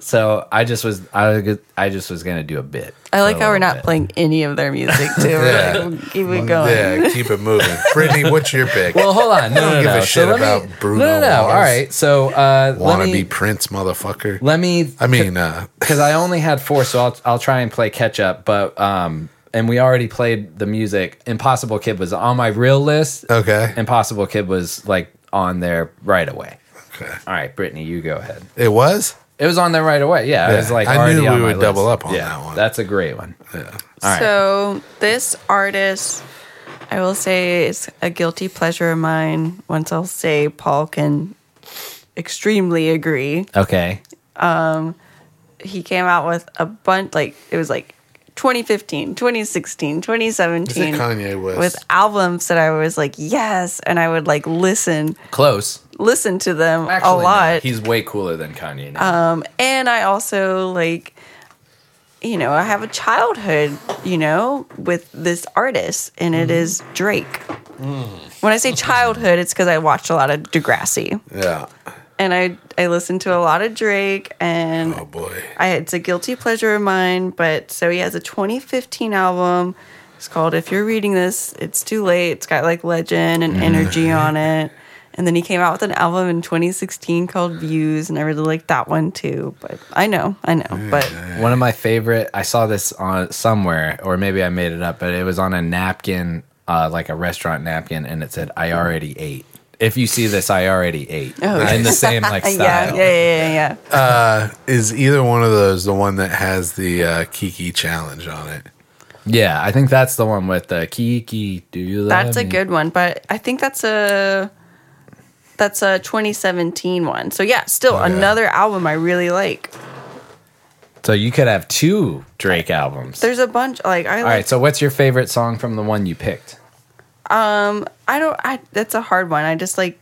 S1: So I just was. I was. I just was gonna do a bit.
S3: I like
S1: A
S3: how we're
S1: little
S3: not
S1: bit.
S3: playing any of their music too.
S2: Yeah.
S3: We're like, keep it going.
S2: Yeah, keep it moving. Brittany, what's your pick?
S1: Well, hold on.
S2: I
S1: No, no,
S2: don't give
S1: no.
S2: a
S1: So
S2: shit
S1: let me-
S2: about Bruno.
S1: No, no, no.
S2: Mars.
S1: All right. So uh,
S2: Wanna
S1: let me.
S2: be Prince, motherfucker.
S1: let me.
S2: I mean, uh,
S1: because I only had four, so I'll I'll try and play catch up. But um, and we already played the music. Impossible Kid was on my real list.
S2: okay,
S1: Impossible Kid was like on there right away.
S2: okay.
S1: All right, Brittany, you go ahead.
S2: It was.
S1: It was on there right away. Yeah, I
S2: Yeah,
S1: was like,
S2: I
S1: already
S2: knew
S1: on
S2: we
S1: my
S2: would
S1: list.
S2: double up on
S1: Yeah,
S2: that one.
S1: That's a great one.
S2: Yeah.
S1: All right.
S3: So this artist, I will say, is a guilty pleasure of mine. Once I'll say, Paul can extremely agree.
S1: okay.
S3: He came out with a bunch, like it was like 2015, 2016,
S2: Is it
S3: 2017,
S2: Kanye West?
S3: with albums that I was like, yes, and I would like listen,
S1: Close.
S3: listen to them
S1: Actually,
S3: a lot.
S1: no, he's way cooler than Kanye now.
S3: Um, and I also like, you know, I have a childhood, you know, with this artist, and it is Drake. When I say childhood, it's because I watched a lot of Degrassi,
S2: yeah.
S3: and I I listened to a lot of Drake, and
S2: Oh boy.
S3: I it's a guilty pleasure of mine. But so he has a 2015 album. It's called If You're Reading This, It's Too Late. It's got like legend and
S1: Mm-hmm.
S3: energy on it. And then he came out with an album in 2016 called Views, and I really liked that one too. But I know, I know. But
S1: one of my favorite. I saw this on somewhere, or maybe I made it up, but it was on a napkin, uh, like a restaurant napkin, and it said, "I already ate." If you see this, I already ate.
S3: Oh,
S1: in the same like
S3: yeah, yeah,
S1: style.
S3: yeah, yeah, yeah.
S2: Is either one of those the one that has the uh, Kiki challenge on it?
S1: Yeah, I think that's the one with the Kiki. Do you? love
S3: That's a
S1: me?
S3: good one, but I think that's a that's a 2017 one. So yeah, still
S1: Oh, yeah.
S3: another album I really like.
S1: So you could have two Drake albums.
S3: There's a bunch like I
S1: All
S3: like
S1: right. So what's your favorite song from the one you picked?
S3: um I don't I that's a hard one. I just like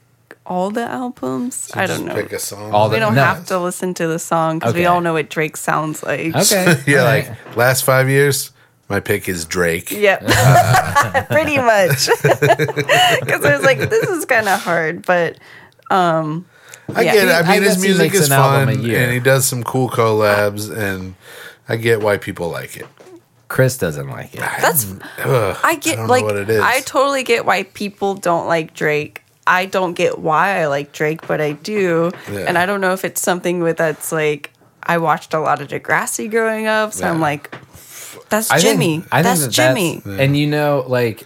S3: all the albums. I
S1: just
S3: don't know.
S1: pick a song. All
S3: we
S1: the-
S3: don't
S1: no.
S3: have to listen to the song because
S2: Okay.
S3: we all know what Drake sounds like.
S2: yeah, like last five years, my pick is Drake.
S3: Yep. Pretty much. Because I was like, this is kind of hard, but um,
S2: I
S3: yeah.
S2: get it. I mean, his
S1: guess he
S2: music
S1: makes
S2: is
S1: an album a
S2: fun,
S1: year.
S2: and he does some cool collabs, and I get why people like it.
S1: Chris doesn't like it.
S3: That's
S2: Ugh,
S3: I get
S2: don't know
S3: like
S2: what it is.
S3: I totally get why people don't like Drake. I don't get why I like Drake, but I do.
S2: Yeah.
S3: And I don't know if it's something with that's like I watched a lot of Degrassi growing up, so I'm
S1: Yeah.
S3: like, that's
S1: I think-
S3: Jimmy.
S1: I think
S3: that's
S1: that
S3: Jimmy.
S1: and you know, like,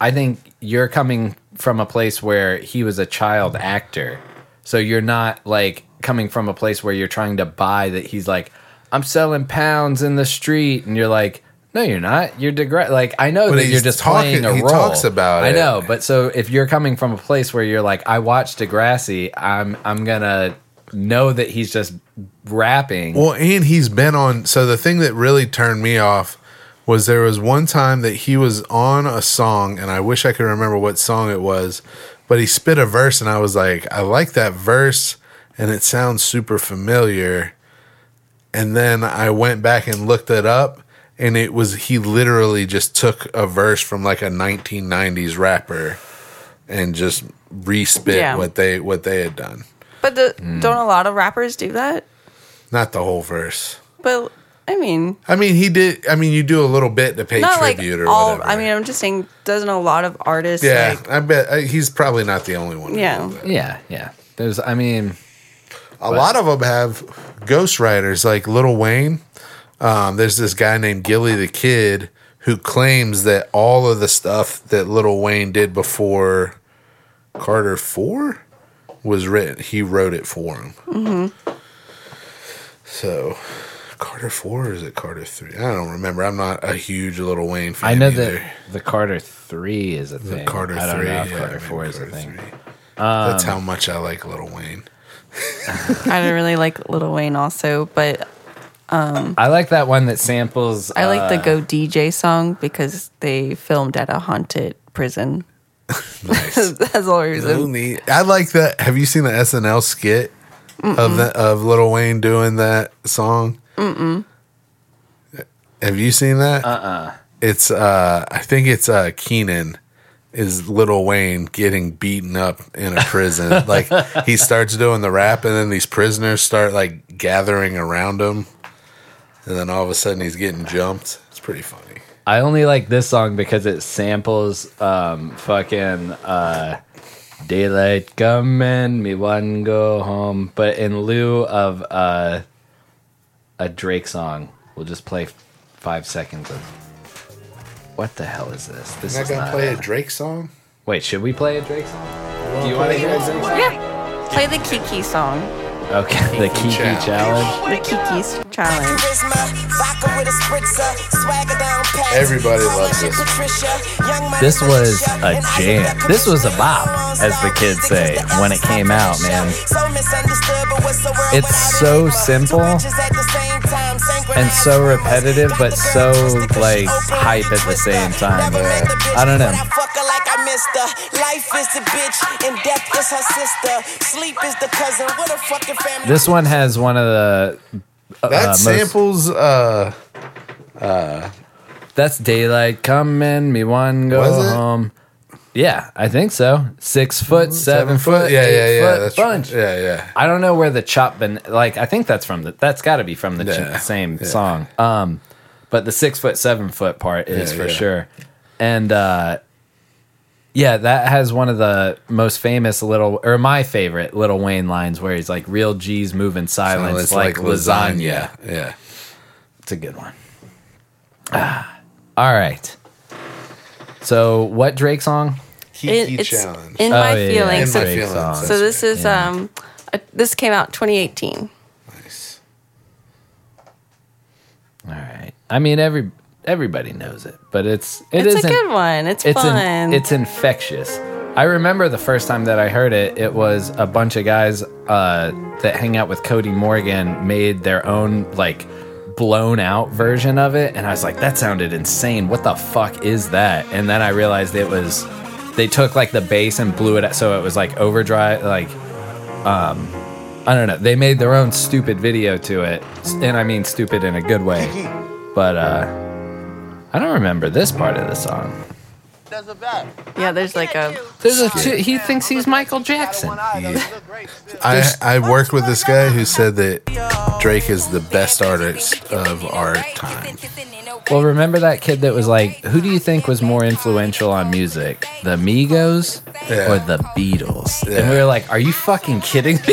S1: I think you're coming from a place where he was a child actor, so you're not like coming from a place where you're trying to buy that he's like, I'm selling pounds in the street, and you're like. No, you're not. You're degre- like I know
S2: But
S1: that you're
S2: he's
S1: just
S2: talking-
S1: playing a
S2: he
S1: role.
S2: talks about
S1: I
S2: it.
S1: know, but so if you're coming from a place where you're like, I watched Degrassi, I'm I'm gonna know that he's just rapping.
S2: Well, and he's been on. So the thing that really turned me off was there was one time that he was on a song, and I wish I could remember what song it was, but he spit a verse, and I was like, I like that verse, and it sounds super familiar. And then I went back and looked it up, and it was he literally just took a verse from like a 1990s rapper and just respit
S3: Yeah.
S2: what they what they had done.
S3: But the,
S2: Mm.
S3: don't a lot of rappers do that?
S2: Not the whole verse.
S3: But I mean,
S2: I mean, he did. I mean, you do a little bit to pay
S3: not like
S2: tribute or
S3: all.
S2: whatever.
S3: I mean, I'm just saying, doesn't a lot of artists?
S2: yeah,
S3: like-
S2: I bet I, he's probably not the only one.
S3: yeah,
S1: yeah, yeah. There's, I mean,
S2: A lot of them have ghostwriters, like Little Wayne. Um, there's this guy named Gilly the Kid who claims that all of the stuff that Little Wayne did before Carter Four was written. He wrote it for him.
S3: Mm-hmm.
S2: So Carter Four or is it Carter Three? I don't remember. I'm not a huge Little Wayne fan.
S1: I know
S2: either.
S1: that the Carter Three is a thing.
S2: Carter
S1: I don't
S2: Three,
S1: know if
S2: yeah,
S1: Carter
S2: I mean,
S1: Four is a
S2: Carter
S1: thing.
S2: That's
S1: Um,
S2: how much I like Little Wayne.
S3: I don't really like Little Wayne also, but um,
S1: I like that one that samples.
S3: I like the
S1: uh,
S3: Go DJ song because they filmed at a haunted prison. That's the only
S2: No
S3: reason.
S2: need. I like that. Have you seen the SNL skit of
S3: Mm-mm.
S2: the, of Little Wayne doing that song?
S3: Mm-mm.
S2: Have you seen that? Uh uh
S1: Uh-uh.
S2: It's uh I think it's uh Keenan is Little Wayne getting beaten up in a prison. like he starts doing the rap and then these prisoners start like gathering around him. And then all of a sudden he's getting jumped. It's pretty funny.
S1: I only like this song because it samples um fucking uh daylight come and me one go home, but in lieu of uh a Drake song, we'll just play five seconds of. What the hell is this? This
S2: You're
S1: is
S2: not gonna
S1: not
S2: play
S1: it.
S2: a Drake song?
S1: Wait, should we play a Drake song? Do you want to hear a Drake song?
S3: Yeah, play the Kiki song.
S1: Okay, the Kiki
S3: Challenge.
S1: challenge.
S3: The Kiki's challenge.
S2: Everybody loves this.
S1: This was a jam. This was a bop, as the kids say, when it came out, man. It's so simple and so repetitive, but so like hype at the same time. I don't know.
S16: Life is the bitch and death is her sister. Sleep is the cousin. What a fucking family.
S1: This one has one of the uh,
S2: That
S1: most-
S2: samples uh uh
S1: That's daylight coming, me one go
S2: Was it? Mm-hmm.
S1: home. Yeah, I think so. Six foot, seven, foot,
S2: yeah, yeah,
S1: eight
S2: yeah.
S1: foot
S2: That's
S1: bunch.
S2: yeah, yeah.
S1: I don't know where the chop been. Like I think that's from the. That's got to be from the ch-
S2: Yeah,
S1: same
S2: yeah.
S1: song. Um, but the six foot seven foot part is
S2: Yeah,
S1: for
S2: yeah.
S1: sure, and uh, yeah, that has one of the most famous little or my favorite little Wayne lines where he's like, "Real G's move in silence,
S2: Silence
S1: like,
S2: like
S1: lasagna.
S2: lasagna. Yeah,
S1: it's a good one. Ah. All right. So what Drake song?
S3: It- it's in
S1: Oh,
S3: my
S1: yeah, yeah,
S3: feelings. so,
S1: Drake song.
S3: so this is
S1: Yeah.
S3: um, a, this came out 2018.
S1: All right. I mean, every everybody knows it, but it's it
S3: It's a
S1: isn't-
S3: good one. It's
S1: in-
S3: fun.
S1: it's infectious. I remember the first time that I heard it. It was a bunch of guys uh, that hang out with Cody Morgan made their own like blown out version of it, and I was like, that sounded insane. What the fuck is that? And then I realized it was they took like the bass and blew it, out, so it was like overdrive, like um. I don't know. They made their own stupid video to it, and I mean stupid in a good way. But uh, I don't remember this part of the song.
S3: Yeah, there's like a.
S1: There's a two, he thinks he's Michael Jackson.
S2: I, I worked with this guy who said that Drake is the best artist of our time.
S1: Well, remember that kid that was like, "Who do you think was more influential on music, the Migos or the Beatles?" And we were like, "Are you fucking kidding me?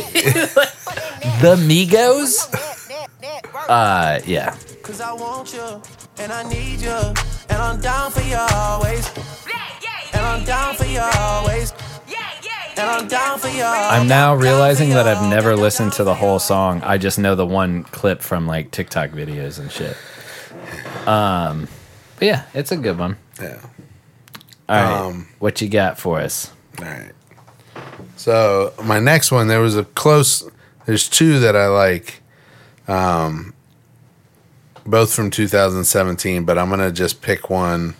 S1: the Migos?" Uh, yeah.
S16: Cause I want you, and I need you, and I'm down for you always. And I'm down for you always. And I'm down for you
S1: I'm now realizing that I've never listened to the whole song. I just know the one clip from like TikTok videos and shit. Um, but yeah, it's a good one.
S2: Yeah.
S1: All right, what you got for us?
S2: All right. So my next one, there was a close. There's two that I like, um, both from 2017. But I'm gonna just pick one,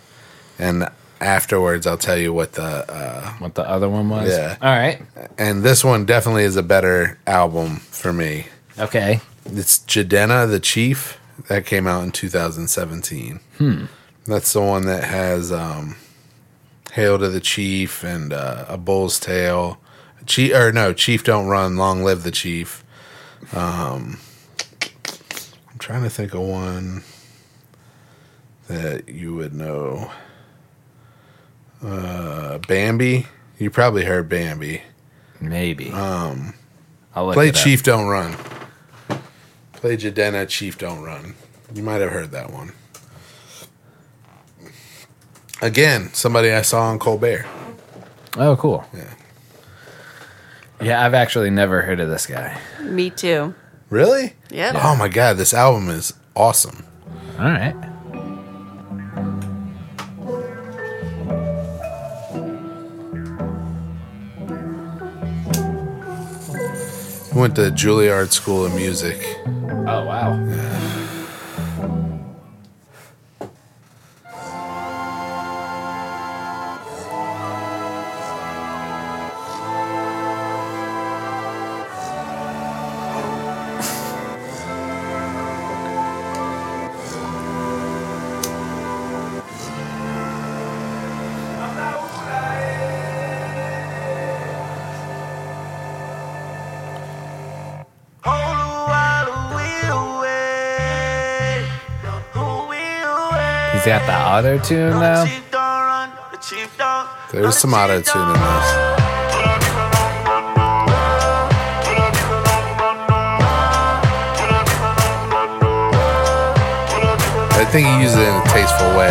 S2: and afterwards I'll tell you what the uh,
S1: what the other one was.
S2: Yeah.
S1: All right.
S2: And this one definitely is a better album for me.
S1: Okay.
S2: It's Jadena the Chief that came out in 2017.
S1: Hmm.
S2: That's the one that has um, "Hail to the Chief" and uh, "A Bull's Tale." Chief or no, Chief don't run. Long live the Chief. Um, I'm trying to think of one that you would know. Uh, Bambi. You probably heard Bambi.
S1: Maybe.
S2: Um,
S1: I'll look
S2: play
S1: it up.
S2: Chief Don't Run. Play Jadena Chief Don't Run. You might have heard that one. Again, somebody I saw on Colbert.
S1: Oh, cool.
S2: Yeah.
S1: Yeah, I've actually never heard of this guy.
S3: Me too.
S2: Really?
S3: Yeah.
S2: Oh my god, this album is awesome.
S1: All right.
S2: He went to Juilliard School of Music.
S1: Oh wow. He's got the auto tune though.
S2: There's some auto tune in this. I think he uses it in a tasteful way.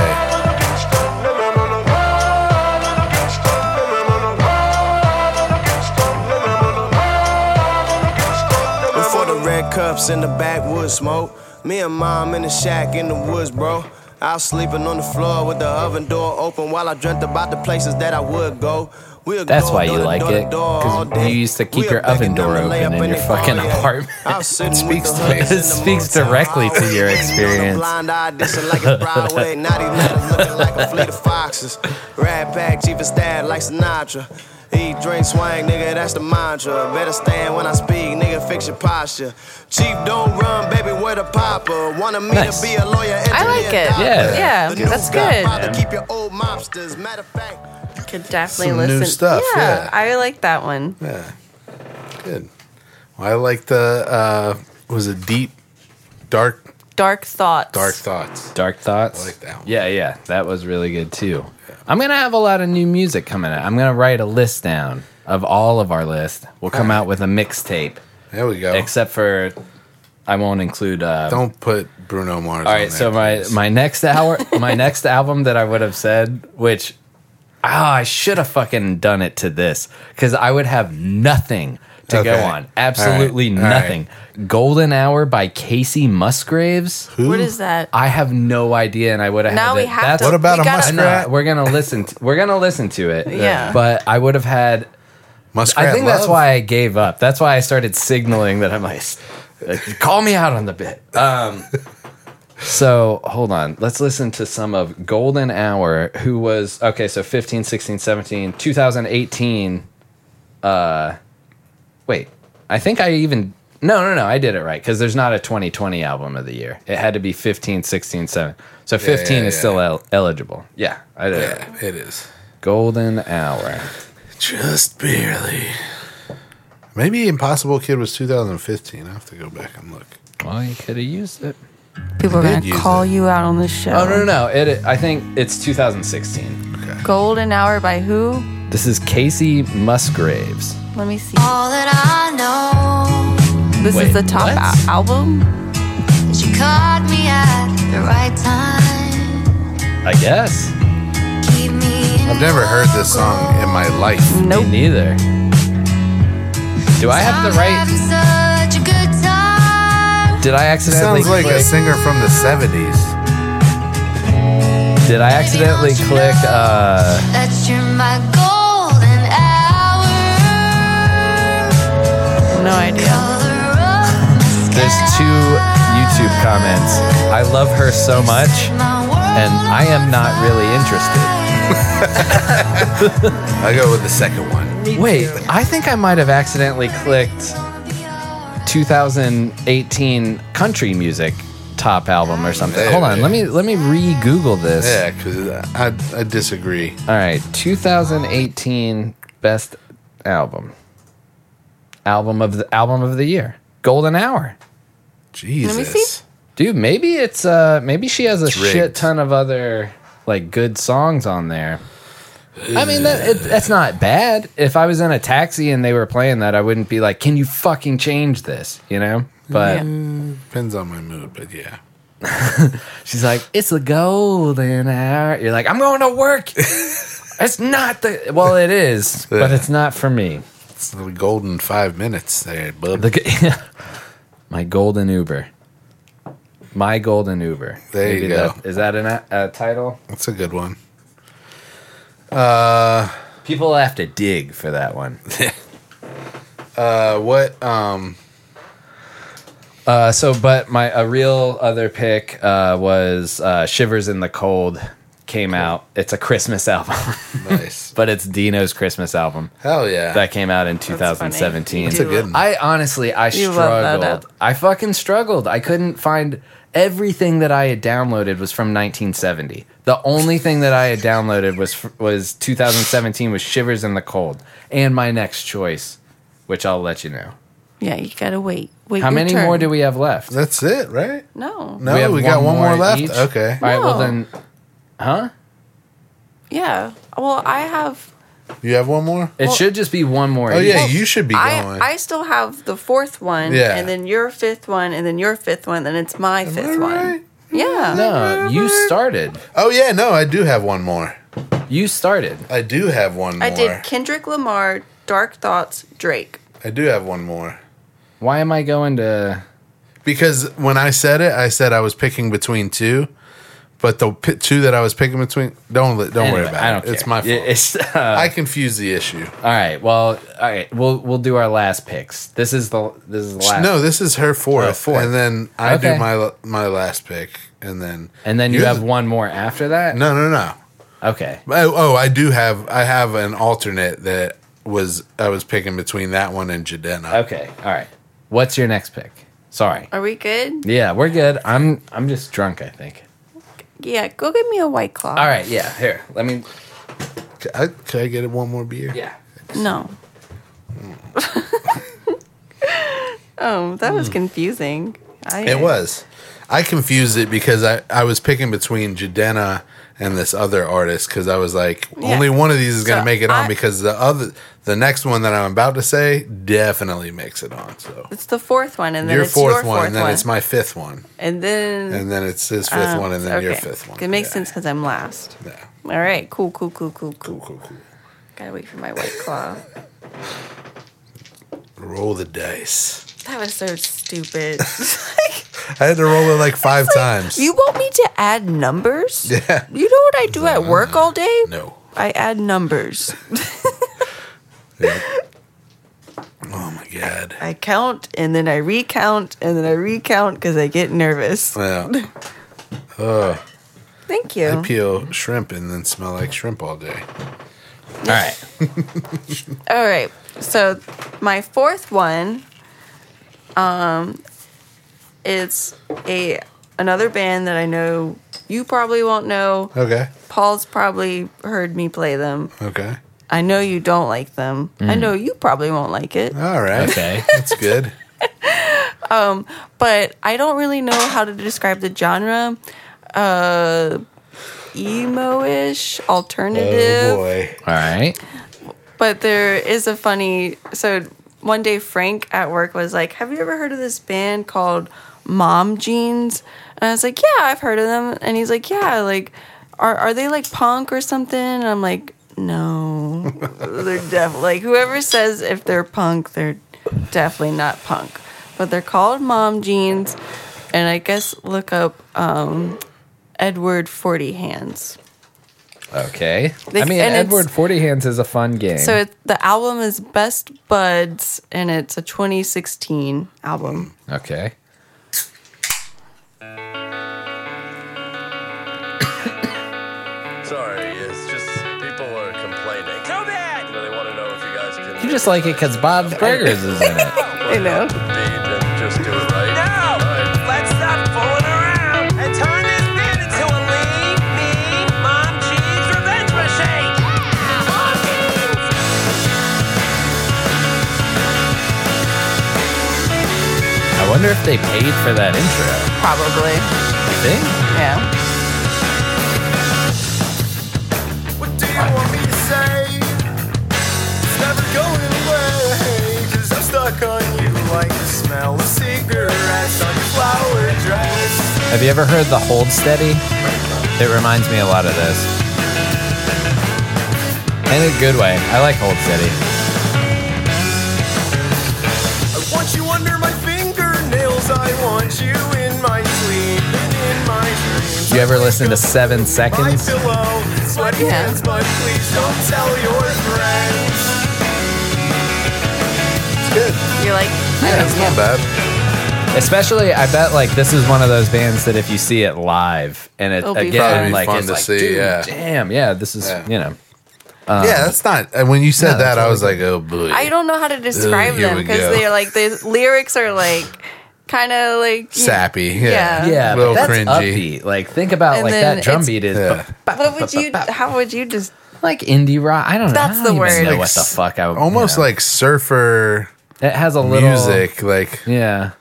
S17: Before the red cups in the backwoods smoke, me and mom in the shack in the woods, bro. I was sleeping on the floor with the oven door open while I dreamt about the places that I would go. We'll
S1: That's
S17: go
S1: why you
S17: door to
S1: like
S17: door to
S1: it
S17: door all
S1: because you
S17: day.
S1: used to keep
S17: We'll
S1: your
S17: back
S1: oven
S17: it down
S1: door
S17: and lay
S1: open
S17: up
S1: in your
S17: the
S1: fucking
S17: foyer.
S1: apartment.
S17: I was sitting with
S1: Speaks
S17: the
S1: to
S17: hoodies in
S1: it
S17: the
S1: speaks
S17: motel.
S1: directly to your experience.
S17: Blind-eyed, dislike a Broadway, naughty letters looking like a fleet of foxes. Rat pack, chief of staff like Sinatra. Eat, drink, swang, nigga, that's the mantra. Better stand when I speak, nigga, fix your posture. Chief, don't run, baby, where the popper. Wanted me
S1: Nice.
S17: to be a lawyer,
S3: I like it.
S1: Yeah.
S3: Yeah, that's good.
S17: keep your old mobsters. Matter of fact,
S3: Could definitely
S2: Some new
S3: listen.
S2: stuff, yeah.
S3: I like that one.
S2: Yeah. Good. Well, I like the uh was it deep dark
S3: Dark thoughts.
S2: dark thoughts.
S1: Dark thoughts.
S2: I like that one.
S1: Yeah, yeah, that was really good too. I'm gonna have a lot of new music coming out. I'm gonna write a list down of all of our list. We'll come out with a mixtape.
S2: There we go.
S1: Except for, I won't include. Uh,
S2: Don't put Bruno Mars.
S1: All right, so my my next hour, my next album that I would have said, which ah, I should have fucking done it to this because I would have nothing
S7: to
S1: go on. Absolutely nothing. Golden Hour by Casey Musgraves. Who?
S3: What is that?
S1: I have no idea, and I would have.
S3: Now
S1: had
S3: we
S1: to,
S3: have to- What about we a gotta- muskrat?
S1: I know, we're gonna listen. To, we're gonna listen to it.
S3: Yeah.
S1: But I would have had.
S2: Muskrat
S1: I think that's
S2: love?
S1: why I gave up. That's why I started signaling that I'm like, like, call me out on the bit. Um. So hold on. Let's listen to some of Golden Hour, who was okay. So 15, 16, 17, 2018. Uh, wait. I think I even no no no I did it right because there's not a 2020 album of the year. It had to be 15, 16, 7. So
S2: Yeah,
S1: 15
S2: yeah,
S1: is
S2: yeah.
S1: still el- eligible. Yeah, I did. it.
S2: Yeah,
S1: right.
S2: it is.
S1: Golden Hour.
S2: Just barely. Maybe Impossible Kid was 2015. I have to go back and look.
S1: Well, you could have used it.
S3: People are
S1: Did
S3: going to
S1: use
S3: call you out on this show.
S1: Oh no no no! It I think it's 2016. Okay.
S3: Golden Hour by who?
S1: This is Casey Musgraves.
S3: Let me see.
S18: All that I know
S3: This
S1: Wait,
S3: is the top al- album.
S18: is you caught me at the right time.
S1: I guess.
S18: Keep me in
S2: I've never heard this song in my life.
S3: Nope.
S1: Me neither. Do I have the right?
S18: having such a good time.
S1: Did I
S2: It
S1: accidentally?
S2: sounds like a
S1: click-
S2: singer from the 70s.
S1: Did I accidentally click? Uh,
S18: That you're my golden hour.
S3: No idea.
S18: Color of
S1: there's two YouTube comments. I love her so much, and I am not really interested.
S2: I go with the second one.
S1: Wait, I think I might have accidentally clicked 2018 country music top album or something. Hold on, let me let me re-Google this.
S2: Yeah, because I, I disagree.
S1: All right, 2018 best album, album of the album of the year, Golden Hour.
S2: Jesus,
S3: see.
S1: dude, maybe it's uh maybe she has a
S2: It's rigged.
S1: shit ton of other like good songs on there. I mean that it, that's not bad. If I was in a taxi and they were playing that, I wouldn't be like, "Can you fucking change this?" You know. But
S2: Depends on my mood, but yeah.
S1: she's like, "It's a golden hour." You're like, "I'm going to work." it's not the well, it is, but it's not for me.
S2: It's the golden five minutes there, bub.
S1: The, g- my golden Uber. My golden Uber.
S2: There you
S1: Maybe
S2: go.
S1: that- Is that an, a, a title?
S2: That's a good one. Uh,
S1: People have to dig for that one.
S2: uh, what? Um,
S1: Uh, so, but my a real other pick uh, was uh, "Shivers in the Cold." Came out. It's a Christmas album.
S2: Nice.
S1: but it's Dino's Christmas album.
S2: Hell yeah.
S1: That came out in 2017.
S2: You That's a do good love- one.
S1: I honestly, I
S3: You love that
S1: struggled. I fucking struggled. I couldn't find everything that I had downloaded was from 1970. The only thing that I had downloaded was was 2017 was Shivers in the Cold and my next choice, which I'll let you know.
S3: Yeah, you gotta wait. Wait.
S1: How
S3: your
S1: many
S3: turn.
S1: more do we have left?
S2: that's it, right?
S3: No.
S2: No, we, got one more, left. Okay.
S1: All right. Well
S3: No.
S1: then, huh?
S3: Yeah. Well, I have.
S2: You have one more?
S1: It should just be one more.
S2: Oh,
S1: each.
S2: yeah, you should be
S3: I
S2: going.
S3: I still have the fourth one,
S1: Yeah.
S3: and then your fifth one, and then your fifth one, then it's my fifth one. Yeah.
S1: No, you started.
S2: oh, yeah, no, I do have one more.
S1: You started.
S2: I do have one more.
S3: I did Kendrick Lamar, Dark Thoughts, Drake.
S2: I do have one more.
S1: Why am I going to?
S2: Because when I said it, I said I was picking between two, but the pi two that I was picking between don't li- don't worry
S1: Anyway,
S2: about
S1: I don't
S2: it. It's
S1: care.
S2: my fault.
S1: It- it's, uh,
S2: I confuse the issue.
S1: All right. Well, all right. We'll we'll do our last picks. This is the this is the last.
S2: No, this is her fourth,
S1: Oh, fourth.
S2: and then I
S1: Okay.
S2: do my my last pick, and then
S1: and then you
S2: you're
S1: have
S2: the-
S1: one more after that.
S2: no no no.
S1: Okay.
S2: I, oh, I do have I have an alternate that was I was picking between that one and Jadena.
S1: Okay. All right. What's your next pick? Sorry.
S3: Are we good?
S1: Yeah, we're good. I'm I'm just drunk. I think.
S3: Yeah. Go get me a white claw.
S1: All right. Yeah. Here. Let me.
S2: Can I, can I get it one more beer?
S1: Yeah.
S3: No. oh, that was confusing. I,
S2: Hmm. It was. I confused it because I, I was picking between Jadena and this other artist because I was like,
S3: Yeah.
S2: only one of these is going to
S3: So
S2: make it on
S3: I-
S2: because the other, the next one that I'm about to say definitely makes it on. So
S3: It's the fourth one, and then
S2: your
S3: it's
S2: fourth
S3: your
S2: one,
S3: fourth
S2: and then
S3: one,
S2: it's my fifth one,
S3: and then
S2: and then it's his fifth
S3: Ah,
S2: one, and then your
S3: okay.
S2: fifth one.
S3: It makes sense because I'm last. All right. Cool. Cool. Cool. Cool. Cool. Cool. Cool. Gotta wait for my white claw.
S2: Roll the dice.
S3: That was so stupid.
S2: I had to roll it like five times.
S3: you want me to add numbers?
S2: Yeah. Uh-huh.
S3: You know what I do at work all day?
S2: No.
S3: I add numbers.
S2: Oh my god.
S3: I count and then I recount and then I recount because I get nervous.
S2: Well. Ugh.
S3: Thank you.
S2: I peel shrimp and then smell like shrimp all day.
S3: All right. All right. So my fourth one um it's a another band that I know you probably won't know.
S2: Okay.
S3: Paul's probably heard me play them.
S2: Okay.
S3: I know you don't like them. I
S2: Mm.
S3: know you probably won't like it.
S2: All right.
S7: Okay.
S2: That's good.
S3: Um but I don't really know how to describe the genre. Uh emo-ish alternative.
S2: Oh boy.
S7: All right.
S3: But there is a funny. So one day Frank at work was like, "Have you ever heard of this band called Mom Jeans?" And I was like, "Yeah, I've heard of them." And he's like, "Yeah, like are are they like punk or something?" And I'm like, "No, they're def like whoever says if they're punk, they're definitely not punk." But they're called Mom Jeans, and I guess look up um, Edward Forty Hands.
S1: Okay.
S3: They-
S1: I mean,
S3: and it's-
S1: Edward Forty Hands is a fun game.
S3: So it, the album is Best Buds, and it's a 2016 album.
S1: okay.
S19: Sorry, it's just people are complaining. Too bad. You know, they want to know if you guys can.
S1: You just like it because Bob's Burgers is in it.
S19: I know. Just do it right.
S15: No! Let's stop fooling around and turn this band into a league, me, Mom Jeans revenge machine! Mom Jeans!
S7: I wonder if they paid for that intro.
S3: Probably.
S7: You think?
S3: Yeah.
S8: What do you want me to say? It's never going away. Cause I'm stuck on you like the smell of cigarettes on your flower dress.
S1: Have you ever heard the Hold Steady? It reminds me a lot of this. In a good way. I like Hold Steady.
S8: I want you under my fingernails. I want you in my sleep and in my dreams.
S1: You ever listen to Seven
S8: My
S1: Seconds?
S8: pillow, sweaty hands, but please don't tell your friends.
S2: It's good.
S3: You're like,
S2: Yeah, it's not bad.
S1: Especially, I bet like this is one of those bands that if you see it live and it
S2: It'll be Probably
S1: again,
S2: be
S1: like
S2: fun
S1: it's
S2: to
S1: like,
S2: see,
S1: dude,
S2: yeah.
S1: damn, yeah, this is
S2: Yeah.
S1: you know.
S2: yeah, that's not. and When you said
S1: Um, No,
S2: that,
S1: that's
S2: I
S1: really
S2: was like, oh boy.
S3: I don't know how to describe
S2: here
S3: them
S2: we
S3: because
S2: go.
S3: they're like the lyrics are like kind of like you-
S2: Sappy.
S3: Yeah.
S2: Yeah.
S1: Yeah,
S2: A
S1: but
S2: little
S1: that's
S2: cringy.
S1: upbeat. Like think about
S3: And
S1: like
S3: then
S1: that drum
S3: it's-
S1: beat is
S2: Yeah.
S3: What would you? How would you just?
S1: like indie rock. I don't
S3: That's the
S1: know. I don't even
S3: word.
S1: know what the fuck I would-
S2: Almost
S1: you know.
S2: like surfer.
S1: It has a little
S2: music, like
S1: yeah.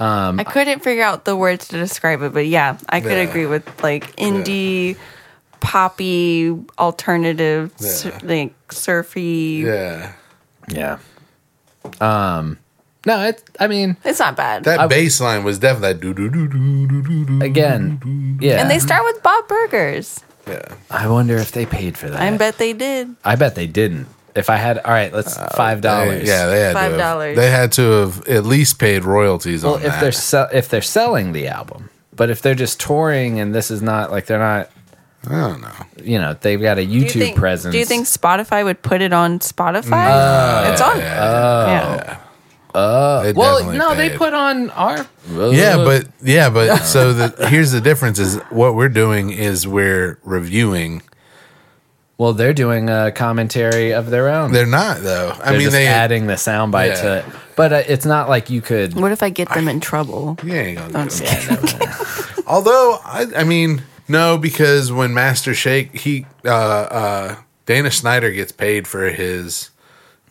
S1: Um,
S3: I couldn't figure out the words to describe it, but yeah, I could
S2: Yeah.
S3: agree with like indie, poppy, alternative, sur-
S1: Yeah.
S3: like surfy.
S2: Yeah.
S1: Yeah. Um. No, it. I mean,
S3: It's not bad.
S2: that
S3: I-
S2: bass line was definitely that do do do do do do do.
S1: Again, yeah.
S2: Mm-hmm.
S3: And they start with Bob Burgers.
S2: Yeah.
S1: I wonder if they paid for that.
S3: I bet they did.
S1: I bet they didn't. If I had, all right, let's five
S2: They,
S1: dollars.
S2: yeah, they had to.
S3: $5.
S2: Have, they had to have at least paid royalties
S1: Well,
S2: on
S1: if
S2: that.
S1: they're sell if they're selling the album, but if they're just touring and this is not like they're not.
S2: I don't know.
S1: You know, they've got a
S3: Do you
S1: YouTube
S3: think-
S1: presence.
S3: Do you think Spotify would put it on Spotify?
S1: Oh,
S3: it's on.
S1: Oh.
S3: Yeah.
S1: Oh.
S2: They
S1: well,
S2: definitely
S1: no, they
S2: paid.
S1: put on our.
S2: yeah, but yeah, but so the here's the difference is what we're doing is we're reviewing.
S1: Well, they're doing a commentary of their own.
S2: They're not though. I
S1: They're
S2: mean,
S1: just
S2: they
S1: adding the sound bite
S2: Yeah.
S1: to it. But uh, it's not like you could.
S3: What if I get them in trouble?
S2: Yeah, you gonna
S3: I'm
S2: get
S3: just
S2: them. Although I, I mean, no, because when Master Shake, he uh, uh, Dana Snyder gets paid for his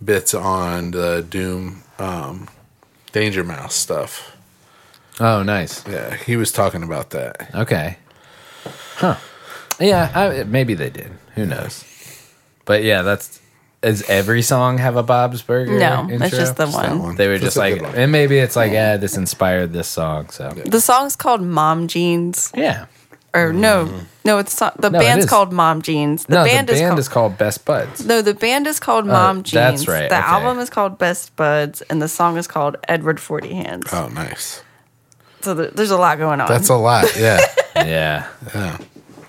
S2: bits on the Doom um, Danger Mouse stuff.
S1: Oh, nice.
S2: Yeah, he was talking about that.
S1: Okay. Huh. Yeah, I, maybe they did. Who knows? But yeah, that's. Does every song have a Bob's Burger?
S3: No, it's
S1: intro?
S3: just the Just that one. one.
S1: They were
S3: Just
S1: just
S3: a
S1: like, eh,
S3: good one.
S1: and maybe it's like, yeah, this inspired this song. So
S3: The song's called Mom Jeans.
S1: Yeah.
S3: or no, no, it's not. The
S1: No, it
S3: band's
S1: is.
S3: called Mom Jeans. The
S1: no,
S3: band
S1: the
S3: is
S1: band
S3: called.
S1: is called Best Buds.
S3: no, the band is called
S1: Oh,
S3: Mom Jeans.
S1: that's right,
S3: The
S1: okay.
S3: album is called Best Buds, and the song is called Edward Forty Hands.
S2: Oh, nice.
S3: So th- there's a lot going on.
S2: That's a lot. Yeah.
S1: yeah.
S2: Yeah.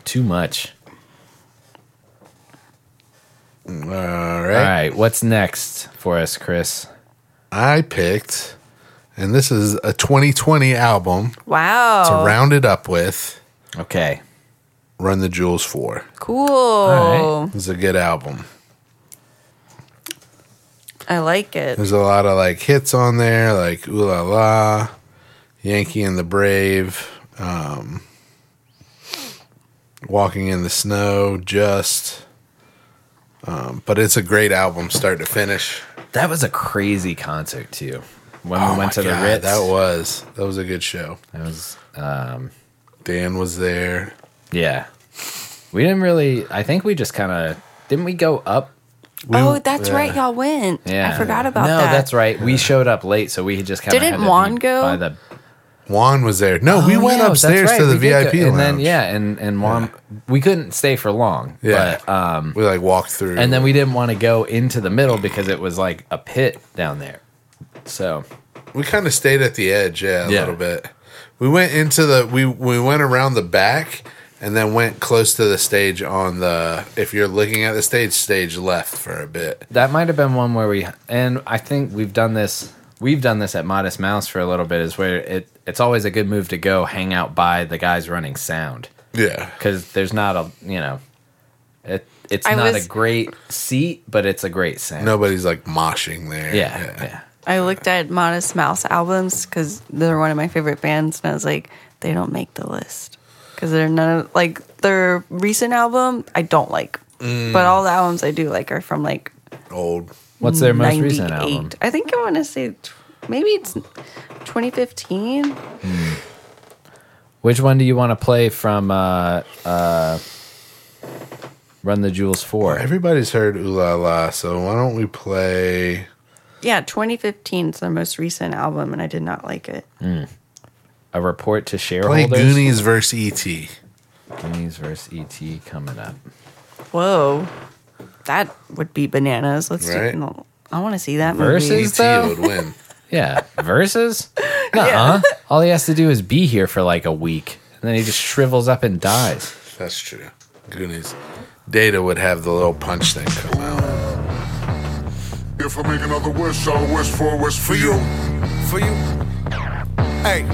S1: Too much.
S2: All right.
S1: All right. What's next for us, Chris?
S2: I picked, and this is a 2020 album
S3: Wow.
S2: to round it up with.
S1: Okay.
S2: Run the Jewels 4.
S3: Cool.
S2: This is a good album.
S3: I like it.
S2: There's a lot of like hits on there, like Ooh La La, Yankee and the Brave, um, Walking in the Snow, Just. Um, but it's a great album, start to finish.
S1: That was a crazy concert too. When
S2: Oh
S1: we
S2: my
S1: went to
S2: God,
S1: the Ritz,
S2: that was that was a good show.
S1: That was um,
S2: Dan was there.
S1: yeah. We didn't really. I think we just kind of didn't we go up.
S3: oh, that's right. Y'all went.
S1: Yeah,
S3: I forgot about
S1: no,
S3: that.
S1: that's right. We showed up late, so we just kind of
S3: Didn't Juan go?
S1: by the
S2: Juan was there. No, we
S1: Oh,
S2: went
S1: yeah, that's
S2: upstairs
S1: right,
S2: to the
S1: we did go-
S2: VIP
S1: and
S2: lounge.
S1: then yeah, and and Juan, we couldn't stay for long.
S2: Yeah.
S1: but, um,
S2: we like walked through,
S1: and then we didn't want to go into the middle because it was like a pit down there. So
S2: we kind of stayed at the edge, yeah, a
S1: Yeah.
S2: little bit. We went into the we we went around the back and then went close to the stage on the if you're looking at the stage, stage left for a bit.
S1: that might have been one where we and I think we've done this we've done this at Modest Mouse for a little bit is where it it's always a good move to go hang out by the guys running sound
S2: Yeah.
S1: cuz there's not a you know it it's
S3: I
S1: not
S3: was-
S1: a great seat but it's a great sound.
S2: Nobody's like moshing there.
S1: Yeah. Yeah.
S3: I looked at Modest Mouse albums because they're one of my favorite bands, and I was like, they don't make the list because they're none of like their recent album. I don't like,
S1: Mm.
S3: but all the albums I do like are from like
S2: old.
S1: What's their most recent album?
S3: 98. I think I want to say tw- maybe it's 2015.
S1: Which one do you want to play from uh uh Run the Jewels 4?
S2: Everybody's heard Ooh La La, so why don't we play
S3: Yeah, 2015 is their most recent album, and I did not like it.
S1: Mm. A report to
S2: play
S1: shareholders.
S2: Goonies versus E E.T.
S1: Goonies versus ET coming up.
S3: Whoa, that would be bananas. Let's
S1: Right?
S3: do. No, I want to see that movie.
S1: Versus though?
S2: E win.
S1: Yeah, versus. Nuh-uh. All he has to do is be here for like a week, and then he just shrivels up and dies.
S2: That's true. Goonies. Data would have the little punch thing come out.
S8: If I make another wish, I'll wish for a wish for you. For you.
S20: Hey.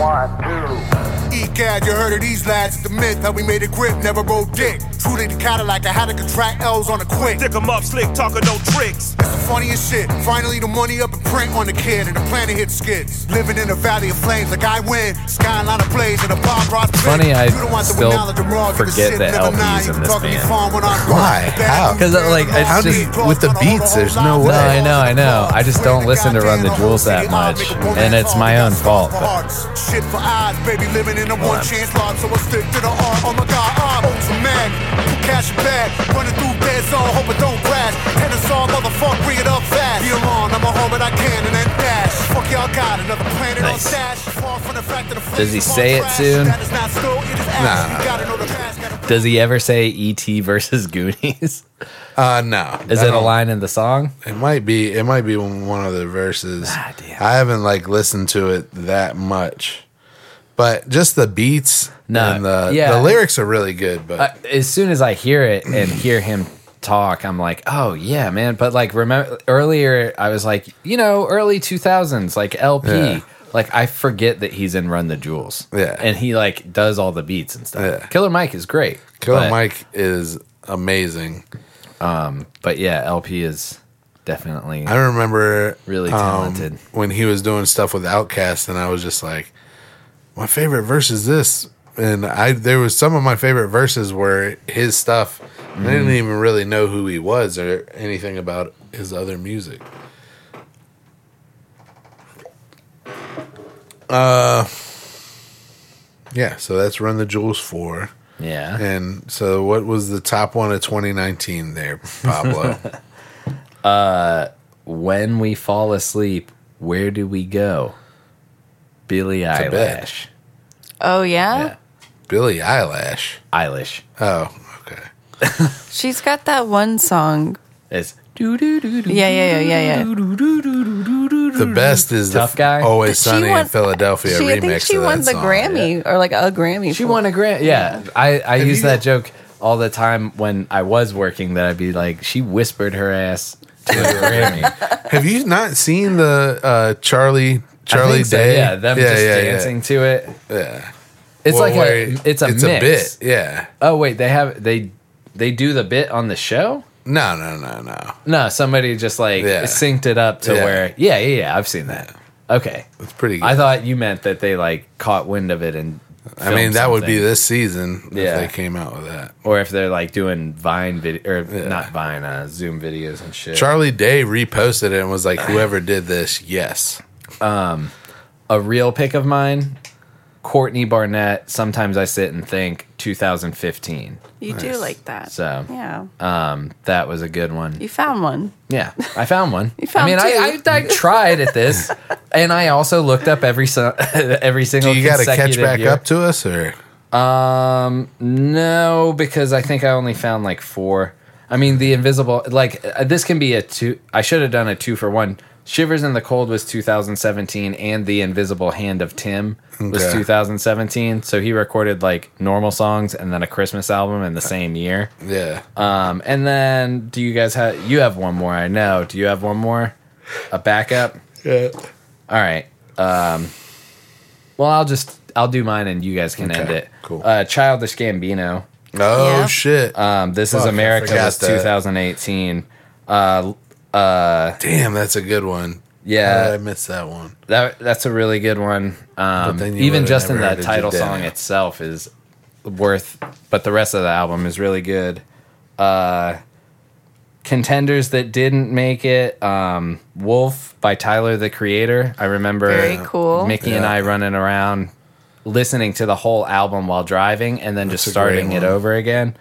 S20: One, two. E-Cad, you heard of these lads. It's the myth how we made a grip, never rode dick. Truly the Cadillac, I had to contract L's on a quick. Dick 'em up, slick, talking no tricks. It's the funniest shit. Finally, the money up in print on the kid, and the planet hit skids. Living in a valley of flames like I win. Skyline of blaze and a bomb rod.
S1: It's
S20: split.
S1: funny, I
S20: You don't want the
S1: still
S20: knowledge of raw, give a
S1: forget
S20: shit,
S1: the
S20: never lie,
S1: LPs
S20: you
S1: in
S20: can
S1: this
S20: talk to me
S1: band.
S20: fine when I'm
S2: Why? How?
S1: Because like
S2: How
S1: it's
S2: do you-
S1: just.
S2: with the beats, there's no way.
S1: No, I know, I know. I just don't listen to Run the Jewels that much, and it's my own fault. But
S20: hearts. Shit for eyes, baby, living in a one chance life, so I stick to the art. Oh my god, I'm ultimate. Cash it back, running through dead zone, hope it don't crash. Kennesaw, motherfucker, bring it up fast. Be alarmed, I'm a home that I can and then dash. Fuck y'all, got another planet on
S1: Nice.
S20: stash. Far from the fact that the
S1: does he say it soon?
S20: that is not slow, it is ass. You gotta know the past, gotta
S1: Does he ever say ET versus Goonies?
S2: Uh no.
S1: Is
S2: I
S1: it a
S2: don't-
S1: line in the song?
S2: It might be. It might be one of the verses.
S1: Ah,
S2: I haven't like listened to it that much, but just the beats
S1: No,
S2: and the
S1: yeah.
S2: the lyrics are really good. But
S1: uh, as soon as I hear it and hear him talk, I'm like, oh yeah, man. But like, remember earlier, I was like, you know, early 2000s, like LP.
S2: Yeah.
S1: Like I forget that he's in Run the Jewels.
S2: Yeah.
S1: and he like does all the beats and stuff. Killer Mike is great.
S2: Killer
S1: but,
S2: Mike is amazing.
S1: Um, but yeah, LP is definitely.
S2: I remember
S1: Really
S2: um,
S1: talented.
S2: when he was doing stuff with Outkast, and I was just like, my favorite verse is this. And I there was some of my favorite verses were his stuff. and I didn't
S1: Mhm.
S2: even really know who he was or anything about his other music. Uh, yeah. So that's Run the Jewels four.
S1: Yeah.
S2: And so, what was the top one of 2019 there, Pablo?
S1: uh, when we fall asleep, where do we go? Billie
S2: To bed.
S1: Eilish.
S3: Oh yeah?
S2: Billie Eyelash.
S1: Eilish.
S2: Oh,
S3: She's got that one song.
S1: It's
S3: Yeah, yeah, yeah, yeah, yeah.
S2: the
S3: Mm-hmm.
S2: best is the
S1: Tough
S2: guy. Always Sunny
S3: won-
S2: in Philadelphia
S3: She,
S2: remix.
S3: I think she
S2: of that
S3: won the
S2: song.
S3: Grammy or like a Grammy. She
S1: won a Grammy. Yeah, I, I use that joke all the time when I was working. That I'd be like, she whispered her ass to a Grammy.
S2: Have you not seen the uh, Charlie
S1: I
S2: Charlie
S1: think so,
S2: Day?
S1: yeah, them just dancing to it.
S2: Yeah,
S1: It's
S2: Well,
S1: like
S2: wait,
S1: a, it's a
S2: it's a
S1: mix.
S2: bit, yeah.
S1: Oh wait, they have they they do the bit on the show.
S2: No, no, no, no.
S1: No, somebody just like
S2: Yeah.
S1: synced it up to
S2: Yeah.
S1: where yeah, yeah, yeah. I've seen that. Okay,
S2: it's pretty.
S1: I thought you meant that they like caught wind of it and.
S2: I mean,
S1: filmed
S2: that would be
S1: something.
S2: this season
S1: Yeah.
S2: if they came out with that.
S1: or if they're like doing Vine video or not Vine, uh, Zoom videos and shit.
S2: Charlie Day reposted it and was like, "Whoever did this, yes."
S1: Um, a real pick of mine, Courtney Barnett. Sometimes I sit and think 2015.
S3: You do like that.
S1: So
S3: yeah,
S2: uh,
S1: um, that was a good one.
S3: you found one.
S1: Yeah, I found one.
S3: You found
S1: I mean, I,
S3: two.
S1: I, I tried at this, and I also looked up every si- every single.
S2: Do you gotta catch
S1: consecutive
S2: back
S1: year.
S2: up to us, or
S1: Um, no, because I think I only found like four. I mean, the invisible, like, uh, this can be a two. I should have done a two for one. Shivers in the Cold was 2017, and The Invisible Hand of Tim was
S2: Okay.
S1: 2017. So he recorded like normal songs and then a Christmas album in the same year.
S2: yeah,
S1: Um, and then do you guys have, you have one more, I know. Do you have one more? A backup?
S2: Yeah.
S1: All right. Um, well, I'll just I'll do mine and you guys can end it. Cool. Uh, Childish Gambino.
S2: Oh, Yeah. shit.
S1: Um, this is
S2: Fuck, I
S1: America
S2: forgot
S1: was
S2: that.
S1: 2018. Uh, uh,
S2: damn, that's a good one. How
S1: Yeah.
S2: did I missed that one.
S1: That that's a really good one. Um,
S2: then you
S1: even
S2: would've
S1: just in
S2: never
S1: the
S2: heard of
S1: title
S2: Jim
S1: song
S2: Daniel.
S1: itself is worth, but the rest of the album is really good. Uh, contenders that didn't make it: um, "Wolf" by Tyler the Creator. I remember
S3: Very cool.
S1: Mickey and
S3: Yeah.
S1: I running around listening to the whole album while driving, and then just
S2: a great
S1: starting it
S2: one.
S1: over again.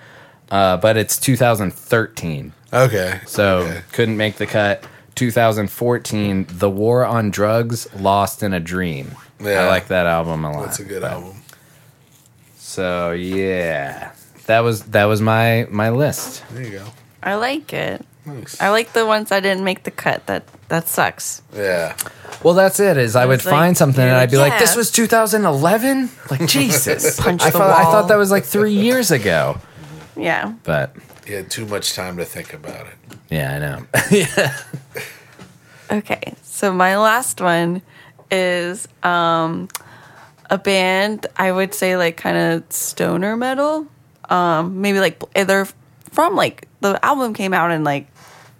S1: Uh, but it's 2013.
S2: Okay.
S1: So couldn't make the cut. 2014, The War on Drugs, Lost in a Dream.
S2: Yeah.
S1: I like that album a lot.
S2: That's a good album.
S1: So yeah, that was that was my my list.
S2: There you go.
S3: I like it.
S2: Nice.
S3: I like the ones I didn't make the cut. That that sucks.
S2: Yeah.
S1: Well, that's it. Is I, would
S3: was like-
S1: find something and I'd be like,
S3: Yeah.
S1: "This was 2011." Like Jesus,
S3: Punch
S1: I,
S3: the
S1: thought, I
S3: wall.
S1: thought that was like three years ago.
S3: Yeah.
S1: But
S2: You had too much time to think about it.
S1: yeah, I know. yeah.
S3: Okay. So my last one is um a band I would say like kind of stoner metal. Um maybe like they're from like the album came out in like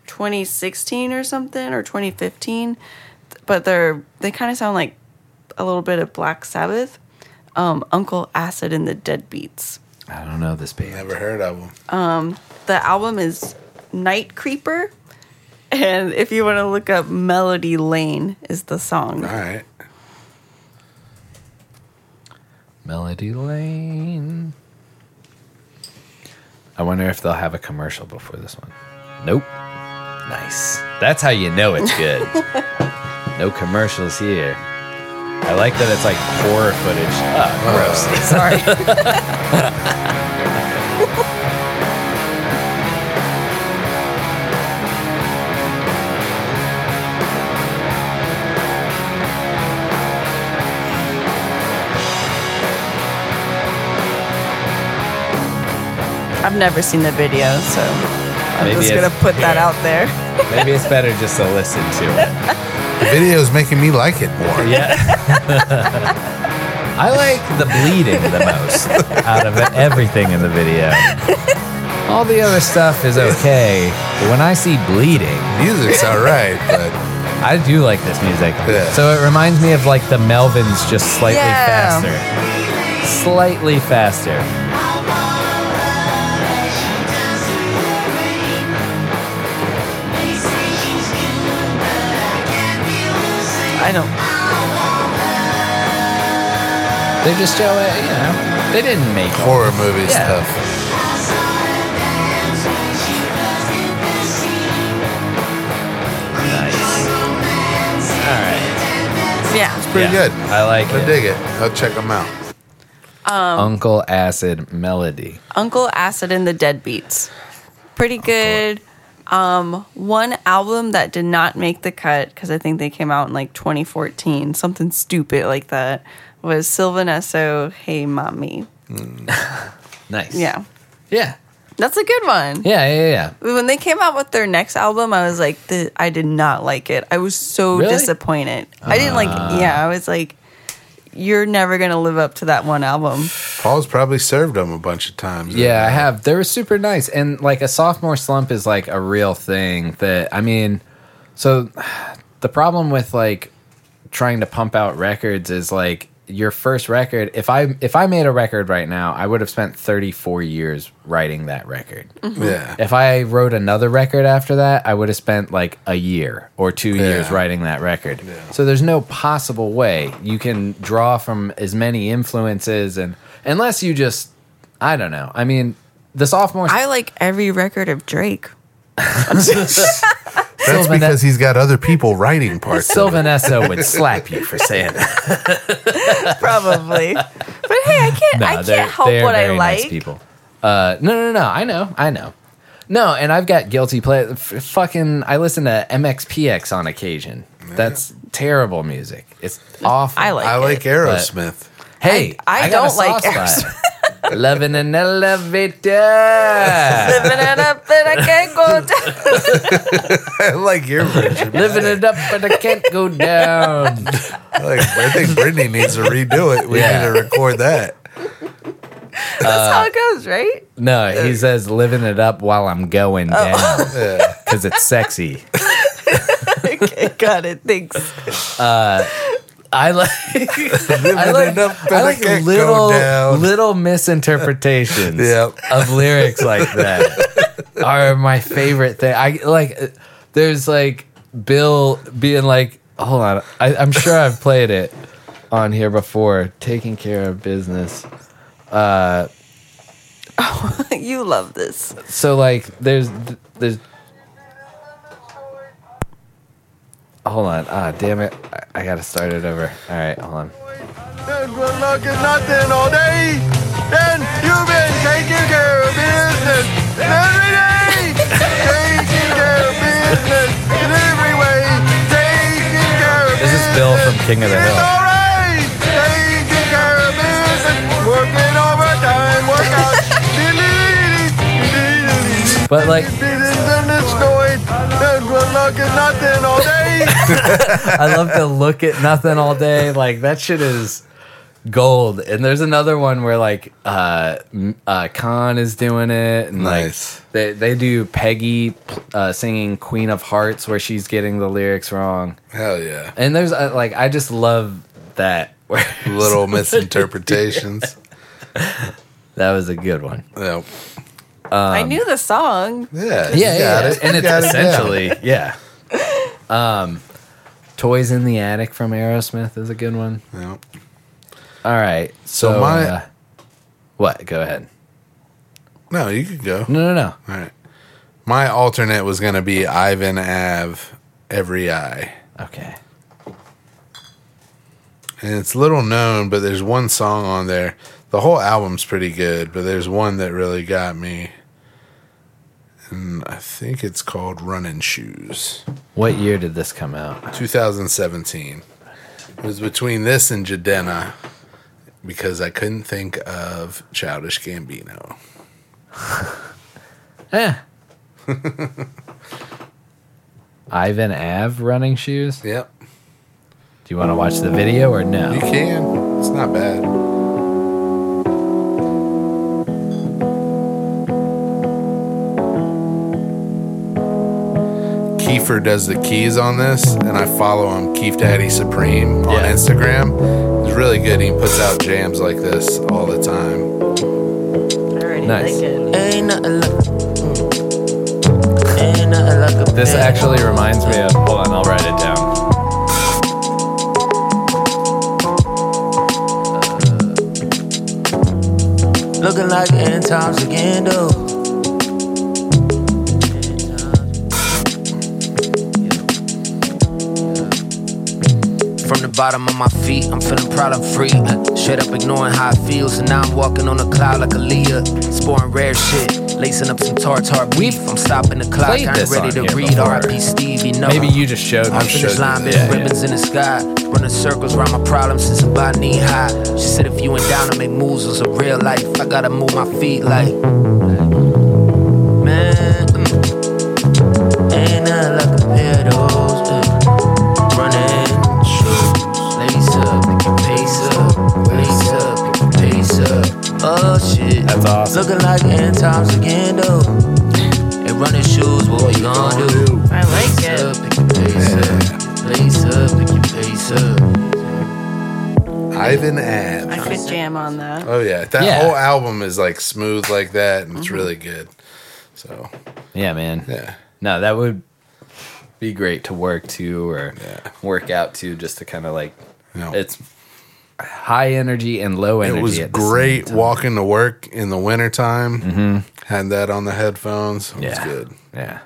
S3: 2016 or something or 2015, but they're they kind of sound like a little bit of Black Sabbath. Um Uncle Acid and the Deadbeats.
S1: I don't know this band.
S2: Never heard of them.
S3: Um, the album is Night Creeper, and if you want to look up Melody Lane, is the song.
S2: All right.
S1: Melody Lane. I wonder if they'll have a commercial before this one. Nope. Nice. That's how you know it's good. no commercials here. I like that it's like horror footage. Oh, gross.
S3: Sorry. I've never seen the video, so I'm
S1: Maybe
S3: just
S1: it's-
S3: gonna put that out there.
S1: Maybe it's better just to listen to it.
S2: The video's making me like it more.
S1: Yeah. I like the bleeding the most out of everything in the video. All the other stuff is okay, but when I see bleeding,
S2: music's all right. But
S1: I do like this music. So it reminds me of like the Melvins, just slightly
S3: Yeah.
S1: faster, slightly faster.
S3: I don't.
S1: They just show it, you know. They didn't make
S2: horror movie
S1: Yeah.
S2: stuff.
S1: Nice. All right.
S3: Yeah.
S2: Pretty
S1: Yeah,
S2: good.
S1: I like
S2: I
S1: it.
S2: dig it. I'll check them out.
S3: Um,
S1: Uncle Acid Melody.
S3: Uncle Acid and the Deadbeats. Pretty good. Um, one album that did not make the cut because I think they came out in like 2014, something stupid like that, was Sylvanesso Hey Mommy.
S1: Nice.
S3: Yeah.
S1: Yeah.
S3: That's a good one.
S1: Yeah, yeah, yeah.
S3: When they came out with their next album, I was like, "Th- I did not like it. I was so
S1: Really?
S3: disappointed. I didn't like,
S2: Ah.
S3: yeah, I was like, you're never going to live up to that one album.
S2: Paul's probably served them a bunch of times.
S1: Yeah, I have. They were super nice. And like a sophomore slump is like a real thing that I mean, so the problem with like trying to pump out records is like your first record, if I if I made a record right now, I would have spent 34 years writing that record.
S2: Mhm. Yeah.
S1: If I wrote another record after that, I would have spent like a year or 2 years
S2: Yeah.
S1: writing that record. So there's no possible way you can draw from as many influences and unless you just I don't know. I mean, the sophomore.
S3: I like every record of Drake.
S2: That's because he's got other people writing parts. of it.
S1: Sylvanesso would slap you for saying that.
S3: Probably. But hey, I can't. I can't help what I like.
S1: people. Uh, no, no, no. I know. I know. No, and I've got guilty play. F- fucking, I listen to MXPX on occasion. That's terrible music. It's awful. I
S3: like. I
S2: like Aerosmith.
S1: hey,
S3: I- I
S1: got
S3: don't
S1: a
S3: like
S1: soft spot. Loving an elevator.
S3: Living it up, but I can't go down.
S2: I like your version.
S1: Living it up, but I can't go down.
S2: Like, I think Brittany needs to redo it. We
S1: Yeah.
S2: need to record that.
S3: That's
S1: Uh,
S3: how it goes, right?
S1: No, he says living it up while I'm going
S3: Oh.
S1: down
S3: Yeah.
S1: because it's sexy.
S3: okay, got it. Thanks.
S1: Uh, I like I like,
S3: it up, but
S1: I
S3: I
S1: like
S3: can't go
S1: little
S3: down.
S1: little misinterpretations of lyrics like that are my favorite thing. I like uh, there's like Bill being like, hold on, I, I'm sure I've played it on here before. Taking care of business. Uh,
S3: you love this.
S1: so like there's there's hold on ah damn it I, I gotta start it over all right hold on
S8: And we're looking nothing all day. Then you've been taking care of business every day. taking care of business in every way. Taking care of
S1: this is bill from king of the
S8: business.
S1: hill
S8: All right. Taking care of business. Working overtime. Workout.
S1: but like
S8: And we're looking nothing all day.
S1: i love to look at nothing all day like that shit is gold and there's another one where like uh m- uh khan is doing it and like they, they do peggy uh singing queen of hearts where she's getting the lyrics wrong
S2: Hell yeah.
S1: And there's uh, like I just love that
S2: Little misinterpretations.
S1: that was a good one.
S2: Yep.
S1: Um,
S3: I knew the song.
S1: Yeah, yeah, yeah. and it's essentially yeah. Um, toys in the attic from Aerosmith is a good one.
S2: Yep.
S1: All right, so,
S2: So my-
S1: uh, what? Go ahead.
S2: No, you could go.
S1: No, no, no.
S2: All right. My alternate was going to be Ivan Av, Every Eye.
S1: Okay.
S2: And it's little known, but there's one song on there. The whole album's pretty good, but there's one that really got me. And I think it's called Running Shoes.
S1: What year did this come out?
S2: 2017. It was between this and Jadena because I couldn't think of Childish Gambino.
S1: Yeah. Ivan Av running shoes.
S2: Yep.
S1: Do you want to watch the video or no?
S2: You can. It's not bad. Kiefer does the keys on this, and I follow him, Keef Daddy Supreme, on Instagram. He's really good. He puts out jams like this all the time.
S1: Nice.
S8: Ain't nothing like
S1: This actually reminds me of. Hold on, I'll write it down.
S8: Looking like end times again, though.
S9: From the bottom of my feet, I'm feeling proud I'm free. Straight up ignoring how it feels, and now I'm walking on a cloud like Aaliyah. Sporting rare shit, lacing up some tartar beef. I'm stopping the clock, I
S1: played
S9: ain't
S1: this
S9: ready
S1: on
S9: to
S1: here
S9: read
S1: before.
S9: RIP Stevie. No,
S1: Maybe you just showed me.
S9: I'm finished line, bitch,
S1: Yeah, yeah.
S9: ribbons in the sky. Running circles around my problems since about knee high. She said if you ain't down to make moves, it's a real life. I gotta move my feet like. Man, mm. ain't nothing like a pair of those. mm. Running shoes, lace up, pick your pace up, lace up, pick your pace up. Oh shit, that's awesome. Looking like end times again though. And running shoes, what we gon' do? I like lace it. Up, pick your pace up, lace up, pick your pace up.
S2: Ivan Ab.
S3: I could jam on that.
S2: Oh yeah, that
S3: Yeah.
S2: whole album is like smooth like that, and it's
S1: Mm-hmm.
S2: really good. So
S1: Yeah, man.
S2: Yeah.
S1: No, that would be great to work to or work out to just to kind of like it's high energy and low energy.
S2: it was
S1: at the same
S2: great
S1: time. Mm-hmm.
S2: walking to work in the wintertime. Had that on the headphones. It
S1: Yeah.
S2: was good.
S1: Yeah.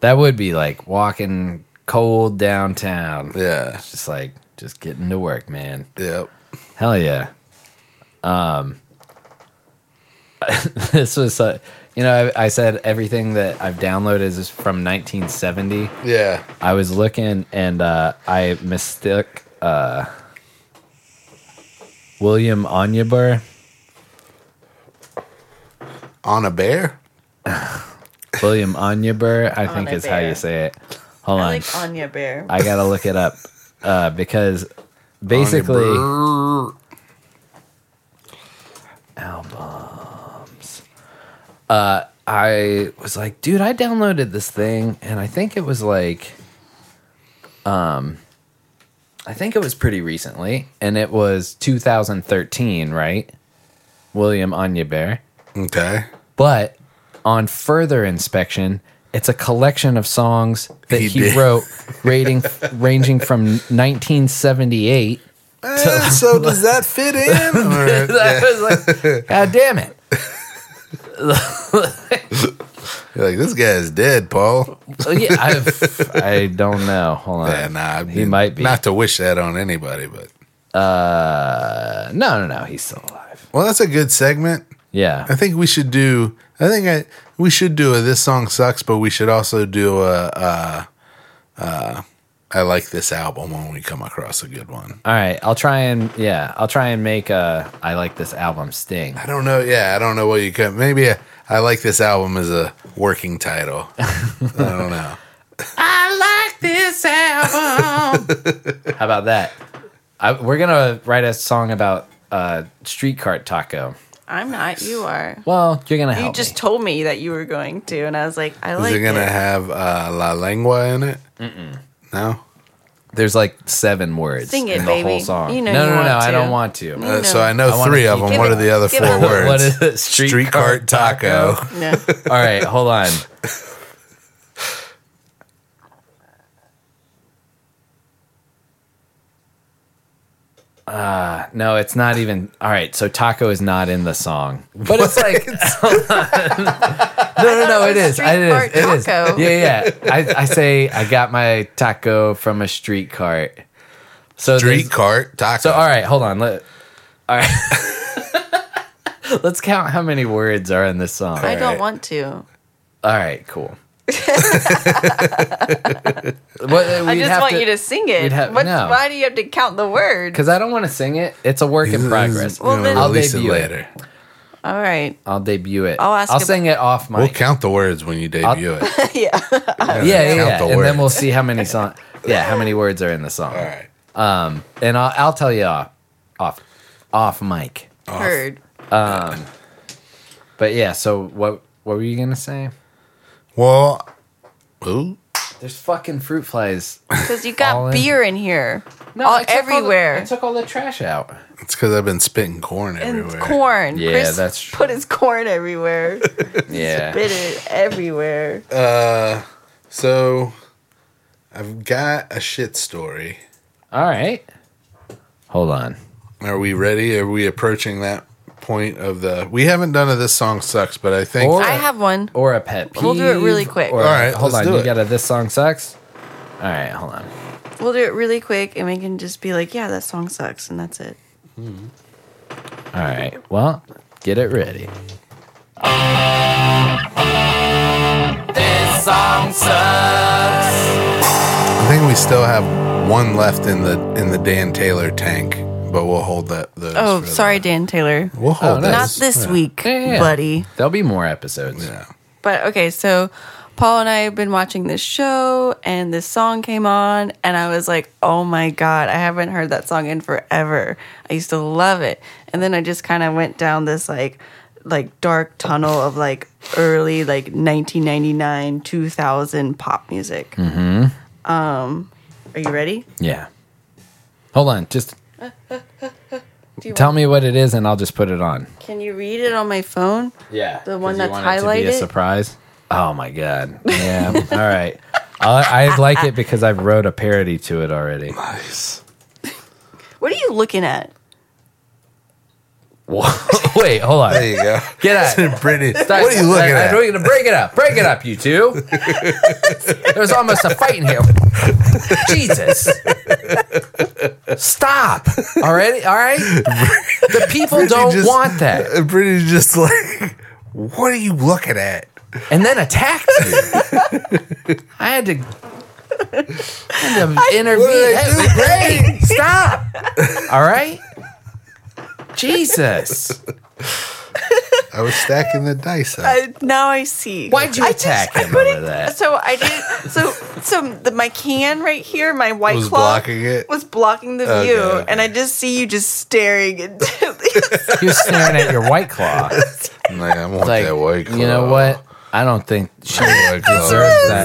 S1: That would be like walking cold downtown.
S2: Yeah.
S1: Just like just getting to work, man.
S2: Yep.
S1: Hell yeah. Um this was uh, you know, I, I said everything that I've downloaded is from 1970.
S2: Yeah.
S1: I was looking and uh, I mistook uh, William Onyeber.
S2: On a bear?
S1: William Onyeber, I
S3: On
S1: think
S3: a
S1: is how
S3: bear.
S1: you say it. Hold
S3: I
S1: on.
S3: like Anya Bear.
S1: I gotta look it up uh, because basically albums. Uh, I was like, dude, I downloaded this thing, and I think it was like, um, I think it was pretty recently, and it was 2013, right? William Onyebear.
S2: Okay.
S1: But on further inspection, it's a collection of songs that
S2: He
S1: he,
S2: did.
S1: wrote, rating, ranging from 1978.
S2: Eh, so does that fit in? Or-
S1: I was like, God damn it.
S2: You're like, this guy is dead, Paul.
S1: Oh, yeah, I've- I don't know. Hold on.
S2: Yeah, nah, I
S1: He might be.
S2: Not to wish that on anybody, but.
S1: Uh, no, no, no. He's still alive.
S2: Well, that's a good segment.
S1: Yeah.
S2: I think we should do. I think I we should do a this song sucks, but we should also do a. uh uh I like this album when we come across a good one.
S1: All right. I'll try and, yeah, I'll try and make a I like this album sting.
S2: I don't know. Yeah, I don't know what you could. Maybe a, I like this album as a working title. I don't know.
S1: I like this album. How about that? I, we're gonna write a song about uh, street cart taco.
S3: I'm not. You are.
S1: Well, you're gonna
S3: You
S1: help.
S3: just told me that you were going to, and I was like, I
S2: Is
S3: like
S2: it gonna
S3: it.
S2: have uh, La Lengua in it?
S1: Mm-mm.
S2: No.
S1: There's like seven words
S3: Sing it,
S1: in the
S3: baby.
S1: whole song.
S3: You know
S1: no,
S3: you
S1: no, no,
S3: want
S1: no. I
S3: to.
S1: don't want to.
S3: You
S2: Uh, so I know
S1: wanna
S2: three of
S1: keep
S2: them.
S1: it-
S2: What are the other
S1: give
S2: four
S1: it-
S2: words?
S1: What is it? Street,
S2: Street
S1: cart
S2: cart
S1: taco.
S2: taco.
S3: Yeah.
S1: All right, hold on. Uh, no, it's not even. All right, so taco is not in the song, but it's like no, no, no. It is. It is. It is. Yeah,
S3: taco.
S1: yeah. I, I say I got my taco from a street cart. So
S2: Street
S1: there's-
S2: cart taco.
S1: So uh, all right, hold on. Let, all right. Let's count how many words are in this song.
S3: I don't want to.
S1: All right, cool. what,
S3: I just want you to sing it.
S1: we'd have-
S3: What-
S1: no.
S3: Why do you have to count the word?
S1: because I don't want to sing it. It's a work in progress.
S3: Well, then-
S1: I'll
S2: release it
S1: debut
S2: later.
S3: All right.
S1: I'll debut it.
S3: I'll ask
S1: I'll
S3: him-
S1: sing it off mic.
S2: We'll count the words when you debut it.
S3: yeah.
S2: Yeah,
S1: yeah, yeah,
S2: count
S1: yeah.
S2: the
S1: and then
S2: words.
S1: we'll see how many song. Yeah, how many words are in the song? All
S2: right.
S1: Um, and I'll, I'll tell you off, off, off mic.
S3: Heard.
S1: Um, but yeah. So what? What were you gonna say?
S2: Well, ooh.
S1: There's fucking fruit flies
S3: Because you
S1: All
S3: got
S1: in.
S3: beer in here.
S1: No,
S3: all,
S1: I took all the-
S3: everywhere.
S1: I took all the trash out.
S2: It's because I've been spitting corn
S3: And
S2: everywhere.
S3: corn.
S2: Yeah,
S3: Chris
S2: that's true.
S3: put his corn everywhere.
S1: Yeah.
S3: Bit it everywhere.
S2: Uh, so I've got a shit story.
S1: All right. Hold on.
S2: Are we ready? Are we approaching that point of the? We haven't done a this song sucks, but I think
S3: I have one.
S1: Or a pet peeve.
S3: We'll do it really quick.
S1: Or,
S2: All right,
S1: Hold
S2: let's
S1: on.
S2: do
S1: You
S2: it.
S1: got a this song sucks. All right. Hold on.
S3: We'll do it really quick and we can just be like, yeah, that song sucks and that's it.
S1: All right. Well, get it ready.
S21: This song sucks.
S2: I think we still have one left in the in the Dan Taylor tank, but we'll hold that. Those
S3: oh, sorry, Dan Taylor.
S2: We'll hold
S1: Oh,
S3: Not
S2: those.
S3: this
S2: Yeah.
S3: week, buddy.
S1: There'll be more episodes. Yeah.
S3: But okay, so Paul and I have been watching this show, and this song came on, and I was like, oh my God, I haven't heard that song in forever. I used to love it. And then I just kind of went down this like, like dark tunnel of like early like 1999 2000 pop music
S1: hmm
S3: um are you ready
S1: Yeah. Hold on. Just
S3: Do you
S1: tell
S3: want-
S1: me what it is, and I'll just put it on.
S3: can you read it on my phone
S1: Yeah.
S3: the one
S1: 'Cause
S3: that's
S1: you want it to be a
S3: highlighted
S1: surprise. Oh my god. Yeah. All right. I, I like it because I've wrote a parody to it already. Nice.
S3: what are you looking at
S1: Wait, hold on. There you go. Get out.
S2: Brittany,
S1: Stop-
S2: what are you looking
S1: I-
S2: at?
S1: I'm going to break it up. Break it up, you two. there was almost a fight in here. Jesus. Stop. Already? All right? The people don't want that.
S2: Brittany's just like, what are you looking at?
S1: And then attacked you. I had to, I had to intervene. Hey, hey, stop. All right? Jesus.
S2: I was stacking the dice up.
S3: I, now I see.
S1: Why'd you
S3: I
S1: attack
S3: just,
S1: him over that?
S3: So I did. So so the, my can right here, my white
S2: Was
S3: claw
S2: blocking it?
S3: was blocking the
S1: Okay,
S3: view,
S1: okay.
S3: and I just see you just staring. Into
S1: You're staring at your white claw.
S2: Like, I want
S1: that white claw. You know what? I don't think she deserves that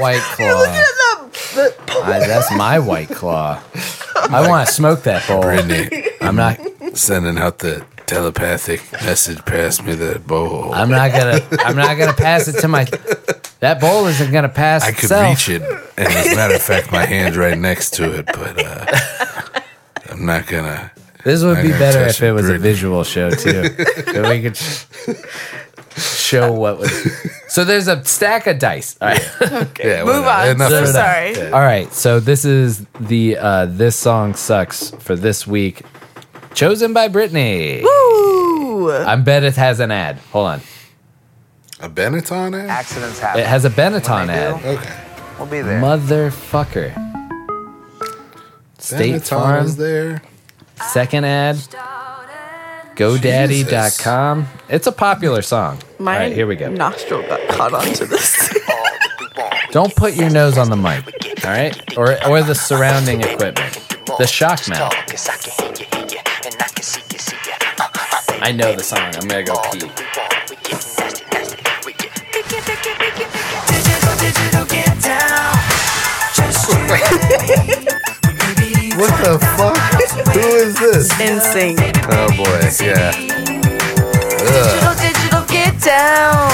S1: white claw.
S3: the,
S1: I, that's my white claw. I want to smoke that bowl. I'm not.
S2: sending out the telepathic message past me that bowl.
S1: I'm not gonna. I'm not gonna pass it to my. That bowl isn't gonna pass.
S2: I could
S1: itself.
S2: reach it, and as a matter of fact, my hand's right next to it, but uh, I'm not gonna.
S1: This would
S2: I
S1: be
S2: gotta
S1: better
S2: touch
S1: if it was a
S2: Brittany.
S1: visual show too. Then we could sh- show what was. So there's a stack of dice. All right.
S3: Okay. Yeah, Move whatever. on. Enough So of that. sorry.
S1: All right. So this is the uh, this song sucks for this week, chosen by Brittany.
S3: Woo!
S1: I bet it has an ad. Hold on.
S2: A Benetton ad? Accidents
S1: It has a Benetton ad.
S2: Okay.
S1: We'll be there. Motherfucker. State
S2: Benetton
S1: Farm.
S2: is there.
S1: Second ad. GoDaddy.com. It's a popular song.
S3: my
S1: All right, here we go.
S3: Nostril got caught onto this.
S1: Don't put your nose on the mic, all right? Or or the surrounding equipment. The shock mount. I know the song. I'm gonna go pee.
S2: What the fuck? Who is this?
S3: NSYNC.
S2: Oh boy, yeah.
S3: digital,
S2: Ugh.
S3: digital, get down.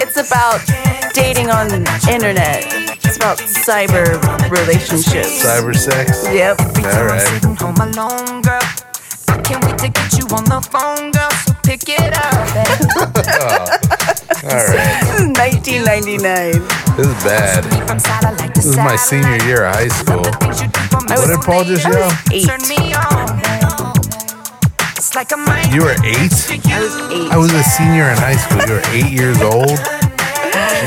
S3: it's about dating on the internet. It's about cyber relationships.
S2: Cyber sex.
S3: Yep.
S2: All right.
S5: home alone, girl. I can't wait to get you on the phone, girl. So pick it up.
S2: Oh. All right.
S3: 1999.
S2: This is bad. This is my senior year of high school. What did Paul just yell?
S5: Turn me on. It's like a mic.
S2: You were eight?
S5: I was eight.
S2: I was a senior in high school. You were eight years old?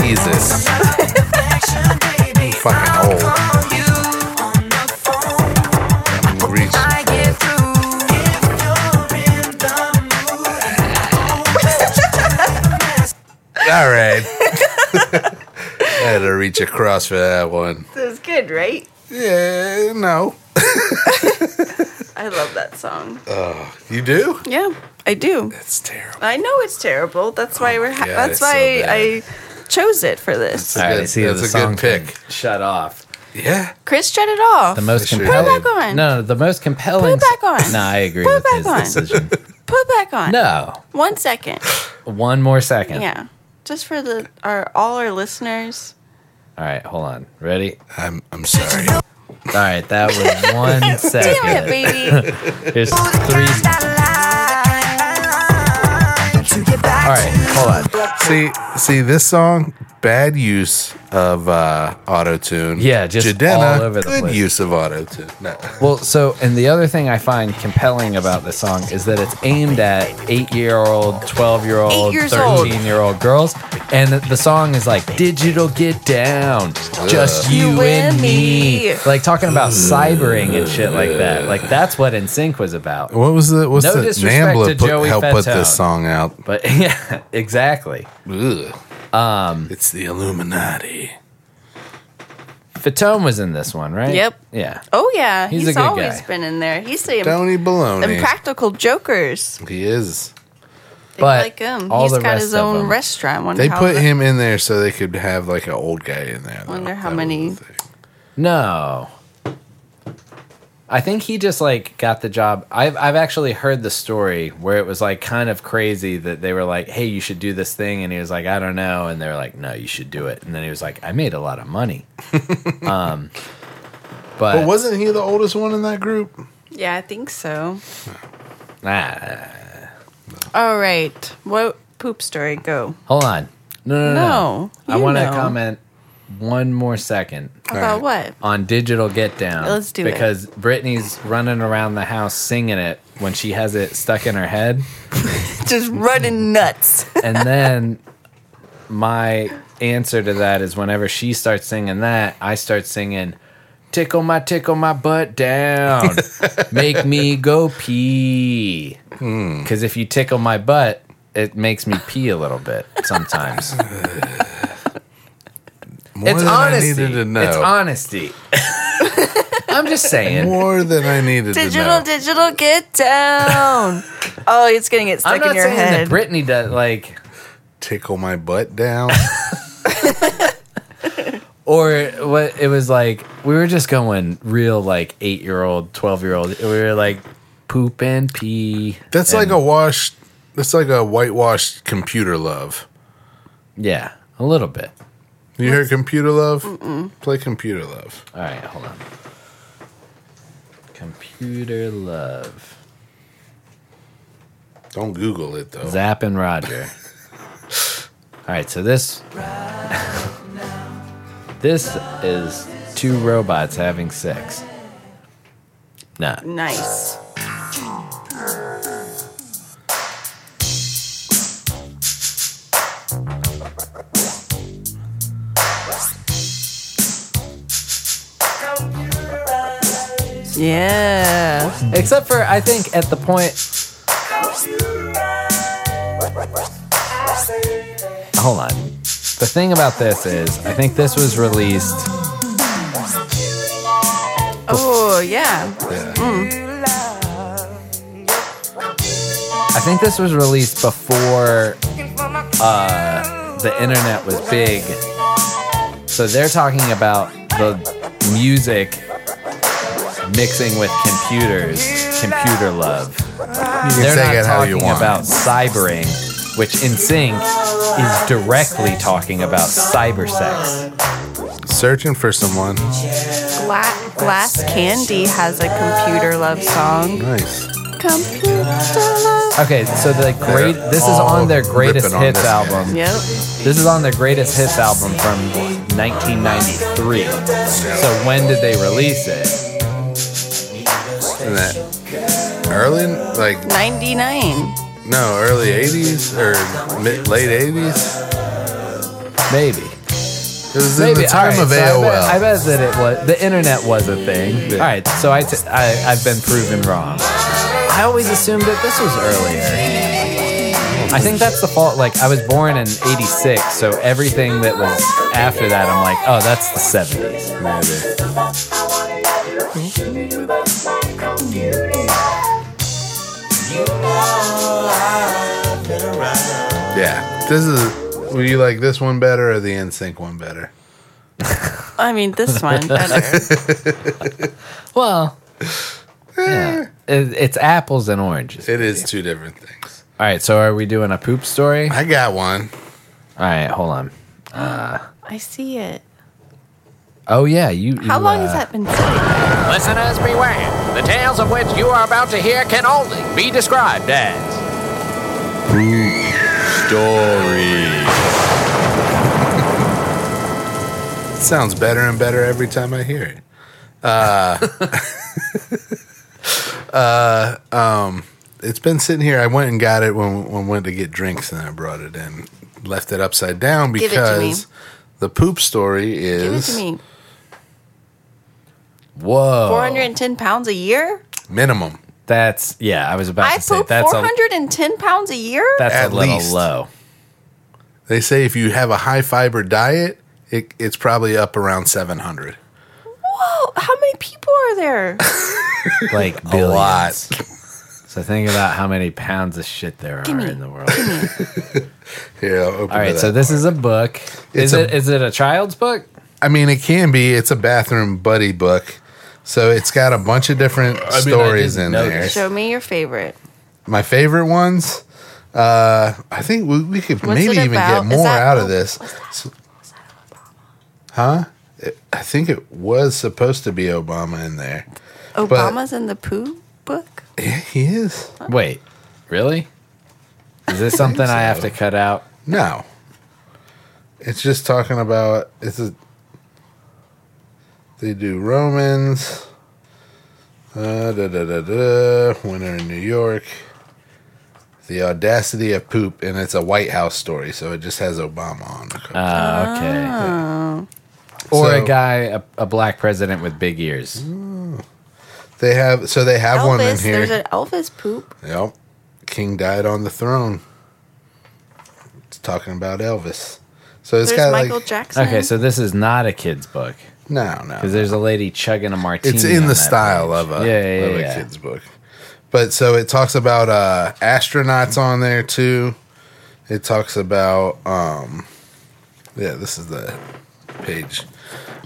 S2: Jesus. Fucking old. Reach. All right. I had to reach across for that one.
S3: That was good, right?
S2: Yeah, no.
S3: I love that song.
S2: Oh, you do?
S3: Yeah, I do.
S2: That's terrible.
S3: I know it's terrible. That's why we're. Ha-
S2: God,
S3: that's
S2: it's so
S3: why
S2: bad.
S3: I chose it for this.
S1: All right, see
S2: that's
S1: the
S2: a good
S1: song pick. Shut off.
S2: Yeah.
S3: Chris, shut it off.
S1: The most
S3: Put it
S1: compelling.
S3: back on.
S1: No, no, the most compelling.
S3: Put it back on.
S1: No, I agree
S3: Put it
S1: with
S3: back
S1: his
S3: on.
S1: decision.
S3: Put it back on.
S1: No.
S3: One second.
S1: One more second.
S3: Yeah. Just for the our all our listeners.
S1: All right, hold on. Ready?
S2: I'm I'm sorry.
S1: All right, that was one
S3: Damn
S1: second.
S3: it, baby.
S1: Here's three.
S5: To get back
S1: All right, hold on.
S2: See, see this song, bad use of uh, auto tune.
S1: Yeah, just all over the
S2: good
S1: place.
S2: use of auto tune. No.
S1: Well, so, and the other thing I find compelling about this song is that it's aimed at eight year old, 12 year old,
S3: Eight years old.
S1: 13 year old girls. And the- the song is like, digital get down, just
S3: You
S1: you, and
S3: and
S1: me.
S3: me.
S1: Like talking about cybering and shit like that. Like that's what NSYNC was about.
S2: What was the what's
S1: No
S2: the
S1: disrespect to
S2: Nambla put,
S1: Joey
S2: help put
S1: Fatone.
S2: this song out?
S1: But yeah, exactly. Um,
S2: it's the Illuminati.
S1: Fatone was in this one, right?
S3: Yep.
S1: Yeah.
S3: Oh yeah,
S1: He's
S3: he's,
S1: a good
S3: always
S1: guy.
S3: been in there. He's the
S1: Tony Baloney.
S3: Impractical Jokers.
S2: He is.
S3: They
S1: But
S3: like him.
S1: all
S3: He's
S1: the
S3: got
S1: rest
S3: his
S1: of
S3: own
S1: them-
S3: restaurant. Wonder
S2: They
S3: how
S2: put
S3: the-
S2: him in there so they could have like an old guy in there.
S3: Wonder how many.
S1: No. I think he just like got the job. I've I've actually heard the story where it was like kind of crazy that they were like, "Hey, you should do this thing," and he was like, "I don't know," and they were like, "No, you should do it," and then he was like, "I made a lot of money." um, but,
S2: But, wasn't he the oldest one in that group?
S3: Yeah, I think so.
S1: nah,
S3: All right, what poop story? Go.
S1: hold on, no, no, no. no.
S3: No,
S1: Uh, I
S3: you
S1: want to
S3: know.
S1: comment one more second
S3: About what?
S1: on digital get down.
S3: Let's do it.
S1: because Brittany's running around the house singing it when she has it stuck in her head.
S3: Just running nuts.
S1: and then my answer to that is whenever she starts singing that, I start singing tickle my tickle my butt down make me go pee
S2: Hmm.
S1: because if you tickle my butt it makes me pee a little bit sometimes
S2: More
S1: it's
S2: than
S1: honesty
S2: I needed to know.
S1: it's honesty i'm just saying
S2: More than I needed to
S3: Digital,
S2: know.
S3: digital, get down. oh, it's gonna get
S1: i'm
S3: stuck
S1: not
S3: in your
S1: saying
S3: head.
S1: that brittany does like
S2: Tickle my butt down.
S1: or what it was like we were just going real like eight year old 12 year old we were like poop and pee
S2: That's like a wash. That's like a whitewashed computer love.
S1: Yeah, a little bit.
S2: You hear computer love? Play computer love.
S1: All right, hold on. computer love
S2: Don't Google it though.
S1: Zap and Roger. All right, so this this is two robots having sex. Nah.
S3: Nice. Yeah.
S1: Except for I think at the point hold on. The thing about this is I think this was released
S3: Oh yeah. Mm.
S1: I think this was released before uh, the internet was big. So they're talking about the music mixing with computers, computer love.
S2: can
S1: they're
S2: take
S1: not
S2: it how
S1: talking
S2: you want.
S1: about cybering, which in sync is directly talking about cyber sex.
S2: Searching for someone.
S3: Gla- Glass Candy has a computer love song.
S2: Nice.
S3: Computer love.
S1: Okay, so the great
S3: They're
S1: this is on their
S3: all
S1: greatest
S3: ripping on
S1: hits
S3: this guy.
S1: album.
S3: Yep.
S1: This is on their greatest hits album from 1993. So when did they release it?
S2: And that early, like
S3: 99.
S2: no, early '80s or mid, late '80s.
S1: Maybe.
S2: It was in the time
S1: alright,
S2: of
S1: so
S2: AOL.
S1: I bet, I bet that it was the internet was a thing. All right, so I t- I I've been proven wrong. I always assumed that this was earlier. I think that's the fault. Like I was born in '86, so everything that was after that, I'm like, oh, that's the '70s.
S2: yeah, this is. Were you like this one better or the NSYNC one better?
S3: I mean, this one better.
S1: well, yeah, it, it's apples and oranges.
S2: It is two different things.
S1: All right, so are we doing a poop story?
S2: I got one.
S1: All right, hold on. Uh,
S3: I see it.
S1: oh yeah, you.
S3: How
S1: you,
S3: long
S1: uh,
S3: has that been sitting?
S22: Listeners, beware. The tales of which you are about to hear can only be described as.
S2: stories. It sounds better and better every time I hear it. Uh, uh, um, it's been sitting here. I went and got it when when I went to get drinks, and I brought it in, left it upside down
S3: Give it to me.
S2: because the poop story is
S3: Give it to me.
S1: Oh.
S2: whoa
S3: 410 pounds a year?
S2: minimum.
S1: That's yeah. I was about
S3: I
S1: to say
S3: poop
S1: that's a
S3: 410 pounds a year?
S1: that's a little low.
S2: They say if you have a high fiber diet, it, it's probably up around seven hundred.
S3: Whoa, how many people are there?
S1: like billions. a lot. So think about how many pounds of shit there are
S3: Gimme.
S1: in the world.
S2: Yeah. All
S1: All right, so this is a book. Is it is it a child's book?
S2: I mean, it can be. It's a bathroom buddy book. So it's got a bunch of different
S1: I
S2: stories
S1: didn't
S2: in there.
S3: Show me your favorite.
S2: My favorite ones. Uh, I think we, we could
S3: What's
S2: maybe
S3: it
S2: even
S3: about?
S2: get
S3: Is
S2: more
S3: that-
S2: out of this. So- huh? It- I think it was supposed to be Obama in there. But-
S3: Obama's in the poo book?
S2: Yeah, he is.
S1: Wait, really? Is this something I have to cut out?
S2: No. It's just talking about it's a they do Romans. Uh, da, da, da, da, winter in New York. The audacity of poop, and it's a White House story, so it just has Obama on. the cover.
S1: Uh, okay.
S3: Oh.
S1: Or
S2: So-
S1: a guy, a, a black president with big ears.
S2: They have so they have one in
S3: Elvis,
S2: here.
S3: there's an Elvis poop.
S2: Yep. King died on the throne. It's talking about Elvis. So
S3: There's
S2: it's got
S3: Michael
S2: like
S3: Jackson.
S1: Okay, so this is not a kid's book.
S2: No, no.
S1: Because there's a lady chugging a martini.
S2: It's in
S1: on
S2: the
S1: that
S2: style
S1: page.
S2: of a,
S1: yeah, yeah,
S2: of a
S1: yeah.
S2: kid's book. But so it talks about uh, astronauts on there too. It talks about um, yeah, this is the page.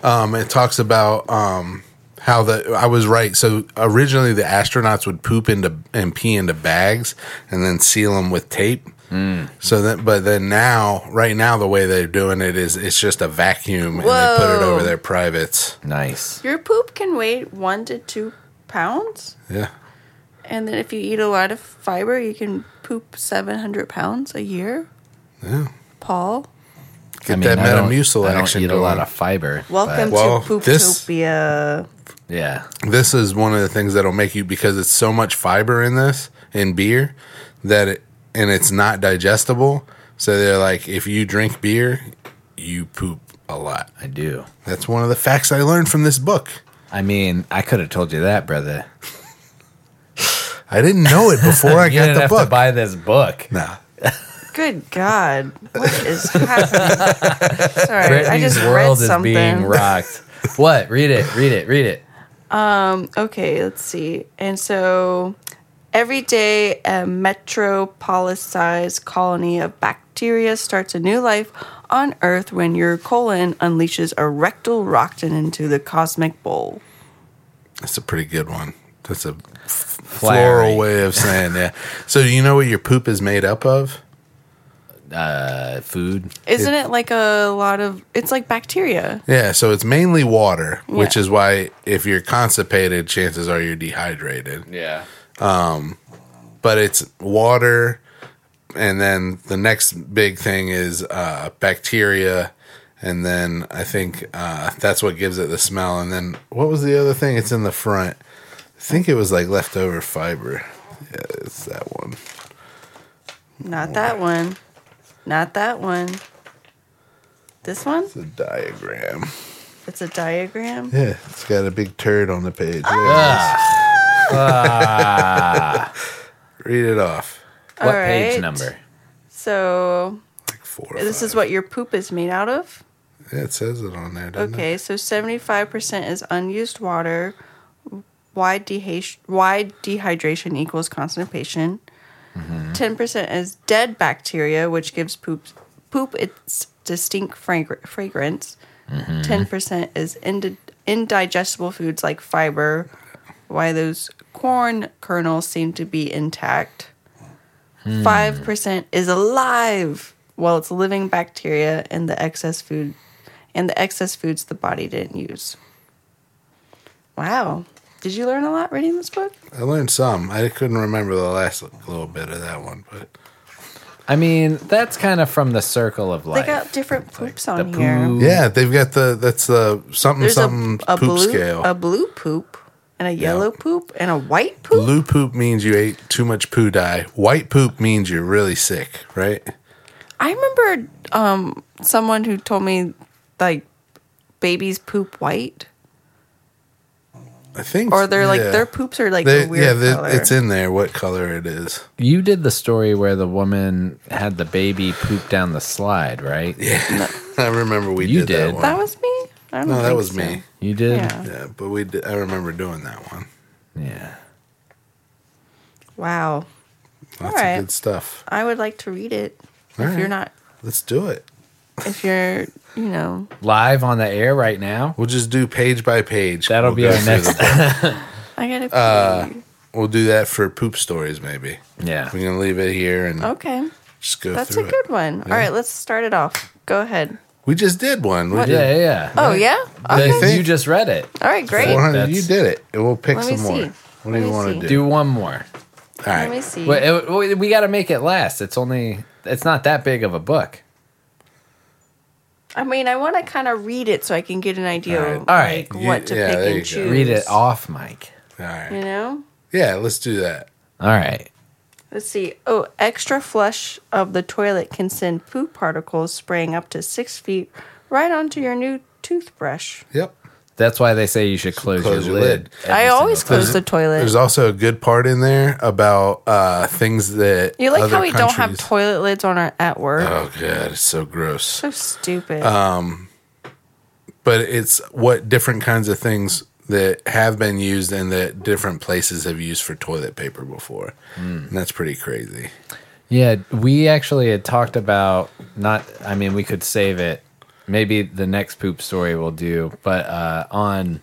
S2: Um, it talks about um, how the I was right. So originally the astronauts would poop into and pee into bags and then seal them with tape.
S1: Hmm.
S2: So then, but then now, right now, the way they're doing it is it's just a vacuum and they put it
S3: Whoa.
S2: over their privates.
S1: Nice.
S3: Your poop can weigh one to two pounds.
S2: Yeah.
S3: And then if you eat a lot of fiber, you can poop 700 pounds a year.
S2: Yeah.
S3: Paul,
S2: Get
S1: I mean,
S2: that
S1: I don't-
S2: Metamucil
S1: I don't
S2: action
S1: eat a lot
S2: going.
S1: of fiber.
S3: welcome
S2: Well,
S3: to
S2: this-
S3: Pooptopia.
S1: Yeah.
S2: This is one of the things that'll make you because it's so much fiber in this in beer that it and it's not digestible. So they're like, if you drink beer, you poop a lot.
S1: I do.
S2: That's one of the facts I learned from this book.
S1: I mean, I could have told you that, brother.
S2: I didn't know it before I
S1: You
S2: got
S1: didn't
S2: the
S1: have to
S2: book.
S1: buy this book.
S2: No.
S3: Good God. What is happening? Sorry, I
S1: Brittany's
S3: just read
S1: world is
S3: something.
S1: being rocked. what? Read it. Read it. Read it.
S3: Um, okay, let's see. And so every day, a metropolisized colony of bacteria starts a new life on Earth when your colon unleashes a rectal rockton into the cosmic bowl.
S2: That's a pretty good one. That's a f-
S1: Flowery.
S2: floral way of saying that. So do you know what your poop is made up of?
S1: Uh, food.
S3: Isn't it like a lot of? It's like bacteria.
S2: Yeah, so it's mainly water, which
S3: Yeah.
S2: is why if you're constipated, chances are you're dehydrated.
S1: Yeah.
S2: Um, but it's water, and then the next big thing is uh, bacteria, and then I think uh, that's what gives it the smell. And then what was the other thing? It's in the front. I think it was like leftover fiber. Yeah, it's that one.
S3: Not that one. Not that one. This one?
S2: The diagram.
S3: It's a diagram.
S2: Yeah, it's got a big turd on the page. There it is.
S1: Ah.
S2: Read it off.
S3: What All page right. number? So. this is what your poop is made out of.
S2: Yeah, it says it on there, doesn't
S3: Okay,
S2: it?
S3: so 75% is unused water. Why, deha- why dehydration equals constipation.
S2: Mm-hmm.
S3: 10% is dead bacteria, which gives poop, poop its distinct fragr- fragrance.
S2: Mm-hmm.
S3: 10% is indi- indigestible foods like fiber. Why those corn kernels seem to be intact.
S2: Hmm.
S3: 5% is alive. Well, it's living bacteria and the excess food and the excess foods the body didn't use. Wow. Did you learn a lot reading this book?
S2: I learned some. I couldn't remember the last little bit of that one, but
S1: I mean, that's kind of from the circle of
S3: They
S1: life.
S3: got different poops on here.
S2: Yeah, they've got the that's the something
S3: There's a,
S2: something
S3: a
S2: poop
S3: blue
S2: scale.
S3: a blue poop and a yellow poop and a white poop.
S2: Blue poop means you ate too much poo dye. White poop means you're really sick, right?
S3: I remember um, someone who told me like babies poop white.
S2: I think,
S3: or they're like
S2: yeah.
S3: their poops are like
S2: They-
S3: a weird
S2: yeah, they-
S3: color.
S2: it's in there what color it is.
S1: You did the story where the woman had the baby poop down the slide, right?
S2: Yeah, I remember we
S1: You
S2: did, that
S1: did.
S2: one.
S3: That was me. I don't
S2: no, that
S3: think
S2: was
S3: so.
S2: me.
S1: You did.
S3: Yeah.
S2: yeah, but we did, I remember doing that one.
S1: Yeah,
S3: Wow.
S2: lots
S3: All right.
S2: of good stuff.
S3: I would like to read it.
S2: All
S3: if you're
S2: right.
S3: not,
S2: Let's do it.
S3: if you're, you know,
S1: Live on the air right now.
S2: We'll just do page by page.
S1: That'll
S2: We'll
S1: be
S2: go
S1: our
S2: through
S1: next.
S3: I gotta.
S2: Uh, we'll do that for poop stories, maybe.
S1: Yeah,
S2: we're gonna leave it here and
S3: okay,
S2: just go
S3: Oh, that's a
S2: through it.
S3: good one.
S2: Yeah.
S3: All right, let's start it off. Go ahead.
S2: We just did one. We
S3: What-
S2: did,
S3: Yeah,
S1: yeah.
S3: Oh yeah.
S2: I
S3: Okay.
S2: think
S1: You just read it.
S3: All right, great.
S2: 400, you did it. And we'll pick
S3: Let me
S2: some more.
S3: see. Let
S2: What do you
S3: me
S2: want
S3: see.
S2: to do?
S1: Do one more.
S2: All
S3: Let
S2: right.
S3: me see.
S1: Wait, it- we, got to make it last. It's only. It's not that big of a book.
S3: I mean, I want to kind of read it so I can get an idea.
S1: All
S3: of,
S1: right.
S3: Like, what to pick and choose.
S1: Read it off, Mike.
S2: All right.
S3: You know.
S2: Yeah, let's do that.
S1: All right.
S3: Let's see. Oh, extra flush of the toilet can send poop particles spraying up to six feet right onto your new toothbrush.
S2: Yep.
S1: That's why they say you should close, your, lid.
S3: I always close the
S2: There's
S3: toilet.
S2: also a good part in there about uh, things that
S3: You like
S2: other
S3: how we don't have
S2: countries-
S3: toilet lids on our at work?
S2: Oh god, it's so gross.
S3: So stupid.
S2: Um, but it's what different kinds of things that have been used and that different places have used for toilet paper before,
S1: Hmm.
S2: and that's pretty crazy.
S1: Yeah, we actually had talked about not. I mean, we could save it. Maybe the next poop story we'll do, but uh, on